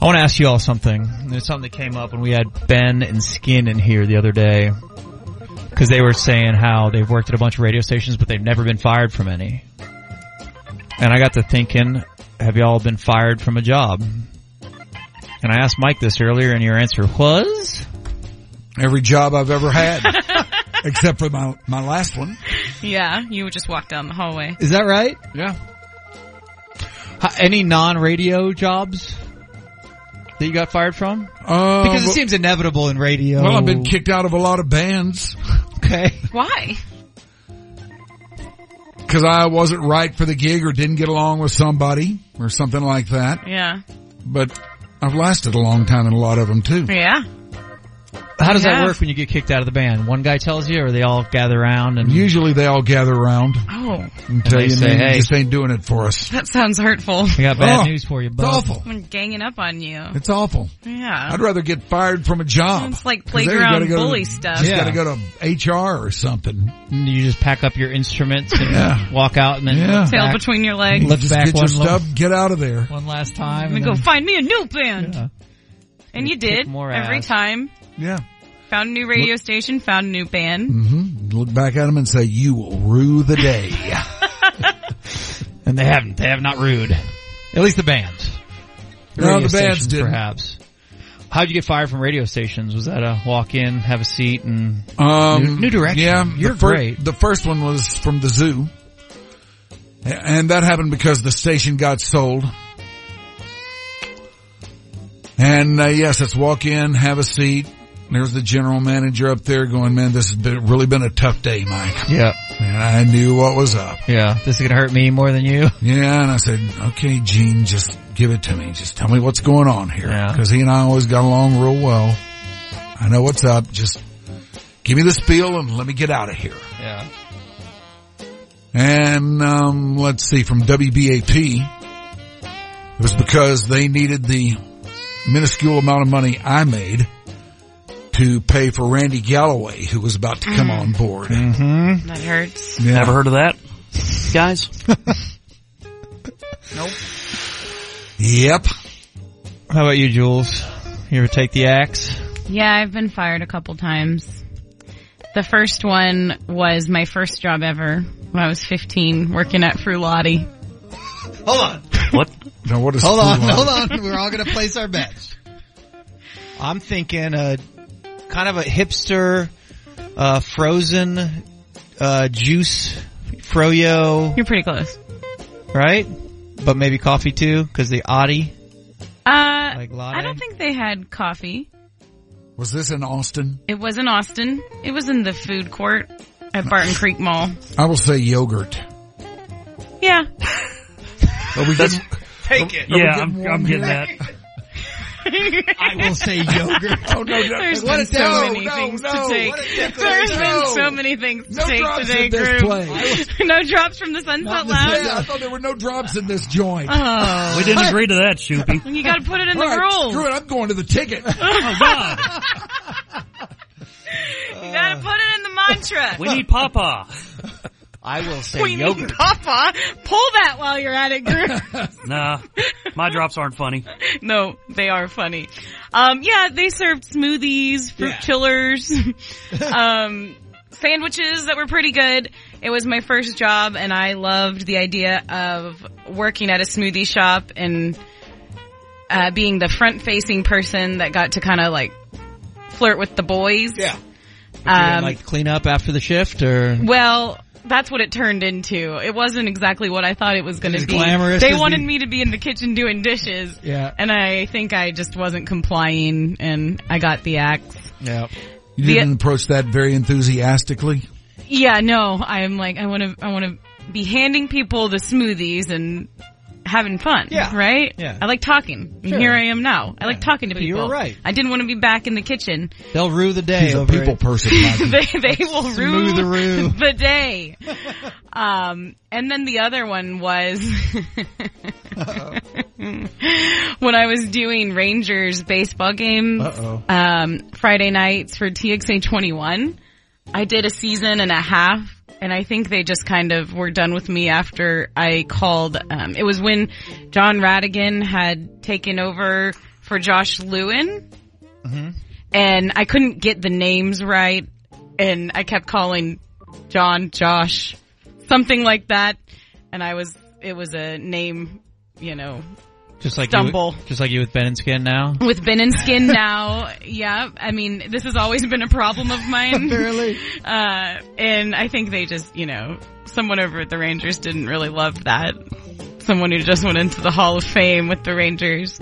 Speaker 3: I want to ask you all something. It's something that came up when we had Ben and Skin in here the other day. Because they were saying how they've worked at a bunch of radio stations, but they've never been fired from any. And I got to thinking, have y'all been fired from a job? And I asked Mike this earlier, and your answer was?
Speaker 2: Every job I've ever had. Except for my, my last one.
Speaker 5: Yeah, you just walk down the hallway.
Speaker 3: Is that right?
Speaker 2: Yeah.
Speaker 3: Any non-radio jobs that you got fired from?
Speaker 2: Uh,
Speaker 3: because it
Speaker 2: well-
Speaker 3: seems inevitable in radio.
Speaker 2: Well, I've been kicked out of a lot of bands
Speaker 3: Okay.
Speaker 5: Why?
Speaker 2: because I wasn't right for the gig or didn't get along with somebody or something like that.
Speaker 5: Yeah.
Speaker 2: But I've lasted a long time in a lot of them too.
Speaker 5: Yeah.
Speaker 3: How does
Speaker 5: Yeah.
Speaker 3: that work when you get kicked out of the band? One guy tells you, or they all gather around and
Speaker 2: Usually they all gather around
Speaker 5: Oh,
Speaker 2: and tell
Speaker 3: they
Speaker 2: you,
Speaker 3: say,
Speaker 2: man,
Speaker 3: "Hey."
Speaker 2: you just ain't doing it for us.
Speaker 5: that sounds hurtful.
Speaker 3: we got bad
Speaker 2: Oh,
Speaker 3: news for you,
Speaker 2: It's
Speaker 3: bud.
Speaker 2: awful.
Speaker 5: I'm ganging up on you.
Speaker 2: It's awful.
Speaker 5: Yeah.
Speaker 2: I'd rather get fired from a job.
Speaker 5: It's like
Speaker 2: 'Cause there you
Speaker 5: playground
Speaker 2: gotta go to-
Speaker 5: bully stuff.
Speaker 2: Just
Speaker 3: Yeah.
Speaker 2: got to go to HR or something.
Speaker 3: And You just pack up your instruments and
Speaker 2: Yeah.
Speaker 3: walk out, and then
Speaker 2: Yeah.
Speaker 3: look
Speaker 5: Tail
Speaker 3: back
Speaker 5: between your legs.
Speaker 3: Lift
Speaker 2: just
Speaker 3: back
Speaker 2: get your
Speaker 3: one
Speaker 2: stuff, get out of there.
Speaker 3: one last time.
Speaker 5: I'm
Speaker 3: and
Speaker 5: gonna go
Speaker 3: then-
Speaker 5: find me a new band.
Speaker 3: Yeah.
Speaker 5: And you
Speaker 3: Kick
Speaker 5: did.
Speaker 3: more
Speaker 5: Every
Speaker 3: ass.
Speaker 5: time.
Speaker 2: Yeah.
Speaker 5: Found a new radio station, found a new band.
Speaker 2: hmm Look back at them and say, you will rue the day.
Speaker 3: and they haven't. They have not rude. At least the band.
Speaker 2: No,
Speaker 3: radio
Speaker 2: the bands
Speaker 3: stations,
Speaker 2: didn't.
Speaker 3: perhaps. How'd you get fired from radio stations? Was that a walk in, have a seat, and
Speaker 2: Um,
Speaker 3: New- new direction.
Speaker 2: Yeah.
Speaker 3: You're
Speaker 2: the fir-
Speaker 3: great.
Speaker 2: The first one was from the zoo. A- And that happened because the station got sold. And uh, yes, it's walk in, have a seat. There's the general manager up there going, man, this has been, really been a tough day, Mike.
Speaker 3: yeah,
Speaker 2: And I knew what was up.
Speaker 3: yeah, this is gonna hurt me more than you.
Speaker 2: Yeah, and I said, okay, Gene, just give it to me. Just tell me what's going on here.
Speaker 3: Yeah.
Speaker 2: Cause he and I always got along real well. I know what's up. Just give me the spiel and let me get out of here.
Speaker 3: Yeah,
Speaker 2: And, um, let's see from WBAP. It was because they needed the minuscule amount of money I made to pay for Randy Galloway, who was about to come on board.
Speaker 3: Mm.
Speaker 5: That hurts.
Speaker 2: Yeah.
Speaker 4: Never heard of that, guys.
Speaker 2: Yep.
Speaker 3: How about you, Jules? You ever take the axe?
Speaker 5: Yeah, I've been fired a couple times. The first one was my first job ever when I was 15 working at Frulotti.
Speaker 3: Hold on.
Speaker 4: What?
Speaker 2: Now what is
Speaker 3: Hold on,
Speaker 2: Fool Lion?
Speaker 3: hold on. We're all gonna place our bets. I'm thinking a kind of a hipster, uh, frozen, uh, juice, froyo,
Speaker 5: You're pretty close.
Speaker 3: right? But maybe coffee too, cause the Audi.
Speaker 5: Uh,
Speaker 3: Like latte?
Speaker 5: I don't think they had coffee.
Speaker 2: Was this in Austin?
Speaker 5: It was in Austin. It was in the food court at Barton Creek Mall.
Speaker 2: I will say yogurt.
Speaker 5: Yeah.
Speaker 2: But we didn't,
Speaker 3: Take it.
Speaker 4: Yeah,
Speaker 2: getting
Speaker 4: I'm,
Speaker 2: warm
Speaker 4: I'm getting that.
Speaker 2: here?
Speaker 3: I will say yogurt.
Speaker 2: Oh no, no.
Speaker 5: There's
Speaker 2: What
Speaker 5: been
Speaker 2: is
Speaker 5: so
Speaker 2: that? No,
Speaker 5: many
Speaker 2: no,
Speaker 5: things
Speaker 2: no.
Speaker 5: to take.
Speaker 2: What is that?
Speaker 5: There's been
Speaker 2: No.
Speaker 5: so many things to
Speaker 2: No
Speaker 5: take
Speaker 2: drops
Speaker 5: today,
Speaker 2: in this
Speaker 5: Group.
Speaker 2: place.
Speaker 5: no drops from the Sunset
Speaker 2: Not
Speaker 5: Lounge.
Speaker 2: this- I thought there were no drops in this joint.
Speaker 5: Oh,
Speaker 4: We didn't agree to that, Shoopy.
Speaker 5: you got to put it in
Speaker 2: All
Speaker 5: the
Speaker 2: right,
Speaker 5: rules.
Speaker 2: Screw it, I'm going to the ticket.
Speaker 5: You got to put it in the mantra.
Speaker 4: We need Papa.
Speaker 3: I will say
Speaker 5: We
Speaker 3: yogurt.
Speaker 5: need Papa. Pull that while you're at it, Group.
Speaker 4: Nah, my drops aren't funny.
Speaker 5: no, they are funny. Um, yeah, they served smoothies, fruit
Speaker 3: Yeah.
Speaker 5: chillers, um, sandwiches that were pretty good. It was my first job and I loved the idea of working at a smoothie shop and, uh, being the front facing person that got to kind of like flirt with the boys.
Speaker 2: Yeah.
Speaker 5: Um,
Speaker 3: like clean up after the shift or?
Speaker 5: well, that's what it turned into. It wasn't exactly what I thought it was going
Speaker 3: It was
Speaker 5: to be.
Speaker 3: glamorous,
Speaker 5: they
Speaker 3: isn't
Speaker 5: wanted
Speaker 3: it?
Speaker 5: me to be in the kitchen doing dishes.
Speaker 3: Yeah.
Speaker 5: And I think I just wasn't complying and I got the axe.
Speaker 3: Yeah.
Speaker 2: You
Speaker 5: The-
Speaker 2: didn't approach that very enthusiastically.
Speaker 5: Yeah, no, I'm like, I want to, I want to be handing people the smoothies and having fun.
Speaker 3: Yeah.
Speaker 5: Right?
Speaker 3: Yeah.
Speaker 5: I like talking. And
Speaker 3: Sure.
Speaker 5: here I am now. I like talking to
Speaker 3: But you
Speaker 5: people.
Speaker 3: were right.
Speaker 5: I didn't want to be back in the kitchen.
Speaker 3: They'll rue the day
Speaker 2: He's a
Speaker 3: over
Speaker 2: people
Speaker 3: it.
Speaker 2: person. Mike.
Speaker 5: they they will rue
Speaker 3: Smooth the roo.
Speaker 5: the day. Um, and then the other one was when I was doing Rangers baseball games
Speaker 3: Uh-oh.
Speaker 5: um, Friday nights for TXA 21. I did a season and a half. And I think they just kind of were done with me after I called. Um, it was when John Radigan had taken over for Josh Lewin, and I couldn't get the names right, and I kept calling John, Josh, something like that, and I was it was a name, you know,
Speaker 3: Just like
Speaker 5: Stumble.
Speaker 3: You, just like you with Ben and Skin now.
Speaker 5: with Ben and Skin now. Yeah, I mean, this has always been a problem of mine.
Speaker 3: Apparently.
Speaker 5: Uh, and I think they just, you know, someone over at the Rangers didn't really love that. Someone who just went into the Hall of Fame with the Rangers.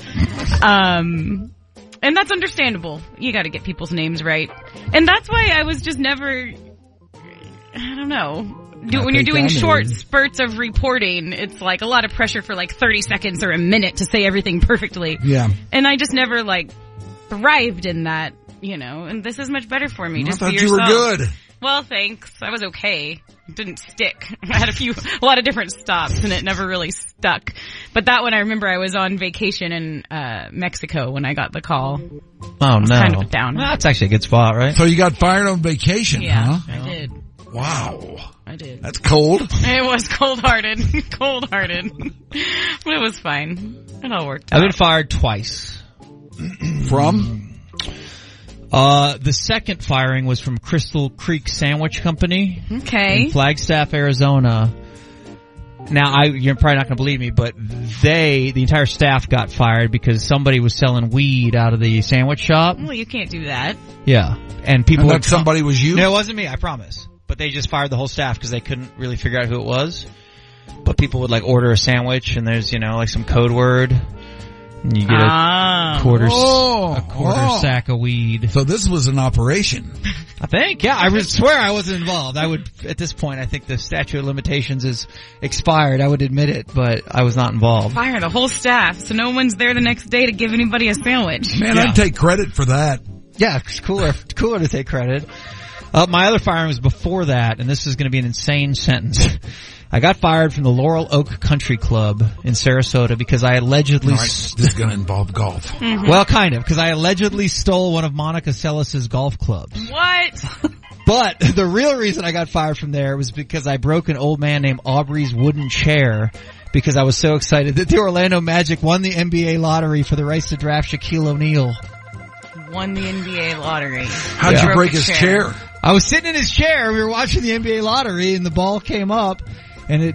Speaker 5: Um, and that's understandable. You gotta get people's names right. And that's why I was just never, I don't know. Do,
Speaker 2: I
Speaker 5: when you're
Speaker 2: think
Speaker 5: doing
Speaker 2: I know.
Speaker 5: short spurts of reporting, it's like a lot of pressure for like 30 seconds or a minute to say everything perfectly
Speaker 2: Yeah.
Speaker 5: and I just never like thrived in that, you know. And this is much better for me.
Speaker 2: I
Speaker 5: Just
Speaker 2: thought
Speaker 5: be
Speaker 2: you were
Speaker 5: yourself.
Speaker 2: good.
Speaker 5: Well, thanks. I was okay. It didn't stick. I had a few, a lot of different stops, and it never really stuck. But that one, I remember, I was on vacation in uh, Mexico when I got the call.
Speaker 3: Oh no,
Speaker 5: kind of a downer.
Speaker 3: Well, that's actually a good spot, right?
Speaker 2: So you got fired on vacation,
Speaker 5: Yeah,
Speaker 2: huh?
Speaker 5: I did.
Speaker 2: Wow.
Speaker 5: I did.
Speaker 2: That's cold.
Speaker 5: It was cold-hearted, cold-hearted, but it was fine. It all worked.
Speaker 3: I've been fired twice.
Speaker 2: From?
Speaker 3: Uh, the second firing was from Crystal Creek Sandwich Company in
Speaker 5: Okay.
Speaker 3: Flagstaff, Arizona. Now, I, you're probably not going to believe me, but they, the entire staff got fired because somebody was selling weed out of the sandwich shop.
Speaker 5: Well, you can't do that.
Speaker 3: Yeah. And people
Speaker 2: And
Speaker 3: would
Speaker 2: that somebody was you?
Speaker 3: No, it wasn't me. I promise. But they just fired the whole staff because they couldn't really figure out who it was. But people would like order a sandwich, and there's you know like some code word, and you get a
Speaker 5: Ah.
Speaker 3: quarter s-
Speaker 2: Oh,
Speaker 3: a quarter
Speaker 2: oh.
Speaker 3: sack of weed.
Speaker 2: So this was an operation.
Speaker 3: I think. Yeah, I would swear I wasn't involved. I would at this point. I think the statute of limitations is expired. I would admit it, but I was not involved.
Speaker 5: fire the whole staff so no one's there the next day to give anybody a sandwich.
Speaker 2: Man,
Speaker 3: Yeah.
Speaker 2: I'd take credit for that.
Speaker 3: Yeah, it's cooler, cooler to take credit. Uh, my other firing was before that, and this is going to be an insane sentence. I got fired from the Laurel Oak Country Club in Sarasota because I allegedly,
Speaker 2: All right, this is going to involve golf.
Speaker 3: well, kind of, because I allegedly stole one of Monica Sellis's golf clubs.
Speaker 5: What?
Speaker 3: But the real reason I got fired from there was because I broke an old man named Aubrey's wooden chair because I was so excited that the Orlando Magic won the NBA lottery for the rights to draft Shaquille O'Neal.
Speaker 5: Won the NBA lottery.
Speaker 2: How'd you
Speaker 5: Broke
Speaker 2: break
Speaker 5: a
Speaker 2: his chair?
Speaker 3: I was sitting in his chair. We were watching the NBA lottery, and the ball came up, and it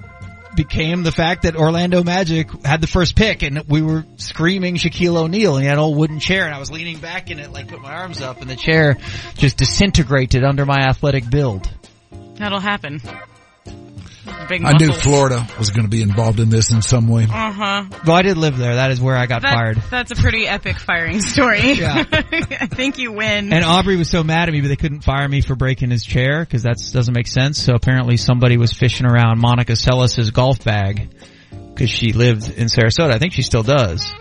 Speaker 3: became the fact that Orlando Magic had the first pick, and we were screaming Shaquille O'Neal, and he had an old wooden chair, and I was leaning back in it, like put my arms up, and the chair just disintegrated under my athletic build.
Speaker 5: That'll happen. Big
Speaker 2: I knew
Speaker 5: muscles.
Speaker 2: Florida was going to be involved in this in some way.
Speaker 5: Uh-huh.
Speaker 3: Though I did live there. That is where I got
Speaker 5: That-
Speaker 3: fired.
Speaker 5: That's a pretty epic firing story.
Speaker 3: Yeah.
Speaker 5: I think you win.
Speaker 3: And Aubrey was so mad at me, but they couldn't fire me for breaking his chair because that doesn't make sense. So apparently somebody was fishing around Monica Sellis's golf bag because she lived in Sarasota. I think she still does.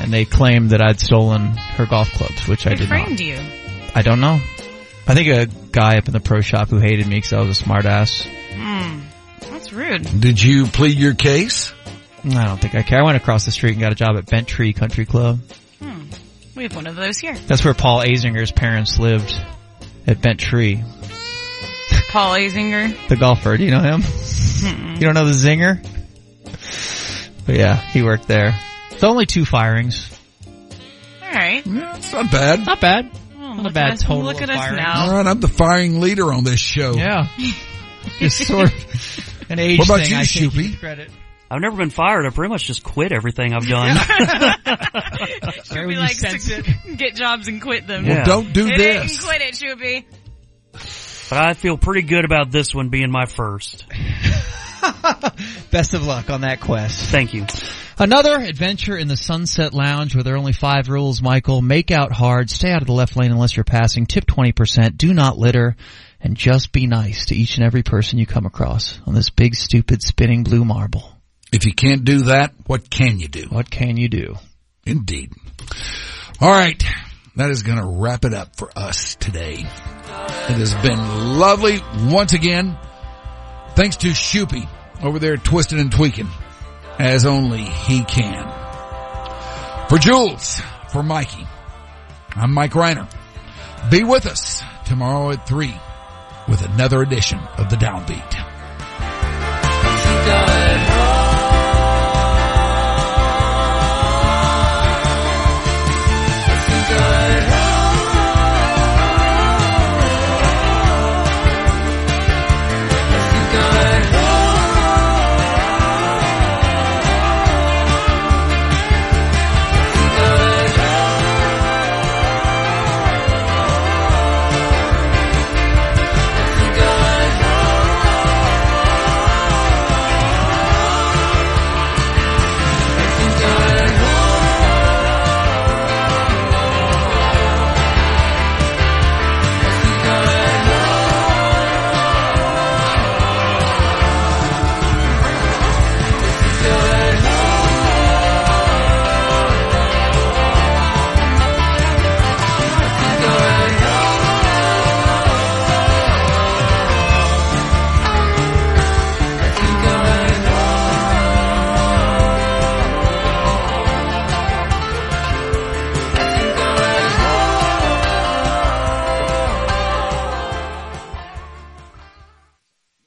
Speaker 3: And they claimed that I'd stolen her golf clubs, which I
Speaker 5: they
Speaker 3: did
Speaker 5: framed
Speaker 3: not.
Speaker 5: you.
Speaker 3: I don't know. I think a guy up in the pro shop who hated me because I was a smartass.
Speaker 5: Hmm. That's rude.
Speaker 2: Did you plead your case?
Speaker 3: I don't think I care. I went across the street and got a job at Bent Tree Country Club.
Speaker 5: We have one of those here.
Speaker 3: That's where Paul Azinger's parents lived at Bent Tree.
Speaker 5: Paul Azinger.
Speaker 3: the golfer. Do you know him? You don't know the zinger? But yeah, he worked there. It's only two firings.
Speaker 5: All right.
Speaker 2: Yeah, it's not bad.
Speaker 3: Not bad.
Speaker 5: Oh,
Speaker 3: a
Speaker 5: look
Speaker 3: bad
Speaker 5: at us,
Speaker 3: total
Speaker 5: Look
Speaker 3: of
Speaker 5: at us
Speaker 3: firings.
Speaker 5: now.
Speaker 2: All right, I'm the firing leader on this show.
Speaker 3: Yeah. Just sort of an age
Speaker 2: What about
Speaker 3: thing.
Speaker 2: you,
Speaker 3: I take
Speaker 2: Shoopy?
Speaker 3: the credit.
Speaker 4: I've never been fired. I pretty much just quit everything I've done.
Speaker 3: Right
Speaker 5: Should
Speaker 3: when
Speaker 5: we
Speaker 3: you
Speaker 5: like
Speaker 3: sense
Speaker 5: to get jobs and quit them?
Speaker 4: Yeah.
Speaker 2: Well, don't do
Speaker 5: It ain't
Speaker 2: this.
Speaker 5: quit it, Shubby.
Speaker 4: but I feel pretty good about this one being my first.
Speaker 3: Best of luck on that quest.
Speaker 4: Thank you.
Speaker 3: Another adventure in the Sunset Lounge where there are only five rules, Michael. Make out hard, stay out of the left lane unless you're passing, tip 20%, do not litter, and just be nice to each and every person you come across on this big, stupid, spinning blue marble.
Speaker 2: If you can't do that, what can you do?
Speaker 3: What can you do?
Speaker 2: Indeed. All right. That is going to wrap it up for us today. It has been lovely once again. Thanks to Shoopy over there twisting and tweaking as only he can. For Jules, for Mikey, I'm Mike Reiner. Be with us tomorrow at three with another edition of the Downbeat.